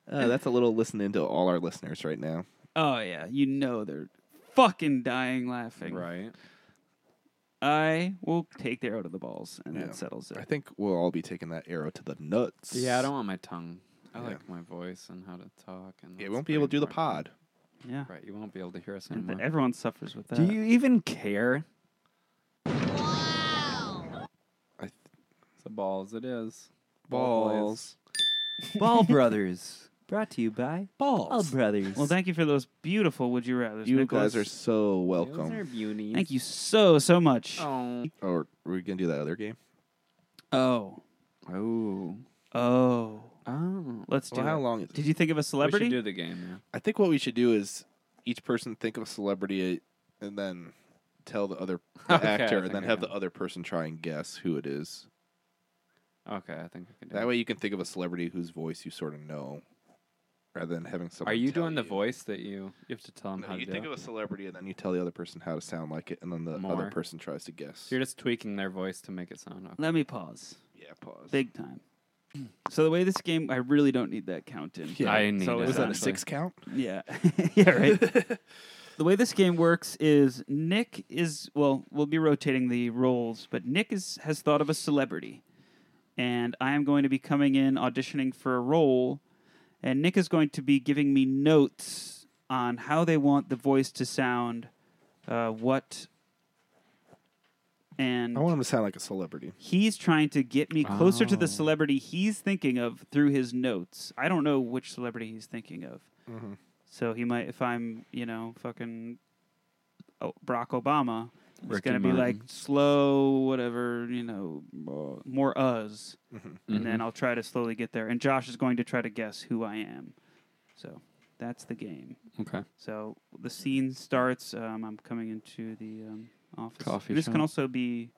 Speaker 2: Uh, that's a little listening to all our listeners right now.
Speaker 1: Oh yeah, you know they're fucking dying laughing.
Speaker 3: right.
Speaker 1: I will take their out of the balls, and
Speaker 2: Yeah.
Speaker 1: that settles
Speaker 2: I
Speaker 1: it.
Speaker 2: think we'll all be taking that arrow to the nuts.
Speaker 3: Yeah, I don't want my tongue. I
Speaker 2: Yeah.
Speaker 3: like my voice and how to talk. And
Speaker 2: Yeah,
Speaker 3: that's
Speaker 2: we won't be able to
Speaker 3: pretty
Speaker 2: do the
Speaker 3: important.
Speaker 2: pod.
Speaker 1: Yeah,
Speaker 3: Right, you won't be able to hear us
Speaker 1: And th-
Speaker 3: anymore.
Speaker 1: everyone suffers with that.
Speaker 6: Do you even care?
Speaker 3: The balls, it is.
Speaker 6: Ball Brothers. Brought to you by Balls. Ball Brothers.
Speaker 1: Well, thank you for those beautiful would you rather.
Speaker 2: You guys are so
Speaker 3: Those are
Speaker 2: welcome.
Speaker 3: beauties.
Speaker 1: Thank you so so much.
Speaker 3: Oh.
Speaker 2: Or are we gonna do that other game?
Speaker 1: Oh
Speaker 3: Oh.
Speaker 1: oh,
Speaker 3: Oh.
Speaker 1: let's do.
Speaker 2: Well, how
Speaker 1: it.
Speaker 2: long is
Speaker 1: Did you think of a
Speaker 3: We
Speaker 1: celebrity?
Speaker 3: should do the game.
Speaker 2: I think what we should do is each person think of a celebrity uh, and then tell the other the
Speaker 3: Okay, I
Speaker 2: actor
Speaker 3: think
Speaker 2: and then
Speaker 3: I
Speaker 2: have
Speaker 3: got
Speaker 2: the other person try and guess who it is.
Speaker 3: Yeah. Okay, I think I can do
Speaker 2: That
Speaker 3: it.
Speaker 2: way you can think of a celebrity whose voice you sort of know rather than having someone
Speaker 3: Are you
Speaker 2: tell
Speaker 3: doing the
Speaker 2: you.
Speaker 3: voice that you you have to tell them
Speaker 2: No,
Speaker 3: how
Speaker 2: you
Speaker 3: to
Speaker 2: think
Speaker 3: do
Speaker 2: of
Speaker 3: it?
Speaker 2: a celebrity and then you tell the other person how to sound like it and then the other
Speaker 3: More.
Speaker 2: person tries to guess.
Speaker 3: So you're just tweaking their voice to make it sound. Okay.
Speaker 1: Let me pause.
Speaker 2: Yeah, pause.
Speaker 1: Big time. So the way this game, I really don't need that count in.
Speaker 2: Yeah.
Speaker 3: I need
Speaker 1: So
Speaker 3: it.
Speaker 1: is
Speaker 2: was that a
Speaker 1: actually.
Speaker 2: six count?
Speaker 1: Yeah. yeah, right. the way this game works is Nick is well, we'll be rotating the roles, but Nick is has thought of a celebrity. And I am going to be coming in auditioning for a role, and Nick is going to be giving me notes on how they want the voice to sound, uh, what and
Speaker 2: I want him to sound like a celebrity.
Speaker 1: he's trying to get me closer to
Speaker 3: Oh.
Speaker 1: the celebrity he's thinking of through his notes. I don't know which celebrity he's thinking of.
Speaker 3: Mm-hmm.
Speaker 2: Mhm.
Speaker 1: So he might, if I'm, you know, fucking oh, Barack Obama, it's
Speaker 3: Ricky
Speaker 1: going to be like
Speaker 3: Martin.
Speaker 1: slow, whatever, you know, uh, more us.
Speaker 3: Mm-hmm.
Speaker 1: And then I'll try to slowly get there. And Josh is going to try to guess who I am. So that's the game.
Speaker 3: Okay.
Speaker 1: So the scene starts. Um, I'm coming into the um, office.
Speaker 3: Coffee
Speaker 1: this can
Speaker 3: shop.
Speaker 1: also be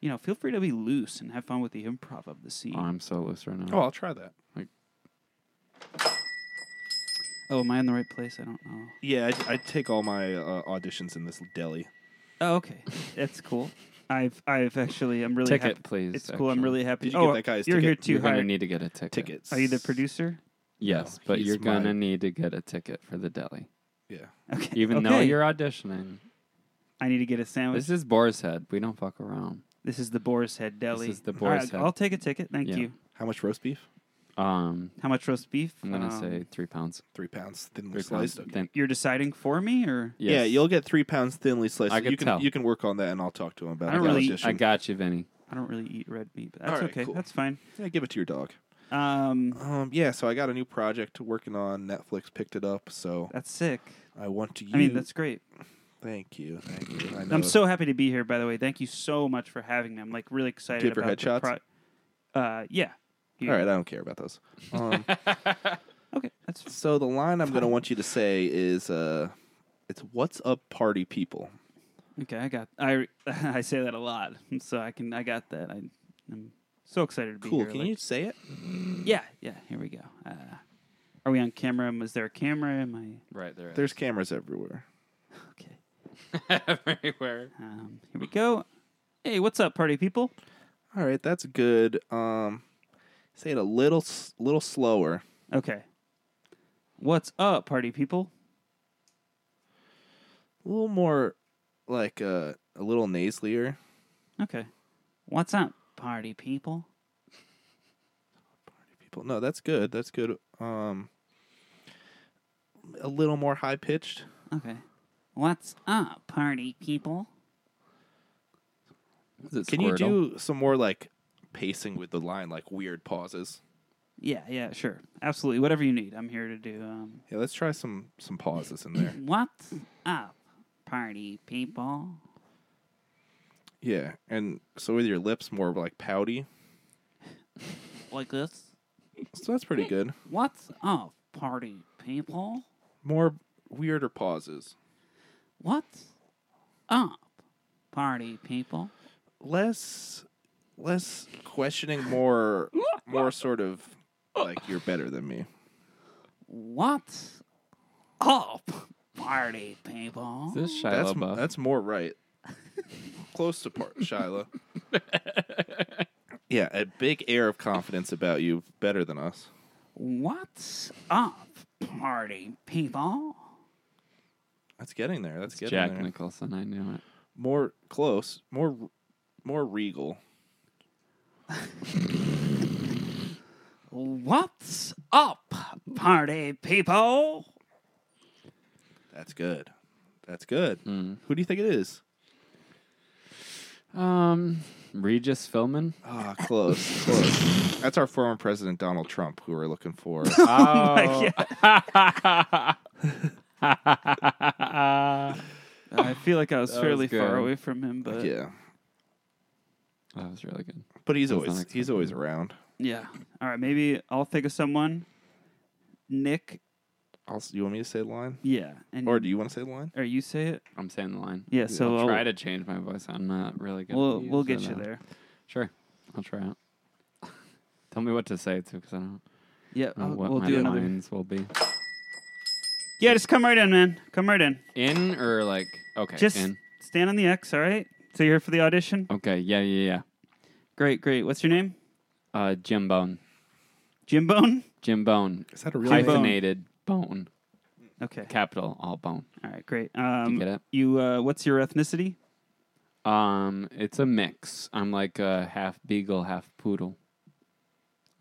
Speaker 1: you know, feel free to be loose and have fun with the improv of the scene.
Speaker 3: Oh, I'm so loose right now.
Speaker 2: Oh, I'll try that.
Speaker 1: Oh, am I in the right place? I don't know.
Speaker 2: Yeah, I, I take all my uh, auditions in this deli.
Speaker 1: Oh, okay, that's cool. I've I've actually I'm really
Speaker 3: Ticket,
Speaker 1: happy.
Speaker 3: please,
Speaker 1: It's cool. I'm
Speaker 3: actually.
Speaker 1: really happy.
Speaker 2: Did you
Speaker 1: oh,
Speaker 2: get that guy's
Speaker 1: you're
Speaker 2: ticket?
Speaker 1: here
Speaker 3: You're
Speaker 1: too. Hi.
Speaker 3: gonna need to get a ticket.
Speaker 2: Tickets.
Speaker 1: Are you the producer?
Speaker 3: Yes,
Speaker 2: No,
Speaker 3: but
Speaker 2: he's
Speaker 3: you're
Speaker 2: my-
Speaker 3: gonna need to get a ticket for the deli,
Speaker 2: Yeah.
Speaker 1: Okay.
Speaker 3: even though
Speaker 1: Okay.
Speaker 3: you're auditioning.
Speaker 1: I need to get a sandwich.
Speaker 3: This is Boar's Head. We don't fuck around.
Speaker 1: This is the Boar's Head Deli.
Speaker 3: is the
Speaker 1: All
Speaker 3: Boar's
Speaker 1: right,
Speaker 3: Head.
Speaker 1: I'll take a ticket. Thank
Speaker 3: Yeah.
Speaker 1: you.
Speaker 2: How much roast beef?
Speaker 3: Um,
Speaker 1: How much roast beef?
Speaker 3: I'm gonna
Speaker 1: Um,
Speaker 3: say three pounds.
Speaker 2: Three pounds thinly
Speaker 3: Three pounds.
Speaker 2: sliced. Okay.
Speaker 3: Then-
Speaker 1: You're deciding for me, or
Speaker 3: yes.
Speaker 2: Yeah, you'll get three pounds thinly sliced.
Speaker 3: I
Speaker 2: you
Speaker 3: could
Speaker 2: can
Speaker 3: tell.
Speaker 2: you can work on that, and I'll talk to him about
Speaker 1: I don't
Speaker 2: the
Speaker 1: really-
Speaker 2: audition.
Speaker 3: I got you, Vinny.
Speaker 1: I don't really eat red meat, but that's
Speaker 2: All right,
Speaker 1: okay.
Speaker 2: cool.
Speaker 1: That's fine.
Speaker 2: yeah, give it to your dog.
Speaker 1: Um,
Speaker 2: Um, yeah, so I got a new project working on. Netflix picked it up, so
Speaker 1: that's sick.
Speaker 2: I want to. Use...
Speaker 1: I mean, that's great.
Speaker 2: thank you, thank you. I know.
Speaker 1: I'm so happy to be here. By the way, thank you so much for having me. I'm like really excited
Speaker 2: Do you have your
Speaker 1: about the
Speaker 2: headshots?
Speaker 1: pro- uh, yeah.
Speaker 2: All right, I don't care about those. Um,
Speaker 1: Okay, that's f-
Speaker 2: so the line I'm going to want you to say is, uh, "It's what's up, party people."
Speaker 1: okay. I got. I I say that a lot, so I can. I got that. I, I'm so excited to be
Speaker 2: Cool.
Speaker 1: here.
Speaker 2: Can
Speaker 1: like-
Speaker 2: you say it?
Speaker 1: Yeah, yeah. Here we go. Uh, are we on camera? Am- Is there a camera? Am I
Speaker 3: Right there.
Speaker 2: There's cameras everywhere.
Speaker 1: okay?
Speaker 3: everywhere.
Speaker 1: Um, here we go. Hey, what's up, party people?
Speaker 2: All right, that's good. Um, say it a little s- little slower.
Speaker 1: Okay. What's up, party people?
Speaker 2: A little more like uh, a little nasalier.
Speaker 1: Okay. What's up, party people?
Speaker 2: People, no, that's good. That's good. Um, a little more high pitched.
Speaker 1: Okay. What's up, party people?
Speaker 3: Is it
Speaker 2: Can you do some more like pacing with the line, like weird pauses?
Speaker 1: Yeah, yeah, sure. Absolutely. Whatever you need. I'm here to do. Um,
Speaker 2: Yeah, let's try some some pauses in there.
Speaker 1: what's up, party people?
Speaker 2: yeah, and so with your lips more like pouty.
Speaker 1: Like this.
Speaker 2: So that's pretty good.
Speaker 1: What's up, party people?
Speaker 2: More weirder pauses.
Speaker 1: What's up, party people?
Speaker 2: Less less questioning, more more sort of like you're better than me.
Speaker 1: What's up, party people?
Speaker 3: This is Shia
Speaker 2: That's
Speaker 3: LaBeouf.
Speaker 2: that's more right. Close to part, Shiloh. yeah, a big air of confidence about you, better than us.
Speaker 1: What's up, party people?
Speaker 2: That's getting there. That's getting
Speaker 3: Jack
Speaker 2: there.
Speaker 3: Nicholson. I knew it.
Speaker 2: more close, more more regal.
Speaker 1: What's up, party people?
Speaker 2: That's good. That's good.
Speaker 3: Hmm.
Speaker 2: Who do you think it is?
Speaker 3: Um, Regis Philbin.
Speaker 2: Ah, close, close. That's our former president Donald Trump, who we're looking for. Ah,
Speaker 1: I feel like I was fairly
Speaker 3: good.
Speaker 1: far away from him, but yeah.
Speaker 2: yeah,
Speaker 3: That was really good.
Speaker 2: but he's
Speaker 3: That was
Speaker 2: always he's
Speaker 3: unexpected.
Speaker 2: always around.
Speaker 1: All right, maybe I'll think of someone. Nick.
Speaker 2: I'll, s- you want me to say the line,
Speaker 1: Yeah. And
Speaker 2: or do you want to say the line?
Speaker 1: or you say it?
Speaker 3: I'm saying the line.
Speaker 1: Yeah, so
Speaker 3: I'll
Speaker 1: I'll-
Speaker 3: try to change my voice. I'm not really good. at
Speaker 1: We'll
Speaker 3: these,
Speaker 1: we'll get
Speaker 3: but,
Speaker 1: you
Speaker 3: uh,
Speaker 1: there.
Speaker 3: Sure, I'll try out. Tell me what to say too, because I don't
Speaker 1: Yeah, I'll-
Speaker 3: know Oh, what
Speaker 1: we'll
Speaker 3: my
Speaker 1: do another.
Speaker 3: lines will be.
Speaker 1: Yeah, just come right in, man. Come right in.
Speaker 3: In or like okay,
Speaker 1: Just
Speaker 3: in.
Speaker 1: stand on the X, all right? So you're here for the audition?
Speaker 3: Okay, yeah, yeah,
Speaker 1: Great, great. What's your name?
Speaker 3: yeah. Uh, Jim Bone,
Speaker 1: Jim Bone?
Speaker 3: Jim Bone,
Speaker 2: Is that a
Speaker 1: Hi, Bone.
Speaker 3: hyphenated bone.
Speaker 1: Okay.
Speaker 3: capital all bone.
Speaker 1: All right, great. Um,
Speaker 3: get it?
Speaker 1: You, uh, what's your ethnicity?
Speaker 3: Um, it's a mix. I'm like a half beagle, half poodle.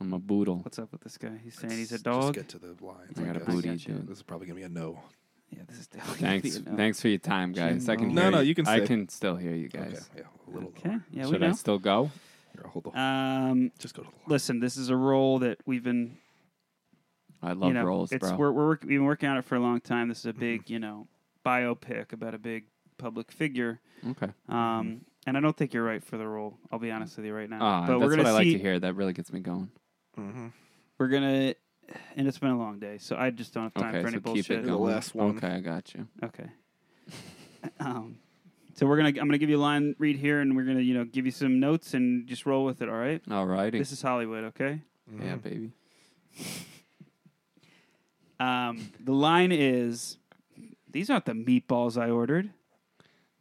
Speaker 3: I'm a boodle.
Speaker 1: What's up with this guy? He's saying he's a dog.
Speaker 2: to the lines.
Speaker 3: I got a booty,
Speaker 1: got you.
Speaker 3: dude.
Speaker 2: is probably gonna be a no.
Speaker 1: Yeah, this is definitely gonna be
Speaker 3: Thanks,
Speaker 1: a no.
Speaker 3: thanks for your time, guys. I can
Speaker 2: No,
Speaker 3: hear
Speaker 2: no, you can
Speaker 3: I
Speaker 2: stay.
Speaker 3: can still hear you guys.
Speaker 2: Yeah, a little.
Speaker 1: Okay, yeah, we
Speaker 3: Should I
Speaker 1: know.
Speaker 3: still go?
Speaker 2: Here, hold on.
Speaker 1: Um,
Speaker 2: Just go to the line.
Speaker 1: listen, this is a role that we've been,
Speaker 3: I love
Speaker 1: you know,
Speaker 3: rolls,
Speaker 1: it's
Speaker 3: bro. Mm-hmm.
Speaker 1: we're, we're work, we've been working on it for a long time. This is a big, you know, biopic about a big public figure.
Speaker 3: okay.
Speaker 1: Um, and I don't think you're right for the role. I'll be honest with you right now.
Speaker 3: Ah,
Speaker 1: but
Speaker 3: that's
Speaker 1: we're
Speaker 3: what
Speaker 1: gonna
Speaker 3: I like
Speaker 1: see.
Speaker 3: to hear. That really gets me going.
Speaker 1: We're gonna, and it's been a long day, so I just don't have time
Speaker 3: Okay,
Speaker 1: for any
Speaker 3: so
Speaker 1: bullshit.
Speaker 3: keep it
Speaker 2: The
Speaker 3: going.
Speaker 2: last one.
Speaker 3: Okay, I got you.
Speaker 1: Okay. Um, So we're gonna I'm gonna give you a line read here, and we're gonna you know give you some notes and just roll with it. All right.
Speaker 3: All righty.
Speaker 1: This is Hollywood. Okay.
Speaker 3: yeah, baby.
Speaker 1: Um, the line is, "These aren't the meatballs I ordered."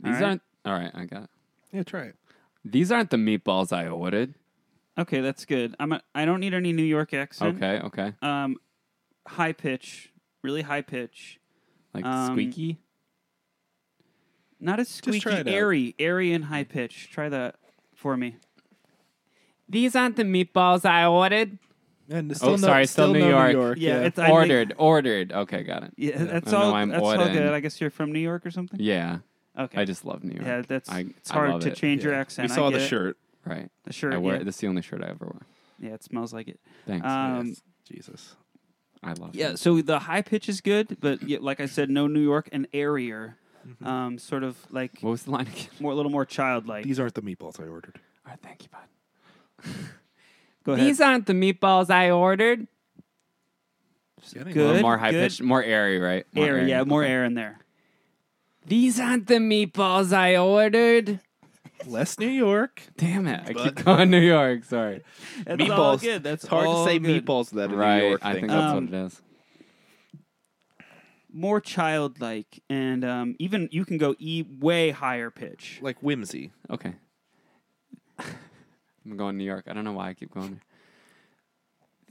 Speaker 3: These
Speaker 1: right.
Speaker 3: aren't. All right, I got it.
Speaker 2: Yeah, try it.
Speaker 3: These aren't the meatballs I ordered.
Speaker 1: Okay, that's good. I'm a, I don't need any New York accent.
Speaker 3: Okay, okay.
Speaker 1: Um, high pitch, really high pitch.
Speaker 3: Like
Speaker 1: Um,
Speaker 3: squeaky.
Speaker 1: Not as
Speaker 2: try
Speaker 1: squeaky,
Speaker 2: it out.
Speaker 1: airy, airy and high pitch. Try that for me.
Speaker 3: These aren't the meatballs I ordered.
Speaker 2: And it's
Speaker 3: Oh, sorry, still New York.
Speaker 1: Yeah, it's I think-
Speaker 3: Ordered, ordered. Okay, got it.
Speaker 1: Yeah, that's
Speaker 3: I know
Speaker 1: all.
Speaker 3: I'm
Speaker 1: that's all
Speaker 3: ordering.
Speaker 1: good. I guess you're from New York or something.
Speaker 3: Yeah,
Speaker 1: Okay.
Speaker 3: I just love New York.
Speaker 1: yeah, that's
Speaker 3: I,
Speaker 1: it's
Speaker 3: I
Speaker 1: hard
Speaker 3: love
Speaker 1: to
Speaker 3: it.
Speaker 1: change your
Speaker 2: We
Speaker 1: accent. I
Speaker 2: saw the
Speaker 1: get it.
Speaker 2: shirt.
Speaker 3: Right.
Speaker 1: The shirt.
Speaker 3: I wear
Speaker 1: yeah.
Speaker 3: it. That's the only shirt I ever wear.
Speaker 1: yeah, it smells like it.
Speaker 3: Thanks.
Speaker 1: Um,
Speaker 3: yes.
Speaker 2: Jesus.
Speaker 3: I love
Speaker 1: Yeah,
Speaker 3: it.
Speaker 1: so the high pitch is good, but yeah, like I said, no New York and airier,
Speaker 2: Mm-hmm.
Speaker 1: um, sort of like
Speaker 3: What was the line again?
Speaker 1: more a little more childlike.
Speaker 2: These aren't the meatballs I ordered.
Speaker 3: All right, thank you, bud.
Speaker 1: Go ahead.
Speaker 3: aren't the meatballs I ordered.
Speaker 1: Good,
Speaker 3: more high
Speaker 1: good.
Speaker 3: pitched, more airy, right? More
Speaker 1: air, yeah, more
Speaker 3: okay.
Speaker 1: air in there.
Speaker 3: These aren't the meatballs I ordered.
Speaker 2: Less New York.
Speaker 3: Damn it! I
Speaker 2: But-
Speaker 3: keep calling New York. Sorry.
Speaker 1: That's
Speaker 2: meatballs.
Speaker 1: all good. That's
Speaker 2: it's hard
Speaker 1: all
Speaker 2: to say
Speaker 1: good.
Speaker 2: meatballs that a New
Speaker 3: right.
Speaker 2: York
Speaker 3: I
Speaker 2: thing.
Speaker 3: think
Speaker 1: Um,
Speaker 3: that's what it is.
Speaker 1: More childlike, and um, even you can go e way higher pitch.
Speaker 2: Um, like whimsy.
Speaker 3: Okay. I'm going to New York. I don't know why I keep going.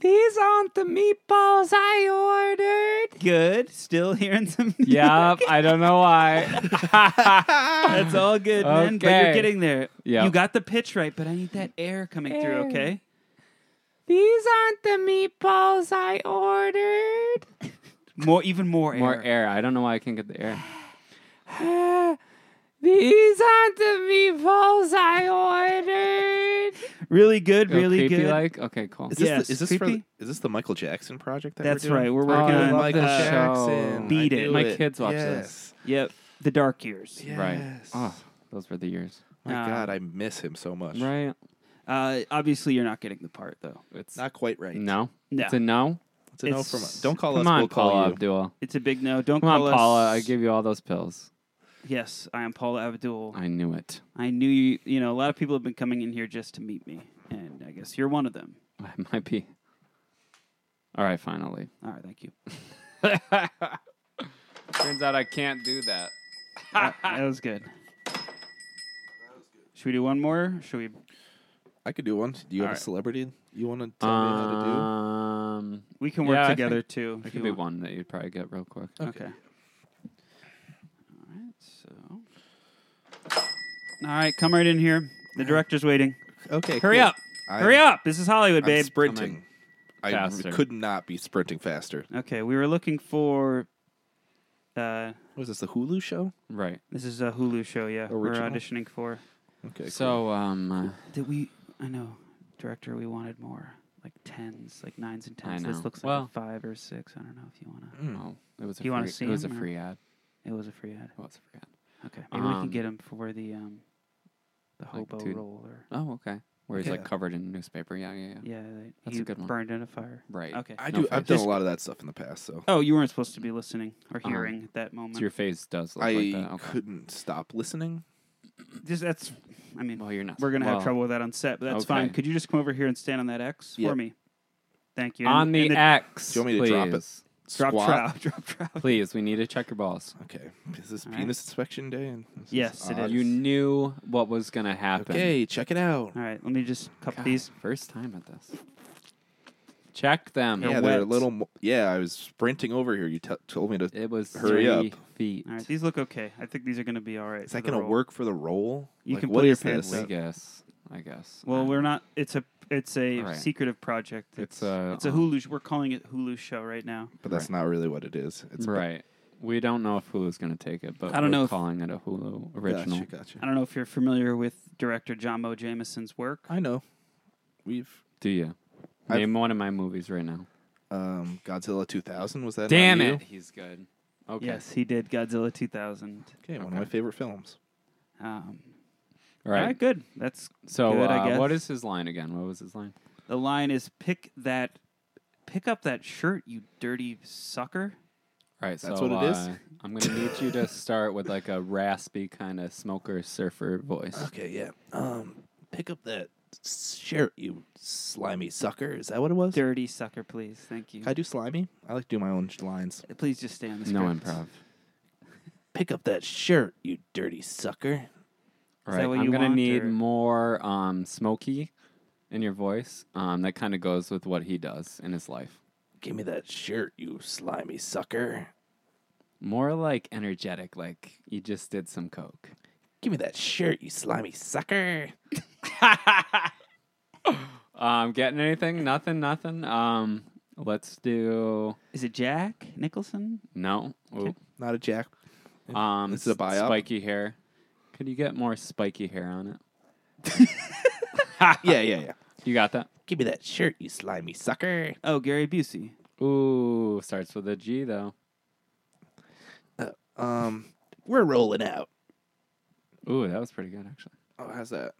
Speaker 3: there. These aren't the meatballs I ordered.
Speaker 1: Good, still hearing some.
Speaker 3: Yep, I don't know why.
Speaker 1: that's all good, man. But you're
Speaker 3: Okay.
Speaker 1: getting there.
Speaker 3: Yeah.
Speaker 1: you got the pitch right, but I need that air coming
Speaker 3: Air.
Speaker 1: through. Okay,
Speaker 3: These aren't the meatballs I ordered.
Speaker 1: more, even more air.
Speaker 3: More air. I don't know why I can't get the air. These aren't the meatballs I ordered.
Speaker 1: Really good,
Speaker 3: Go
Speaker 1: really
Speaker 3: creepy
Speaker 1: good.
Speaker 3: Like, okay, cool.
Speaker 2: Is this,
Speaker 1: Yes,
Speaker 2: the, is this for
Speaker 1: creepy.
Speaker 2: the, is this the Michael Jackson project that
Speaker 1: That's
Speaker 2: we're doing?
Speaker 1: right. We're
Speaker 3: Oh, I
Speaker 1: working on
Speaker 3: love
Speaker 2: Michael
Speaker 3: this
Speaker 1: uh,
Speaker 2: Jackson.
Speaker 3: show.
Speaker 1: Beat It.
Speaker 2: do
Speaker 1: My
Speaker 3: kids watch this.
Speaker 1: Yep, the dark years.
Speaker 2: Yes.
Speaker 3: Right.
Speaker 2: Yes.
Speaker 3: Oh, those were the years.
Speaker 2: My
Speaker 1: Um,
Speaker 2: God, I miss him so much.
Speaker 3: Right.
Speaker 1: Uh, obviously, you're not getting the part though.
Speaker 3: It's
Speaker 2: Not quite right.
Speaker 3: no.
Speaker 1: No.
Speaker 3: It's a no.
Speaker 2: It's a no
Speaker 1: It's-
Speaker 2: from us. Don't call
Speaker 3: Come
Speaker 2: us.
Speaker 3: on,
Speaker 2: we'll call
Speaker 3: Paula
Speaker 2: you.
Speaker 3: Abdul.
Speaker 1: It's a big no. Don't
Speaker 3: Come
Speaker 1: call
Speaker 3: on,
Speaker 1: us.
Speaker 3: Paula. I give you all those pills.
Speaker 1: Yes, I am Paula Abdul.
Speaker 3: I knew it.
Speaker 1: I knew you. You know, a lot of people have been coming in here just to meet me, and I guess you're one of them.
Speaker 3: I might be. All right, finally.
Speaker 1: All right, thank you.
Speaker 3: Turns out I can't do that.
Speaker 1: that was good. Should we do one more? Or should we?
Speaker 2: I could do one. Do you have
Speaker 1: All
Speaker 2: a
Speaker 1: right.
Speaker 2: celebrity you want to tell me how to do?
Speaker 3: Um,
Speaker 1: We can work
Speaker 3: Yeah, I
Speaker 1: together
Speaker 3: think
Speaker 1: too.
Speaker 3: There
Speaker 1: if
Speaker 3: could
Speaker 1: you
Speaker 3: be
Speaker 1: want.
Speaker 3: one that you'd probably get real quick.
Speaker 1: Uh, Okay. All right. So. All right, come right in here. The director's waiting.
Speaker 2: Okay.
Speaker 1: Hurry
Speaker 2: cool.
Speaker 1: up!
Speaker 2: I'm-
Speaker 1: Hurry up! This is Hollywood,
Speaker 2: I'm
Speaker 1: babe.
Speaker 2: sprinting. I r-
Speaker 3: Faster.
Speaker 2: could not be sprinting faster.
Speaker 1: Okay, we were looking for. Uh,
Speaker 2: Was this the Hulu show?
Speaker 3: Right.
Speaker 1: this is a Hulu show. Yeah, we're
Speaker 2: Original?
Speaker 1: auditioning for.
Speaker 2: Okay.
Speaker 3: So, um, uh,
Speaker 1: Did we? I know, director. We wanted more, like tens, like nines and
Speaker 3: I
Speaker 1: tens. This
Speaker 3: know.
Speaker 1: looks
Speaker 3: Well-
Speaker 1: like a five or six. I don't know if you wanna.
Speaker 2: Mm.
Speaker 3: oh, it was a
Speaker 1: Hmm. You
Speaker 3: free,
Speaker 1: wanna see
Speaker 3: it was a
Speaker 1: him, or-
Speaker 3: free ad.
Speaker 1: It was a free ad.
Speaker 3: It was a free ad.
Speaker 1: Okay, maybe we can
Speaker 3: Um,
Speaker 1: get him for the um, the hobo
Speaker 3: dude-
Speaker 1: role or
Speaker 3: Oh, okay. Where he's like
Speaker 2: Yeah.
Speaker 3: covered in newspaper. Yeah, yeah, yeah.
Speaker 1: yeah. that
Speaker 3: That's a
Speaker 1: he
Speaker 3: good one.
Speaker 1: Burned in a fire.
Speaker 3: Right.
Speaker 1: Okay.
Speaker 2: I
Speaker 3: No
Speaker 2: do. I've done
Speaker 1: face.
Speaker 2: a lot of that stuff in the past, so
Speaker 1: Oh, you weren't supposed to be listening or
Speaker 3: Uh-huh.
Speaker 1: hearing at that moment.
Speaker 3: So your face does look
Speaker 2: I
Speaker 3: like that. Okay.
Speaker 2: couldn't stop listening.
Speaker 1: Just, that's. I mean,
Speaker 3: Well, you're not.
Speaker 1: We're gonna
Speaker 3: well,
Speaker 1: have trouble with that on set, but that's fine.
Speaker 3: okay.
Speaker 1: Could you just come over here and stand on that X for
Speaker 2: Yep.
Speaker 1: me? Thank you.
Speaker 3: On
Speaker 1: And-
Speaker 3: the,
Speaker 1: and
Speaker 3: X.
Speaker 2: Do you want me
Speaker 3: please.
Speaker 2: to drop it?
Speaker 1: drop
Speaker 2: Squat.
Speaker 1: trout, drop trout.
Speaker 3: Please, we need to check your balls.
Speaker 2: Okay. Is this
Speaker 1: All right.
Speaker 2: penis inspection day? And this is
Speaker 1: Yes, it
Speaker 2: odd.
Speaker 1: is.
Speaker 3: You knew what was gonna happen.
Speaker 2: Okay, check it out.
Speaker 1: All right, let me just cup
Speaker 3: God,
Speaker 1: these.
Speaker 3: First time at this. Check them.
Speaker 2: yeah, they're a
Speaker 1: wet.
Speaker 2: little. Mo- yeah, I was sprinting over here. You t- told me to.
Speaker 3: It was
Speaker 2: Hurry
Speaker 3: three
Speaker 2: up.
Speaker 3: feet.
Speaker 1: All right, these look okay. I think these are gonna be all right.
Speaker 2: Is that
Speaker 1: for the
Speaker 2: going to
Speaker 1: role.
Speaker 2: work for the role?
Speaker 1: You
Speaker 2: Like,
Speaker 1: can
Speaker 2: what
Speaker 1: pull your
Speaker 2: is this?
Speaker 1: pants
Speaker 3: I
Speaker 1: up.
Speaker 3: guess. I guess.
Speaker 1: Well, we're not. It's a it's a
Speaker 3: Uh, All right.
Speaker 1: secretive project.
Speaker 3: It's uh, uh-huh. a-
Speaker 1: it's a Hulu. sh- We're calling it Hulu show right now.
Speaker 2: But that's not really what it is. It's
Speaker 3: Uh, right. We don't know if Hulu's going to take it, but
Speaker 1: I don't
Speaker 3: we're
Speaker 1: know if-
Speaker 3: calling it a Hulu original.
Speaker 2: Gotcha, gotcha.
Speaker 1: I don't know if you're familiar with director John Mo Jameson's work.
Speaker 3: Oh,
Speaker 2: I know. We've
Speaker 3: Do you?
Speaker 2: I've-
Speaker 3: Name one of my movies right now.
Speaker 2: um, Godzilla 2000 was that? not
Speaker 3: Damn
Speaker 2: you?
Speaker 3: it. He's good. Okay.
Speaker 1: Yes, he did Godzilla 2000.
Speaker 2: Okay, one
Speaker 3: Okay.
Speaker 2: of my favorite films.
Speaker 1: Um,
Speaker 3: All right.
Speaker 1: All right, good. That's
Speaker 3: So,
Speaker 1: good, I
Speaker 3: uh,
Speaker 1: guess.
Speaker 3: what is his line again? What was his line?
Speaker 1: The line is pick that pick up that shirt, you dirty sucker.
Speaker 3: All right,
Speaker 2: That's
Speaker 3: so
Speaker 2: what it is?
Speaker 3: uh, I'm gonna need you to start with like a raspy kind of smoker surfer voice.
Speaker 2: Okay, yeah. Um, pick up that shirt, you slimy sucker. Is that what it was?
Speaker 1: Dirty sucker, please. Thank you.
Speaker 2: Can I do slimy? I like to do my own sh- lines.
Speaker 1: Please just stay on the
Speaker 3: No
Speaker 1: script.
Speaker 3: improv.
Speaker 2: Pick up that shirt, you dirty sucker.
Speaker 3: All
Speaker 1: that
Speaker 3: right,
Speaker 1: what
Speaker 3: I'm
Speaker 1: you
Speaker 3: gonna
Speaker 1: want,
Speaker 3: need
Speaker 1: or-
Speaker 3: more um, smoky in your voice. Um, that kind of goes with what he does in his life.
Speaker 2: Give me that shirt, you slimy sucker.
Speaker 3: More like energetic, like you just did some coke.
Speaker 2: Give me that shirt, you slimy sucker.
Speaker 3: Um, getting anything? Nothing. Nothing. Um, let's do
Speaker 1: Is it Jack Nicholson?
Speaker 3: no. Ooh.
Speaker 2: Not a jack.
Speaker 3: Um,
Speaker 2: This is a buy-up?
Speaker 3: Spiky hair. Could you get more spiky hair on it?
Speaker 2: yeah, yeah, yeah.
Speaker 3: You got that?
Speaker 2: Give me that shirt, you slimy sucker.
Speaker 1: Oh, Gary Busey.
Speaker 3: Ooh, starts with a G though.
Speaker 2: Um, we're rolling out.
Speaker 3: Ooh, that was pretty good actually.
Speaker 2: Oh, how's that?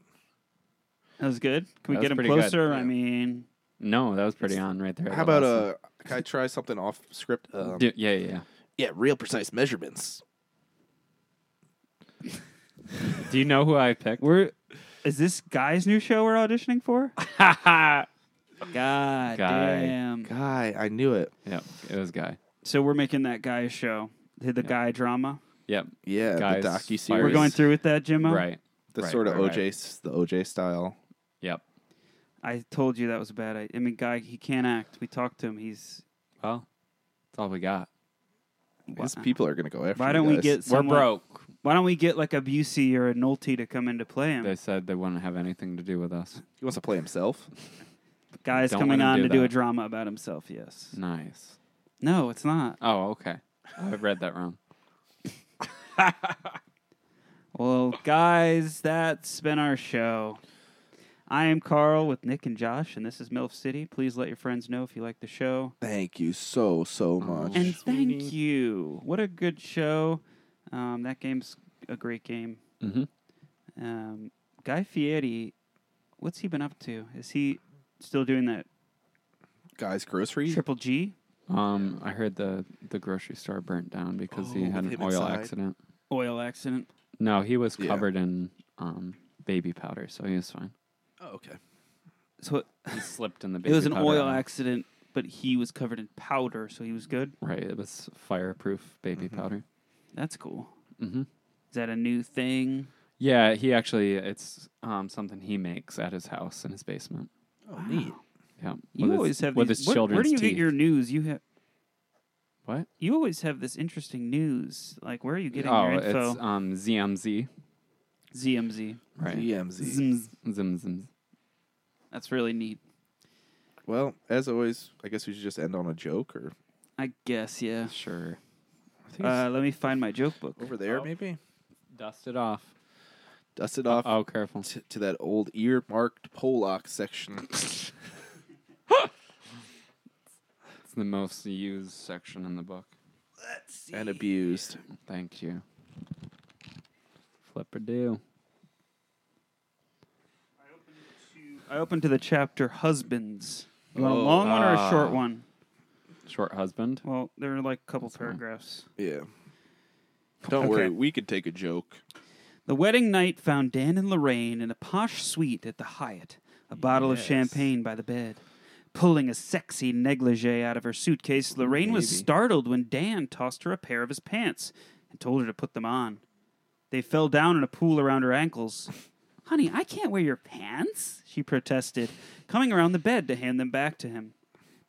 Speaker 1: That was good. Can we
Speaker 3: That was
Speaker 1: get him
Speaker 3: pretty good,
Speaker 1: closer? I
Speaker 2: yeah.
Speaker 1: mean,
Speaker 3: No, that was pretty on right there.
Speaker 2: How
Speaker 3: That
Speaker 2: about
Speaker 3: was-
Speaker 2: uh? Can I try something off script? Um,
Speaker 3: Do- yeah, yeah.
Speaker 2: yeah, real precise measurements.
Speaker 3: yeah. Do you know who I picked?
Speaker 1: we're. Is this guy's new show we're auditioning for?
Speaker 3: yeah,
Speaker 1: God damn.
Speaker 2: Guy, I knew it.
Speaker 3: it was Guy.
Speaker 1: So we're making that guy's show. The the guy drama.
Speaker 3: Yep.
Speaker 2: Yeah,
Speaker 3: Guys,
Speaker 2: the docu series.
Speaker 3: fires.
Speaker 1: We're going through with that, Jimmo.
Speaker 3: Right.
Speaker 2: the
Speaker 3: right,
Speaker 2: sort of
Speaker 3: right, right.
Speaker 2: OJ, s- the OJ style.
Speaker 3: Yep.
Speaker 1: I told you that was a bad idea. I mean, guy, he can't act. We talked to him. He's.
Speaker 3: Well, that's all we got.
Speaker 2: These people are gonna go after.
Speaker 1: Why
Speaker 2: you
Speaker 1: don't we
Speaker 2: guys.
Speaker 1: get?
Speaker 3: We're
Speaker 1: Someone,
Speaker 3: broke.
Speaker 1: Why don't we get like a Busey or a Nolte to come in to play him?
Speaker 3: They said they wouldn't have anything to do with us.
Speaker 2: He wants to play himself.
Speaker 1: Guy's
Speaker 3: don't
Speaker 1: coming
Speaker 3: let him
Speaker 1: on
Speaker 3: do
Speaker 1: to do a
Speaker 3: that.
Speaker 1: drama about himself. Yes.
Speaker 3: Nice.
Speaker 1: No, it's not.
Speaker 3: Oh, okay. I read that wrong.
Speaker 1: Well, guys, that's been our show. I am Carl with Nick and Josh, and this is MILF City. Please let your friends know if you like the show.
Speaker 2: Thank you so so much.
Speaker 1: Um, And thank you. What a good show. Um, that game's a great game.
Speaker 3: Mhm.
Speaker 1: Um, Guy Fieri, what's he been up to? Is he still doing that
Speaker 2: Guys, grocery.
Speaker 1: triple G
Speaker 3: Um, I heard the the grocery store burnt down because he
Speaker 2: Oh,
Speaker 3: had
Speaker 2: with
Speaker 3: an
Speaker 2: him
Speaker 3: oil
Speaker 2: inside.
Speaker 3: accident.
Speaker 1: oil accident?
Speaker 3: No, he was
Speaker 2: Yeah.
Speaker 3: covered in um baby powder, so he was fine.
Speaker 2: Oh, okay.
Speaker 1: So it,
Speaker 3: He slipped in the baby.
Speaker 1: it was an
Speaker 3: powder
Speaker 1: oil
Speaker 3: on him.
Speaker 1: accident, but he was covered in powder, so he was good.
Speaker 3: Right. It was fireproof baby
Speaker 1: Mm-hmm.
Speaker 3: powder.
Speaker 1: That's cool.
Speaker 3: Mhm.
Speaker 1: Is that a new thing?
Speaker 3: Yeah, he actually it's um something he makes at his house in his basement.
Speaker 2: Oh, neat.
Speaker 3: Yeah.
Speaker 1: You
Speaker 3: with his-
Speaker 1: always have
Speaker 3: with
Speaker 1: these,
Speaker 3: his
Speaker 1: where,
Speaker 3: children's
Speaker 1: where do you
Speaker 3: teeth.
Speaker 1: get your news? You have
Speaker 3: what?
Speaker 1: you always have this interesting news. Like where are you getting
Speaker 3: oh,
Speaker 1: your info?
Speaker 3: it's um ZMZ.
Speaker 1: ZMZ.
Speaker 3: Right.
Speaker 2: DMZ.
Speaker 1: Zmz.
Speaker 3: Zim, zim.
Speaker 1: That's really neat.
Speaker 2: Well, as always, I guess we should just end on a joke, or
Speaker 1: I guess, yeah.
Speaker 3: Sure.
Speaker 2: I think
Speaker 1: Uh, let me find my joke book.
Speaker 2: it's over there maybe.
Speaker 3: Dust it off.
Speaker 2: Dust
Speaker 1: Uh,
Speaker 2: it off
Speaker 3: Oh, careful.
Speaker 2: t- to that old earmarked Pollock section.
Speaker 3: It's the most used section in the book.
Speaker 2: and abused.
Speaker 3: Thank you. Flipper do.
Speaker 1: I opened to the chapter husbands. You want a
Speaker 2: Oh,
Speaker 1: long one or a short
Speaker 3: ah.
Speaker 1: one?
Speaker 3: Short husband.
Speaker 1: Well, there are like a couple
Speaker 3: fine.
Speaker 1: paragraphs.
Speaker 2: Yeah. Don't
Speaker 1: Okay.
Speaker 2: worry, we could take a joke.
Speaker 1: The wedding night found Dan and Lorraine in a posh suite at the Hyatt, a bottle of champagne by the bed. Pulling a sexy negligee out of her suitcase, Lorraine was startled when Dan tossed her a pair of his pants and told her to put them on. They fell down in a pool around her ankles. Honey, I can't wear your pants, she protested, coming around the bed to hand them back to him.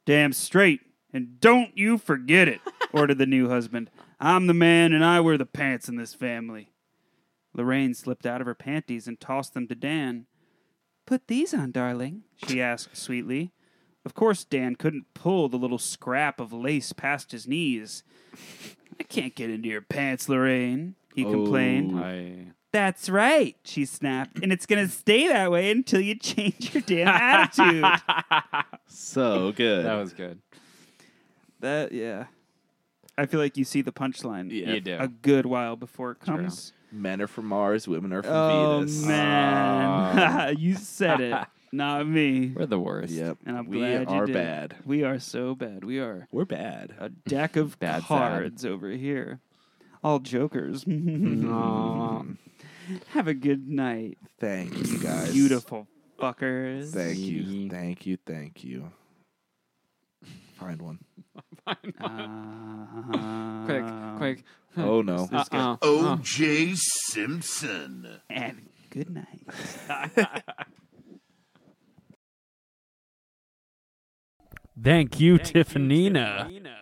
Speaker 1: Damn straight, and don't you forget it, ordered the new husband. I'm the man and I wear the pants in this family. Lorraine slipped out of her panties and tossed them to Dan. Put these on, darling, she asked sweetly. Of course, Dan couldn't pull the little scrap of lace past his knees. I can't get into your pants, Lorraine, he complained.
Speaker 3: Oh, I
Speaker 1: That's right, she snapped, and it's going to stay that way until you change your damn attitude.
Speaker 2: So good.
Speaker 3: that was good.
Speaker 1: that, yeah. I feel like you see the punchline
Speaker 2: Yeah.
Speaker 3: You do.
Speaker 1: a good while before it comes.
Speaker 2: Men are from Mars, women are from
Speaker 1: Oh,
Speaker 2: Venus.
Speaker 1: man. you said it. Not me.
Speaker 3: We're the worst.
Speaker 2: Uh, Yep.
Speaker 1: And I'm
Speaker 2: we
Speaker 1: glad you
Speaker 2: are
Speaker 1: did.
Speaker 2: bad.
Speaker 1: We are so bad. We are
Speaker 2: We're bad.
Speaker 1: a deck of
Speaker 3: Bad, sad.
Speaker 1: cards over here. All jokers.
Speaker 3: Mm-hmm.
Speaker 6: Aw.
Speaker 1: Have a good night,
Speaker 2: Thank you guys.
Speaker 1: beautiful fuckers.
Speaker 2: Thank
Speaker 3: See.
Speaker 2: you. Thank you. Thank you. Find one.
Speaker 1: Uh,
Speaker 3: Quick, quick.
Speaker 2: Oh no.
Speaker 3: Uh-uh.
Speaker 10: O.J. Simpson.
Speaker 1: And good night.
Speaker 11: Thank you, Tiffanina.